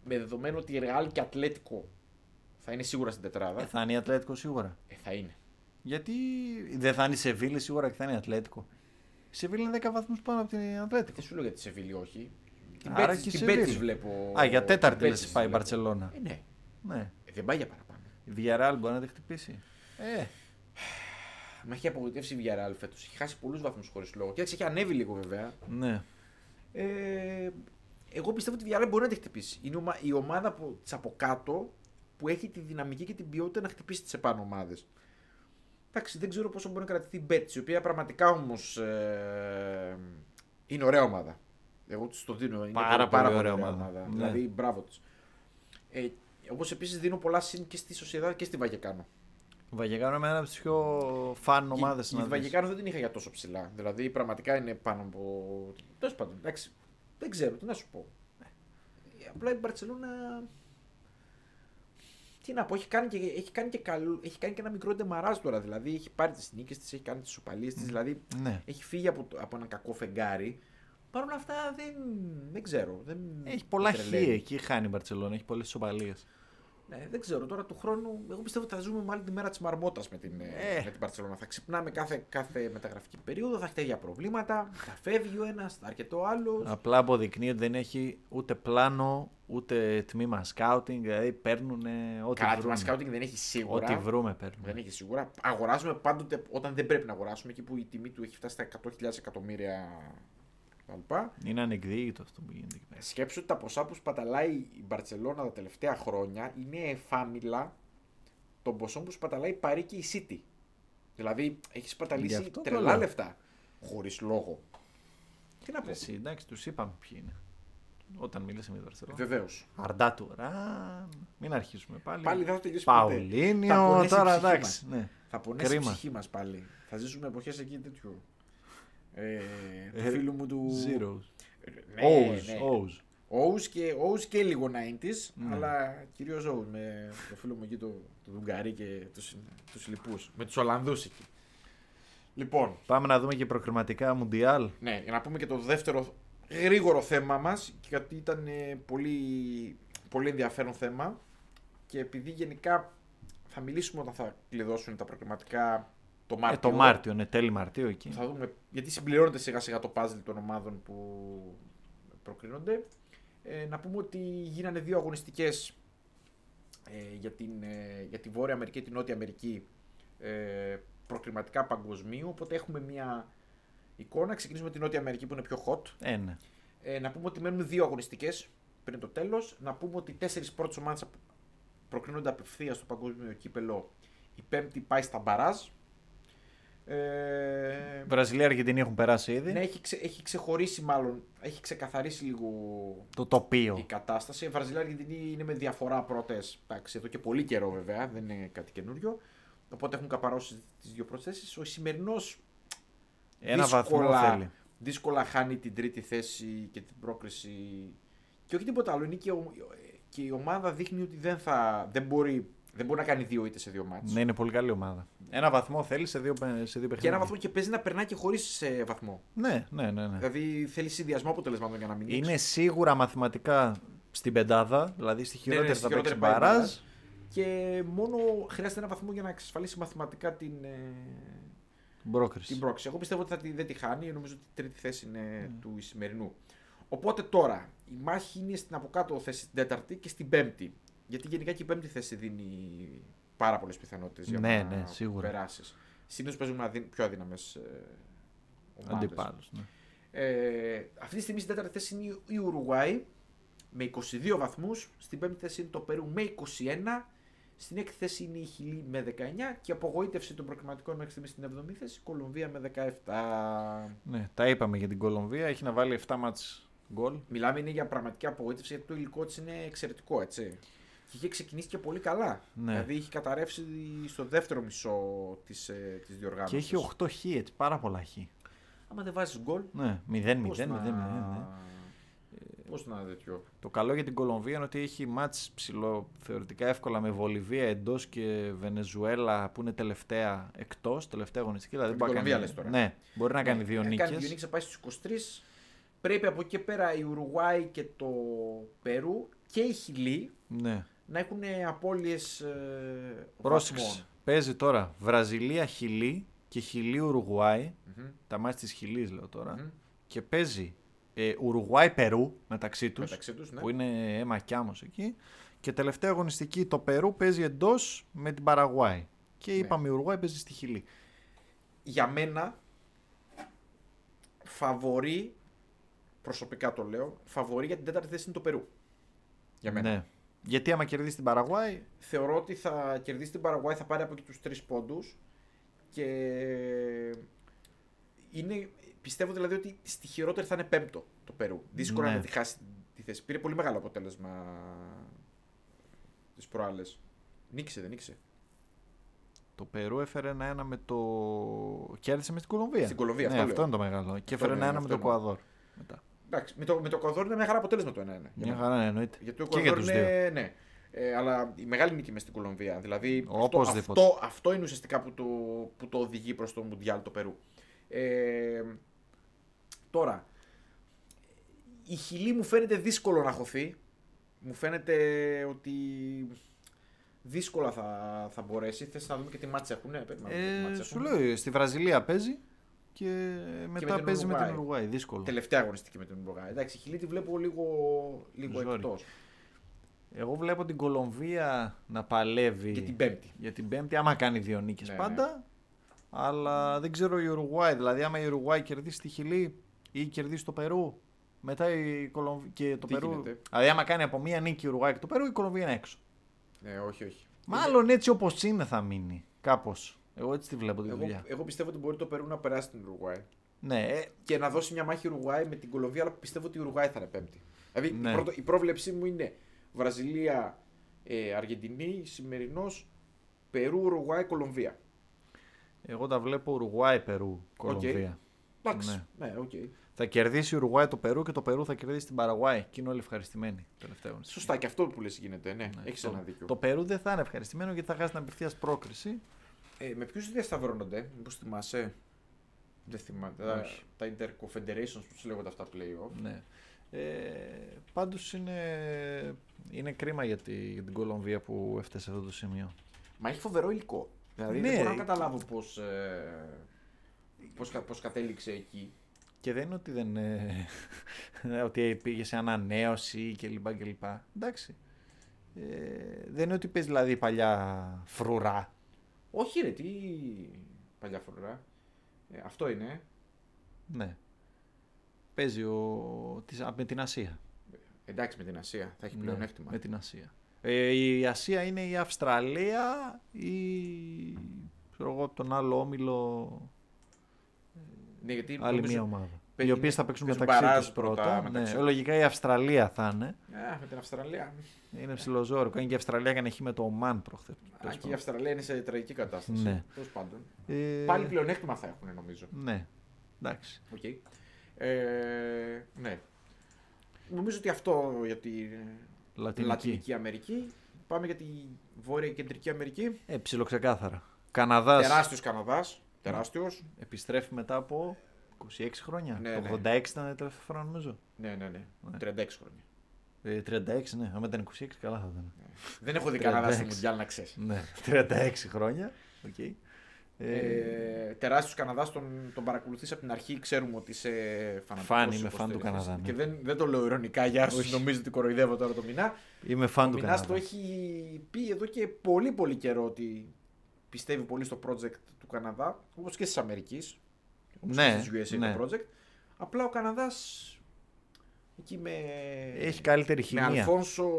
S2: Με δεδομένο ότι η Real και Ατλέτικο θα είναι σίγουρα στην τετράδα.
S1: Ε,
S2: Ε, θα...
S1: θα είναι η Ατλέτικο σίγουρα.
S2: είναι.
S1: Γιατί δεν θα είναι η Σεβίλη σίγουρα και θα είναι η Ατλέτικο. Η Σεβίλη είναι 10 βαθμούς πάνω από την Ατλέτικο.
S2: Ε, Δεν σου λέω για τη Σεβίλη, όχι. Την
S1: Άρα
S2: Betis-
S1: και η
S2: την
S1: Σεβίλη.
S2: Betis βλέπω.
S1: Α, για τέταρτη
S2: την
S1: λες,
S2: Betis
S1: πάει η
S2: βλέπω.
S1: Μπαρσελόνα.
S2: Ε, ναι.
S1: Ναι.
S2: Ε, δεν πάει για παραπάνω.
S1: Η Villarreal μπορεί να τη χτυπήσει. Ε,
S2: Μα έχει απογοητεύσει η Villarreal φέτος. Έχει χάσει πολλούς βαθμούς χωρίς λόγο. Και έτσι έχει ανέβει λίγο βέβαια.
S1: ναι.
S2: Ε, εγώ πιστεύω ότι η Villarreal μπορεί να τη χτυπήσει. Είναι ομα- η ομάδα που, της από κάτω που έχει τη δυναμική και την ποιότητα να χτυπήσει τις επάνω ομάδες. Εντάξει, δεν ξέρω πόσο μπορεί να κρατηθεί η Betis, η οποία πραγματικά όμως ε, είναι ωραία ομάδα. Εγώ τη το δίνω. Είναι
S1: Πάρα
S2: πολύ-
S1: πολύ ωραία ομάδα. Ναι.
S2: Δηλαδή, μπράβο τη. Ε, Όπως επίσης δίνω πολλά συν και στη Σοσιαδά και στη Βαγεκάνο.
S1: Βαγεκάνο είναι ένα από τις πιο φαν ομάδες
S2: Η, η Βαγεκάνο δεν την είχα για τόσο ψηλά. Δηλαδή, πραγματικά είναι πάνω από. Τέλος πάντων, εντάξει. Δεν ξέρω, τι να σου πω. Ε, Απλά η Μπαρσελόνα. Τι να πω, έχει κάνει και, έχει κάνει και, καλό, έχει κάνει και ένα μικρό ντεμαράζ τώρα. Δηλαδή, έχει πάρει τις νίκες της, έχει κάνει τις σοπαλίε τη. Δηλαδή,
S1: Ναι.
S2: έχει φύγει από, το- από ένα κακό φεγγάρι. Παρ' όλα αυτά, δεν, δεν ξέρω. Δεν,
S1: Έχει πολλά
S2: δεν
S1: χ
S2: τρελαίνει.
S1: εκεί, χάνει η Μπαρσελόνα, έχει πολλές ισοπαλίε.
S2: Ναι, δεν ξέρω τώρα του χρόνου. Εγώ πιστεύω ότι θα ζούμε μάλλον τη μέρα της μαρμότας με την, ε.
S1: Ε.
S2: με την Barcelona. Θα ξυπνάμε κάθε, κάθε μεταγραφική περίοδο, θα έχει τέτοια προβλήματα. Θα φεύγει ο ένας, θα έρχεται ο άλλος.
S1: Απλά αποδεικνύει ότι δεν έχει ούτε πλάνο, ούτε τμήμα σκάουτινγκ. Δηλαδή παίρνουν ό,τι
S2: Καλά, το
S1: βρούμε.
S2: σκάουτινγκ δεν έχει σίγουρα.
S1: Ό,τι βρούμε
S2: Δεν
S1: παίρνουν.
S2: έχει σίγουρα. Αγοράζουμε πάντοτε όταν δεν πρέπει να αγοράσουμε, εκεί που η τιμή του έχει φτάσει στα 100.000 εκατομμύρια κτλ.
S1: Είναι ανεκδίκητο αυτό που γίνεται εκεί πέρα.
S2: Σκέψου ότι τα ποσά που σπαταλάει η Μπαρσελόνα τα τελευταία χρόνια είναι εφάμιλα των ποσών που σπαταλάει η Παρή και η City. Δηλαδή έχεις
S1: Γι'
S2: σπαταλήσει
S1: αυτό το
S2: τρελά
S1: λέω.
S2: λεφτά. Χωρίς λόγο. Τι να πω.
S1: Εσύ, εντάξει, τους είπαμε ποιοι είναι. Όταν μιλήσαμε για το
S2: Βεβαίω.
S1: Αρντάτουραν. Μην αρχίσουμε πάλι.
S2: Πάλι δεν θα τελειώσει
S1: Παουλίνιο,
S2: ποτέ. Θα
S1: Ναι.
S2: πονέσει η
S1: τώρα
S2: ψυχή
S1: εντάξει.
S2: μας.
S1: Ναι.
S2: Θα πονέσει η
S1: Κρίμα.
S2: ψυχή μας πάλι. Θα ζήσουμε εποχές εκεί τέτοιου. Ε, του
S1: Ε,
S2: φίλου μου του.
S1: Zeros.
S2: Ναι,
S1: O's,
S2: ναι.
S1: O's.
S2: Ous και, Ous και λίγο 90s, αλλά κυρίως Ous με το φίλο μου εκεί, το, το Δουγκαρί και τους τους λοιπούς. Με τους Ολλανδούς εκεί. Λοιπόν,
S1: Πάμε να δούμε και προκριματικά Μουντιάλ. Ε,
S2: ναι, για να πούμε και το δεύτερο γρήγορο θέμα μας, γιατί ήταν ε, πολύ, πολύ ενδιαφέρον θέμα και επειδή γενικά θα μιλήσουμε όταν θα κλειδώσουν τα προκριματικά το
S1: Ε,
S2: Μάρτιο.
S1: το Μάρτιο, ναι, τέλη Μαρτίου εκεί.
S2: Θα δούμε γιατί συμπληρώνεται σιγά σιγά το puzzle των ομάδων που προκρίνονται. Ε, να πούμε ότι γίνανε δύο αγωνιστικές ε, για, την, ε, για τη Βόρεια Αμερική και την Νότια Αμερική ε, προκριματικά παγκοσμίου. Οπότε έχουμε μια εικόνα. Ξεκινήσουμε με την Νότια Αμερική που είναι πιο hot.
S1: Ε, ναι.
S2: Ε, να πούμε ότι μένουν δύο αγωνιστικές πριν το τέλος. Να πούμε ότι οι τέσσερις πρώτες ομάδες προκρίνονται απευθείας στο παγκόσμιο κύπελο. Η πέμπτη πάει στα μπαράζ. Ε,
S1: Βραζιλία και Αργεντινή έχουν περάσει ήδη.
S2: ναι, έχει, ξε- έχει ξεχωρίσει μάλλον, έχει ξεκαθαρίσει λίγο
S1: Το
S2: η
S1: τοπίο.
S2: κατάσταση. Η Βραζιλία Αργεντινή είναι με διαφορά πρώτες. Εντάξει, εδώ και πολύ καιρό βέβαια, δεν είναι κάτι καινούριο. Οπότε έχουν καπαρώσει τις δύο προσθέσεις. Ο σημερινός
S1: Ένα βαθμό θέλει.
S2: δύσκολα χάνει την τρίτη θέση και την πρόκριση. Και όχι τίποτα άλλο. Είναι και, ο- και η ομάδα δείχνει ότι δεν, θα, δεν, μπορεί, δεν μπορεί να κάνει δύο ήττες σε δύο μάτς.
S1: Ναι, είναι πολύ καλή ομάδα. Ένα βαθμό θέλεις σε δύο, παι- σε δύο παιχνίδια.
S2: Και ένα βαθμό και παίζει να περνάει και χωρίς βαθμό.
S1: Ναι, ναι, ναι. ναι.
S2: Δηλαδή θέλει συνδυασμό αποτελεσμάτων για να μην
S1: Είναι σίγουρα μαθηματικά στην πεντάδα, δηλαδή στη
S2: Ναι, ναι,
S1: χειρότερη
S2: στη
S1: θα παίξει
S2: χειρότερη πάει
S1: μπαράζ.
S2: μπαράζ. Και μόνο χρειάζεται ένα βαθμό για να εξασφαλίσει μαθηματικά την, ε, την
S1: Πρόκριση.
S2: πρόξη. Εγώ πιστεύω ότι θα τη, δεν τη χάνει. Νομίζω ότι η τρίτη θέση είναι
S1: Mm.
S2: του σημερινού. Οπότε τώρα η μάχη είναι στην από κάτω θέση την τέταρτη και στην πέμπτη. Γιατί γενικά και η πέμπτη θέση δίνει πάρα πολλές πιθανότητες για
S1: Ναι,
S2: να
S1: ναι, σίγουρα.
S2: περάσεις. Συνήθως παίζουν αδύ- πιο ε, αδύναμε ομάδες.
S1: Αντιπάλους. Ναι.
S2: Ε, αυτή τη στιγμή στην τέταρτη θέση είναι η- η Ουρουάη με 22 βαθμούς. Στην πέμπτη θέση είναι το Περού με 21. Στην έκτη θέση είναι η Χιλή με 19. Και η απογοήτευση των προκριματικών μέχρι στιγμής στην 7η θέση η Κολομβία με 17.
S1: Ναι, τα είπαμε για την Κολομβία. Έχει να βάλει 7 μάτς Γκολ.
S2: Μιλάμε είναι για πραγματική απογοήτευση γιατί το υλικό της είναι εξαιρετικό, έτσι. Και είχε ξεκινήσει και πολύ καλά.
S1: Ναι.
S2: Δηλαδή είχε καταρρεύσει στο δεύτερο μισό της ε, της διοργάνωσης.
S1: Και έχει 8 χ, έτσι, πάρα πολλά χ.
S2: Άμα δεν βάζεις γκολ.
S1: Ναι, 0-0,
S2: πώς
S1: 0-0.
S2: να- ε,
S1: ναι.
S2: Πώς να τέτοιο.
S1: Το καλό για την Κολομβία είναι ότι έχει μάτς ψηλό θεωρητικά εύκολα με Βολιβία εντός και Βενεζουέλα που είναι τελευταία εκτός, τελευταία αγωνιστική. Δηλαδή
S2: την
S1: μπορεί να
S2: Κολομβία
S1: κάνει-
S2: λες τώρα.
S1: Ναι, μπορεί να κάνει δύο
S2: να
S1: νίκες.
S2: Κάνει δύο νίκες, θα πάει στους 23. Πρέπει από εκεί και πέρα η Ουρουάη και το Περού και η Χιλή
S1: Ναι.
S2: να έχουν απώλειες ε,
S1: Πρόσεξε.
S2: βαθμών.
S1: Παίζει τώρα Βραζιλία Χιλή και Χιλή Ουρουγουάη.
S2: Μμμ.
S1: Τα μάτια της Χιλής λέω τώρα.
S2: Μμμ.
S1: Και παίζει ε, Ουρουγουάη Περού μεταξύ τους.
S2: Μεταξύ τους, ναι.
S1: Που είναι αίμα κι άμμος εκεί. Και τελευταία αγωνιστική το Περού παίζει εντός με την Παραγουάη. Και
S2: Ναι.
S1: είπαμε η Ουρουγουάη παίζει στη Χιλή.
S2: για μένα φαβορεί, προσωπικά το λέω, φαβορεί για την τέταρτη θέση είναι το Περού. Για μένα.
S1: Ναι. Γιατί άμα κερδίσει την Παραγουάη,
S2: Θεωρώ ότι θα κερδίσει την Παραγουάη, θα πάρει από εκεί τους τρεις πόντους και είναι, πιστεύω δηλαδή ότι στη χειρότερη θα είναι πέμπτο το Περού. Δύσκολο
S1: Ναι.
S2: να τη χάσει τη θέση. Πήρε πολύ μεγάλο αποτέλεσμα τις προάλλες. Νίκησε, δεν νίκησε.
S1: το Περού έφερε ένα ένα με το. Κέρδισε με την Κολομβία.
S2: Στην Κολομβία,
S1: ναι,
S2: αυτό
S1: αυτό,
S2: λέω.
S1: είναι το μεγάλο. Και έφερε
S2: είναι,
S1: ένα ένα με το
S2: αυτό είναι.
S1: Κουαδόρ. Μετά.
S2: Εντάξει, με το, με το Καδόρ είναι μια χαρά αποτέλεσμα το 1-1. για
S1: Μια
S2: μένα.
S1: χαρά, ναι, εννοείται.
S2: Γιατί ο
S1: και για
S2: Εκουαδόρ
S1: του δύο.
S2: είναι. Ναι. Ε, αλλά η μεγάλη νίκη μες στην Κολομβία. Δηλαδή αυτό,
S1: Οπωσδήποτε.
S2: αυτό, αυτό είναι ουσιαστικά που το, που το οδηγεί προς το Μουντιάλ το Περού. Ε, τώρα, η Χιλή μου φαίνεται δύσκολο να χωθεί. Μου φαίνεται ότι δύσκολα θα, θα μπορέσει. Θες να δούμε και τι μάτς έχουν. Ε, περιμένουμε και τι
S1: Ε,
S2: μάτς
S1: σου
S2: έχουν.
S1: λέω, στη Βραζιλία παίζει και μετά
S2: την
S1: παίζει με την
S2: Ουρουγουάη.
S1: Ουρουγουάη. Δύσκολο.
S2: Τελευταία αγωνιστική με την Ουρουάη. Εντάξει, η Χιλή τη βλέπω λίγο, λίγο
S1: Ζόρι.
S2: εκτός.
S1: Εγώ βλέπω την Κολομβία να παλεύει
S2: Για την Πέμπτη.
S1: για την Πέμπτη, άμα κάνει δύο νίκες
S2: Ναι, ναι.
S1: πάντα. Αλλά δεν ξέρω η Ουρουγουάη. Δηλαδή, άμα η Ουρουγουάη κερδίσει τη Χιλή ή κερδίσει το Περού, μετά η Κολομβία και το
S2: Τι
S1: Περού.
S2: γίνεται?
S1: Δηλαδή, άμα κάνει από μία νίκη η Ουρουγουάη και το Περού, η Κολομβία είναι έξω.
S2: Ναι, όχι, όχι.
S1: Μάλλον έτσι όπως είναι θα μείνει. Κάπως. Εγώ έτσι τη βλέπω τη
S2: Εγώ,
S1: δουλειά.
S2: εγώ πιστεύω ότι μπορεί το Περού να περάσει την Ουρουάη.
S1: Ναι, ε,
S2: Και να δώσει μια μάχη Ουρουάη με την Κολομβία, αλλά πιστεύω ότι η Ουρουάη θα είναι πέμπτη. Δηλαδή η
S1: Ναι.
S2: πρώτο- η πρόβλεψή μου είναι Βραζιλία, ε, Αργεντινή, σημερινός, Περού, Ουρουάη, Κολομβία.
S1: εγώ τα βλέπω Ουρουγουάη, Περού, Κολομβία.
S2: Εντάξει. Ναι, οκ.
S1: Θα κερδίσει η Ουρουγουάη το Περού και το Περού θα κερδίσει την Παραγουάη. Και είναι όλοι ευχαριστημένοι τελευταία αγωνιστική.
S2: Σωστά και αυτό που λες γίνεται. Ναι,
S1: Ναι,
S2: έχεις
S1: το-
S2: ένα δίκιο.
S1: Το Περού δεν θα είναι ευχαριστημένο γιατί θα χάσει την απευθεία πρόκριση.
S2: Ε, με ποιους διασταυρώνονται, μήπως θυμάσαι. Δεν θυμάμαι. Τα,
S1: Όχι.
S2: τα Interconfederations, πώ λέγονται αυτά playoff.
S1: Ναι. Ε, Πάντως είναι, είναι κρίμα για, τη- για την Κολομβία που έφτασε σε αυτό το σημείο.
S2: Μα έχει φοβερό υλικό. Δηλαδή
S1: Ναι.
S2: δεν μπορώ να καταλάβω πώς. Ε, πώς, κα- πώς κατέληξε εκεί.
S1: Και δεν είναι ότι, δεν, ε, [LAUGHS] ότι πήγε σε ανανέωση κλπ. κλπ. Εντάξει. Ε, δεν είναι ότι παίζει δηλαδή η παλιά φρουρά.
S2: Όχι ρε, τι παλιά φορά. Ε, αυτό είναι.
S1: Ναι. Παίζει ο, της, α, με την Ασία.
S2: Εντάξει με την Ασία, θα έχει
S1: Ναι,
S2: πλεονέκτημα.
S1: με την Ασία. Ε, η Ασία είναι η Αυστραλία ή ξέρω εγώ από τον άλλο όμιλο
S2: Ναι, γιατί
S1: άλλη
S2: νομίζω-
S1: μία ομάδα. Οι
S2: παίζει-
S1: οποίες θα παίξουν
S2: παίζουν
S1: μεταξύ
S2: μπαράζ
S1: τους
S2: πρώτα,
S1: πρώτα.
S2: μεταξύ
S1: ναι,
S2: τους.
S1: λογικά η Αυστραλία θα είναι.
S2: Α, με την Αυστραλία.
S1: Είναι ψηλοζόρικο. Είναι και η Αυστραλία έκανε χ με το Ομάν προχθές.
S2: Α, και η Αυστραλία είναι σε τραγική κατάσταση.
S1: Ναι.
S2: Τέλος πάντων.
S1: Ε,
S2: Πάλι πλεονέκτημα θα έχουν νομίζω.
S1: Ναι. Εντάξει.
S2: Οκ. Ε, ναι. Νομίζω ότι αυτό για τη
S1: Λατινική.
S2: Λατινική Αμερική. Πάμε για τη Βόρεια και Κεντρική Αμερική.
S1: Ε, ψιλοξεκάθαρα. Καναδάς
S2: Τεράστιος Καναδάς. Τεράστιος.
S1: επιστρέφει μετά από 26 χρόνια.
S2: Ναι,
S1: το
S2: ναι.
S1: 86 ήταν η τελευταία φορά, νομίζω.
S2: Ναι, ναι, ναι.
S1: Ναι.
S2: 36 χρόνια.
S1: Ε, 36, ναι. Αν ήταν 26, καλά θα ήταν.
S2: Δεν έχω δει Καναδά στο
S1: 36.
S2: Μουντιάλ να ξέρει.
S1: Ναι, 36 χρόνια. Okay. Ε,
S2: Ε, τεράστιος Καναδάς, τον, τον παρακολουθείς από την αρχή. Ξέρουμε ότι είσαι φανατικός.
S1: Φαν, είμαι φαν του Καναδά, ναι.
S2: Και δεν, δεν το λέω ειρωνικά για όσους
S1: Όχι.
S2: νομίζετε ότι κοροϊδεύω τώρα το Μινά.
S1: είμαι φαν
S2: Ο
S1: του
S2: Μινάς
S1: Καναδά.
S2: το έχει πει εδώ και πολύ πολύ καιρό ότι πιστεύει πολύ στο project του Καναδά, όπως και της Αμερικής.
S1: Ναι,
S2: Τη USA
S1: ναι.
S2: το project. Απλά ο Καναδάς εκεί με.
S1: Έχει καλύτερη
S2: με
S1: χημεία.
S2: Αλφόνσο,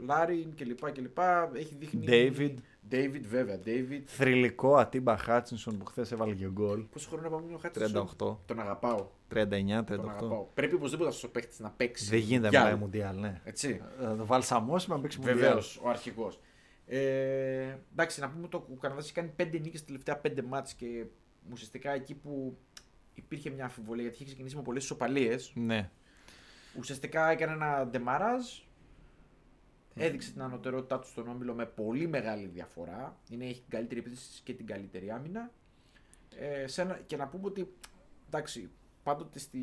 S2: Λάριν κλπ. κλπ έχει δείχνει.
S1: David.
S2: David, βέβαια. David.
S1: Θρηλυκό Ατίμπα Χάτσινσον που χθες έβαλε και γκολ.
S2: Πόσο χρόνο να πάμε ο Χάτσινσον.
S1: 38.
S2: Τον αγαπάω.
S1: 39,
S2: Τον
S1: 38.
S2: αγαπάω. Πρέπει οπωσδήποτε αυτός ο παίχτη να παίξει.
S1: Δεν γίνεται να
S2: Γιάλ.
S1: μιλάει Μουντιάλ, ναι.
S2: Έτσι.
S1: Θα το βαλσαμώσουμε να παίξει Μουντιάλ.
S2: Βεβαίως, ο αρχηγός. Ε, εντάξει, να πούμε ότι ο Καναδάς έχει κάνει 5 νίκες τα τελευταία 5 μάτς και ουσιαστικά εκεί που υπήρχε μια αμφιβολία γιατί είχε ξεκινήσει με πολλές ισοπαλίες.
S1: Ναι.
S2: Ουσιαστικά έκανε ένα ντεμαράζ. Έδειξε την ανωτερότητά του στον όμιλο με πολύ μεγάλη διαφορά. Είναι, έχει την καλύτερη επίθεση και την καλύτερη άμυνα. Ε, σε ένα- και να πούμε ότι εντάξει, πάντοτε στη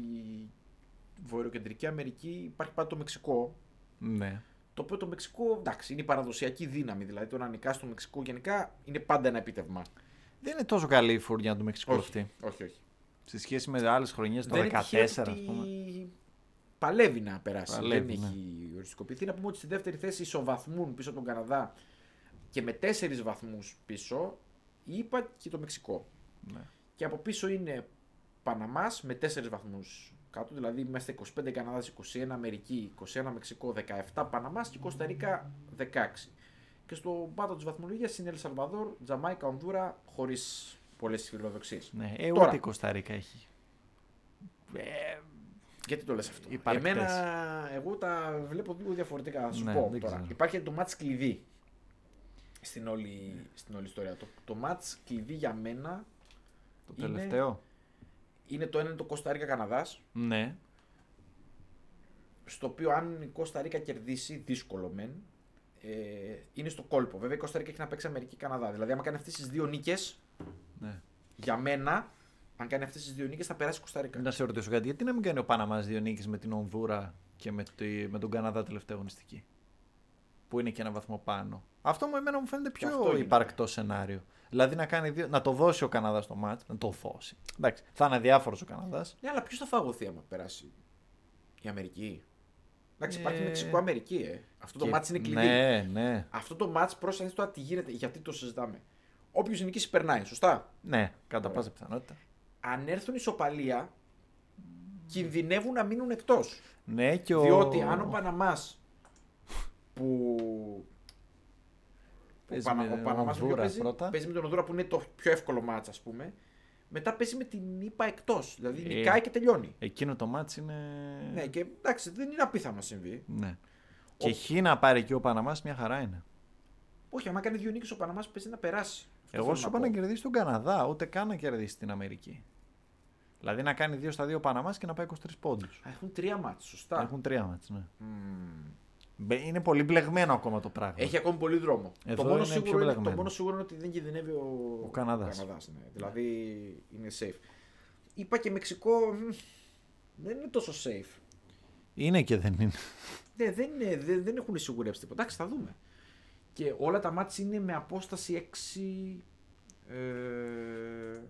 S2: Βορειοκεντρική Αμερική υπάρχει πάντα το Μεξικό
S1: ναι.
S2: το οποίο το Μεξικό εντάξει, είναι η παραδοσιακή δύναμη. Δηλαδή το να νικάς στο Μεξικό γενικά είναι πάντα ένα επίτευγμα.
S1: Δεν είναι τόσο καλή η φουρνιά του Μεξικού αυτή.
S2: όχι, όχι.
S1: Σε σχέση με άλλες χρονιές, το
S2: Δεν είναι
S1: 14,
S2: τυχαίο
S1: ας
S2: ότι
S1: πούμε.
S2: Παλεύει να περάσει.
S1: Παλεύει,
S2: δεν
S1: ναι.
S2: έχει οριστικοποιηθεί. Να πούμε ότι στη δεύτερη θέση ισοβαθμούν πίσω από τον Καναδά και με τέσσερις βαθμούς πίσω η ΙΠΑ και το Μεξικό.
S1: Ναι.
S2: Και από πίσω είναι Παναμάς με 4 βαθμούς κάτω, δηλαδή μέσα στα 25 Καναδά, 21 Αμερική, 21 Μεξικό, 17 Παναμάς και Κωνσταντίνα 16. Και στο πάτο της βαθμολογίας είναι Ελ Σαλβαδόρ, Τζαμάικα, Ονδούρα, χωρίς πολλές φιλοδοξίες.
S1: Ναι, ε,
S2: Τώρα.
S1: ούτε η Κωνσταντίνα έχει.
S2: Γιατί το λες αυτό.
S1: Υπαρκτές.
S2: Εμένα, εγώ τα βλέπω λίγο διαφορετικά. Θα σου
S1: Ναι,
S2: πω
S1: δεν
S2: τώρα.
S1: ξέρω.
S2: Υπάρχει το μάτς κλειδί στην όλη, στην όλη ιστορία. Το, το μάτς κλειδί για μένα
S1: Το
S2: Είναι-
S1: τελευταίο.
S2: είναι το ένα είναι το Κωνσταντίνα Καναδάς.
S1: Ναι.
S2: στο οποίο αν η Κώστα Ρίκα κερδίσει, δύσκολο μεν, ε, είναι στο κόλπο. Βέβαια η Κώστα Ρίκα έχει να παίξει Αμερική-Καναδά. Δηλαδή, άμα κάνει αυτές τις δύο νίκες,
S1: ναι.
S2: για μένα, αν κάνει αυτές τις δύο νίκες, θα περάσει η Κώστα Ρίκα.
S1: Να σε ρωτήσω κάτι, γιατί να μην κάνει ο Παναμά δύο νίκες με την Ονδούρα και με, τη- με τον Καναδά τελευταία αγωνιστική. Που είναι και ένα βαθμό πάνω. Αυτό μου εμένα μου φαίνεται
S2: αυτό ναι.
S1: πιο
S2: γίνεται.
S1: υπαρκτό σενάριο. Δηλαδή να, κάνει δύο, να το δώσει ο Καναδάς το μάτς, να το δώσει. Εντάξει, θα είναι διάφορο ο Καναδάς.
S2: Ναι, αλλά ποιος θα φαγωθεί άμα περάσει η Αμερική. Εντάξει, υπάρχει
S1: Ε,
S2: Μεξικό-Αμερική, ε. Αυτό το μάτς είναι κλειδί.
S1: Ναι, ναι.
S2: Αυτό το μάτς πρόσεχε το τι γίνεται, γιατί το συζητάμε. Όποιος νικήσει περνάει, σωστά.
S1: Ναι, κατά πάσα πιθανότητα.
S2: Αν έρθουν ισοπαλία, κινδυνεύουν να μείνουν εκτός.
S1: Ναι, και ο...
S2: Διότι αν ο Παναμάς. που.
S1: Παίζει
S2: ο Πανα-
S1: με
S2: ο Παναμάς με ποιον
S1: Ονδούρα
S2: παίζει,
S1: πρώτα.
S2: παίζει με τον Ονδούρα που είναι το πιο εύκολο μάτς ας πούμε. Μετά παίζει με την ΙΠΑ εκτός. Δηλαδή
S1: Ε.
S2: νικάει και τελειώνει.
S1: Εκείνο το μάτς είναι...
S2: Ναι, και εντάξει, δεν είναι απίθανο να συμβεί.
S1: Ναι. Και χ να πάρει εκεί ο Παναμάς μια χαρά είναι.
S2: Όχι, άμα κάνει δύο νίκες ο Παναμάς παίζει να περάσει. Αυτό
S1: Εγώ
S2: θέλω
S1: σου
S2: να
S1: είπα να
S2: πω.
S1: κερδίσει τον Καναδά, ούτε καν να κερδίσει την Αμερική. Δηλαδή να κάνει 2 στα 2 ο Παναμάς και να πάει 23 πόντους.
S2: Α, Έχουν τρία μάτς, σωστά.
S1: Έχουν τρία μάτς, ναι.
S2: Μμμ.
S1: Μπε- Είναι πολύ μπλεγμένο ακόμα το πράγμα.
S2: Έχει ακόμη πολύ δρόμο.
S1: Εδώ
S2: το, μόνο
S1: είναι
S2: σίγουρο
S1: πιο
S2: είναι-
S1: μπλεγμένο.
S2: το μόνο σίγουρο είναι ότι δεν κινδυνεύει ο,
S1: Ο Καναδάς.
S2: ναι. Δηλαδή είναι safe. Είπα και Μεξικό μ, δεν είναι τόσο safe.
S1: Είναι και δεν είναι.
S2: Ναι, δεν, είναι, δεν, δεν έχουν σιγουρέψει τίποτα. Εντάξει, θα δούμε. Και όλα τα μάτια είναι με απόσταση 6. Ε,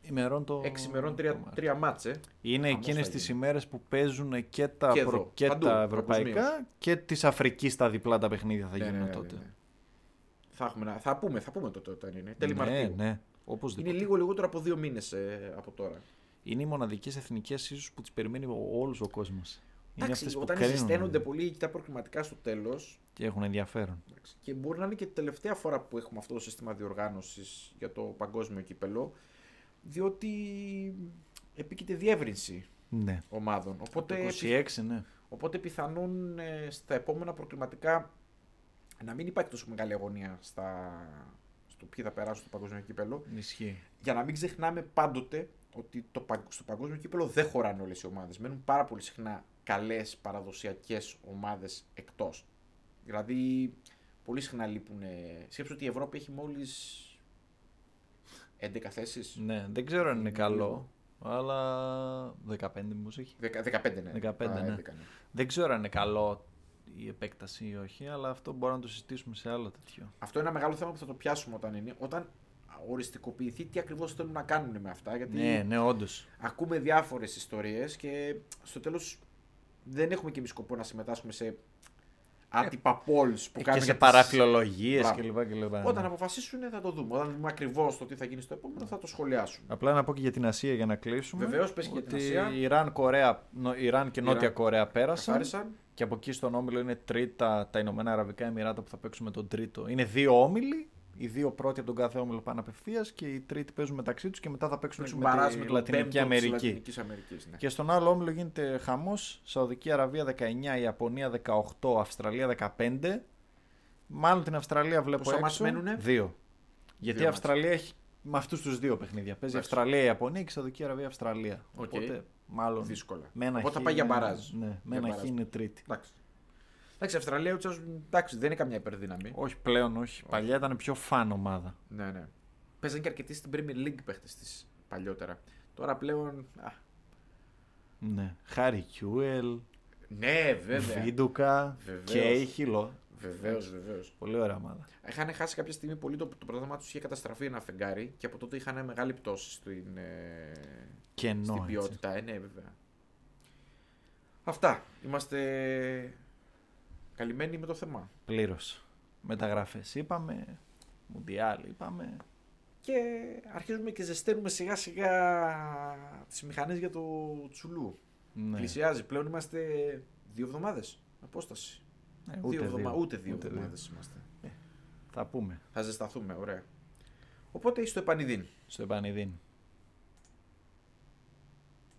S1: Ημερών το...
S2: 6 ημερών
S1: το
S2: 3,
S1: μάτς.
S2: 3 μάτσε.
S1: Είναι
S2: Χαμός
S1: εκείνες
S2: θα
S1: τις
S2: γίνει.
S1: ημέρες που παίζουν και τα,
S2: Και
S1: προ-
S2: εδώ,
S1: και
S2: παντού, Ναι,
S1: τα ευρωπαϊκά και της Αφρικής τα διπλά τα παιχνίδια θα γίνουν τότε.
S2: Θα, έχουμε, να- θα, πούμε, θα πούμε τότε όταν είναι. Τέλη
S1: ναι,
S2: Μαρτίου.
S1: ναι. Οπωσδήποτε.
S2: Είναι
S1: Είναι,
S2: λίγο λιγότερο από δύο μήνες από τώρα.
S1: οι μοναδικές εθνικές ίσως που τις περιμένει όλος ο κόσμος. Είναι αυτέ
S2: Εντάξει,
S1: που
S2: όταν
S1: κρίνουν
S2: συσταίνονται πολύ και τα προκριματικά στο τέλος.
S1: και έχουν ενδιαφέρον.
S2: Και μπορεί να είναι και η τελευταία φορά που έχουμε αυτό το σύστημα διοργάνωσης για το παγκόσμιο κύπελο. Διότι επίκειται διεύρυνση
S1: Ναι.
S2: ομάδων. Οπότε,
S1: Το 26, ναι.
S2: οπότε πιθανόν ε, στα επόμενα προκριματικά να μην υπάρχει τόσο μεγάλη αγωνία στα, στο ποιοι θα περάσουν στο παγκόσμιο κύπελο.
S1: Ισχύει.
S2: Για να μην ξεχνάμε πάντοτε ότι το, παγ- στο παγκόσμιο κύπελο δεν χωράνε όλες οι ομάδες. Μένουν πάρα πολύ συχνά καλές παραδοσιακές ομάδες εκτός. Δηλαδή, πολύ συχνά λείπουν. ε, Σκέψου ότι η Ευρώπη έχει μόλις 11 θέσεις.
S1: Ναι, δεν ξέρω αν είναι
S2: Είναι
S1: καλό,
S2: λίγο.
S1: αλλά. 15 μου έχει.
S2: 15, ναι.
S1: 15,
S2: Α,
S1: ναι.
S2: 11, ναι.
S1: Δεν ξέρω αν είναι καλό η επέκταση ή όχι, αλλά αυτό μπορούμε να το συζητήσουμε σε άλλο τέτοιο.
S2: Αυτό είναι ένα μεγάλο θέμα που θα το πιάσουμε όταν είναι. Όταν οριστικοποιηθεί τι ακριβώς θέλουν να κάνουν με αυτά. Γιατί
S1: Ναι, ναι, όντως.
S2: ακούμε διάφορες ιστορίες και στο τέλος δεν έχουμε και εμείς σκοπό να συμμετάσχουμε σε άτυπα polls που
S1: Ε, Και
S2: κάνουν
S1: σε
S2: για τις-
S1: παραφιλολογίες
S2: Μπράβο.
S1: κλπ. κλπ.
S2: Όταν
S1: ναι.
S2: αποφασίσουν ε, θα το δούμε. Όταν δούμε ακριβώς το τι θα γίνει στο επόμενο θα το σχολιάσουμε.
S1: Απλά να πω και για την Ασία για να κλείσουμε.
S2: Βεβαίως, πες και για την
S1: ότι
S2: Ασία.
S1: Ιράν, Κορέα, νο- Ιράν και
S2: Ιράν.
S1: Νότια Κορέα πέρασαν.
S2: Καθάρισαν.
S1: Και από εκεί στον όμιλο είναι τρίτα τα Ηνωμένα Αραβικά Εμμυράτα που θα παίξουν με τον τρίτο. Είναι δύο όμιλοι. Οι δύο πρώτοι από τον κάθε όμιλο πάνε απευθείας και οι τρίτοι παίζουν μεταξύ τους και μετά θα παίξουν
S2: Παίξουν
S1: με
S2: μπαράζ
S1: τη
S2: με τον πέμπτο
S1: Λατινική
S2: της
S1: Αμερική.
S2: Λατινικής Αμερικής, ναι.
S1: Και στον άλλο όμιλο γίνεται χαμός. Σαουδική Αραβία 19, Ιαπωνία 18, Αυστραλία 15. Μάλλον την Αυστραλία βλέπω
S2: Πόσα
S1: έξω.
S2: μάτς μένουνε?
S1: Δύο. Γιατί
S2: Δύο
S1: η Αυστραλία έχει με αυτούς τους δύο παιχνίδια. Παίζει
S2: Εντάξει.
S1: Αυστραλία, Ιαπωνία και Σαουδική Αραβία, Αυστραλία.
S2: Οκ.
S1: Οπότε μάλλον.
S2: Δύσκολα.
S1: Με ένα
S2: Οπότε θα
S1: χ
S2: πάει για
S1: είναι-
S2: μπαράζ.
S1: Ναι, με
S2: Για
S1: ένα χ
S2: μπαράζ.
S1: είναι τρίτη.
S2: Εντάξει. Εντάξει, η Αυστραλία ούτως ή άλλως, εντάξει, δεν είναι καμιά υπερδύναμη.
S1: Όχι πλέον, όχι. Παλιά ήταν πιο φαν ομάδα.
S2: Ναι, ναι. Παίζαν και αρκετοί στην Premier League παίχτες της παλιότερα. Τώρα πλέον. Α,
S1: Ναι. Χάρη Κιούελ,
S2: ναι, βέβαια.
S1: Βίντουκα,
S2: Βεβαίως.
S1: Κέιχιλο.
S2: Βεβαίως, βεβαίως.
S1: Πολύ ωραία ομάδα.
S2: Είχαν χάσει κάποια στιγμή πολύ το, το πρόγραμμα τους, είχε καταστραφεί ένα φεγγάρι και από τότε είχαν μεγάλη πτώση στην, ε,
S1: Κενό.
S2: στην
S1: έτσι.
S2: ποιότητα. Ε, ναι, βέβαια. Αυτά. Είμαστε καλυμμένοι με το θέμα.
S1: Πλήρως. Μεταγραφές είπαμε. Μουντιάλ είπαμε.
S2: Και αρχίζουμε και ζεσταίνουμε σιγά σιγά τις μηχανές για το τσουλού.
S1: Ναι.
S2: Πλησιάζει. Πλέον είμαστε δύο εβδομάδες απόσταση.
S1: Ναι, ούτε,
S2: δύο εβδομα-
S1: δύο.
S2: ούτε δύο
S1: Ούτε
S2: εβδομάδες είμαστε. Ε,
S1: Θα πούμε
S2: θα ζεσταθούμε, ωραία. Οπότε στο επανειδήν.
S1: στο Επανειδήν.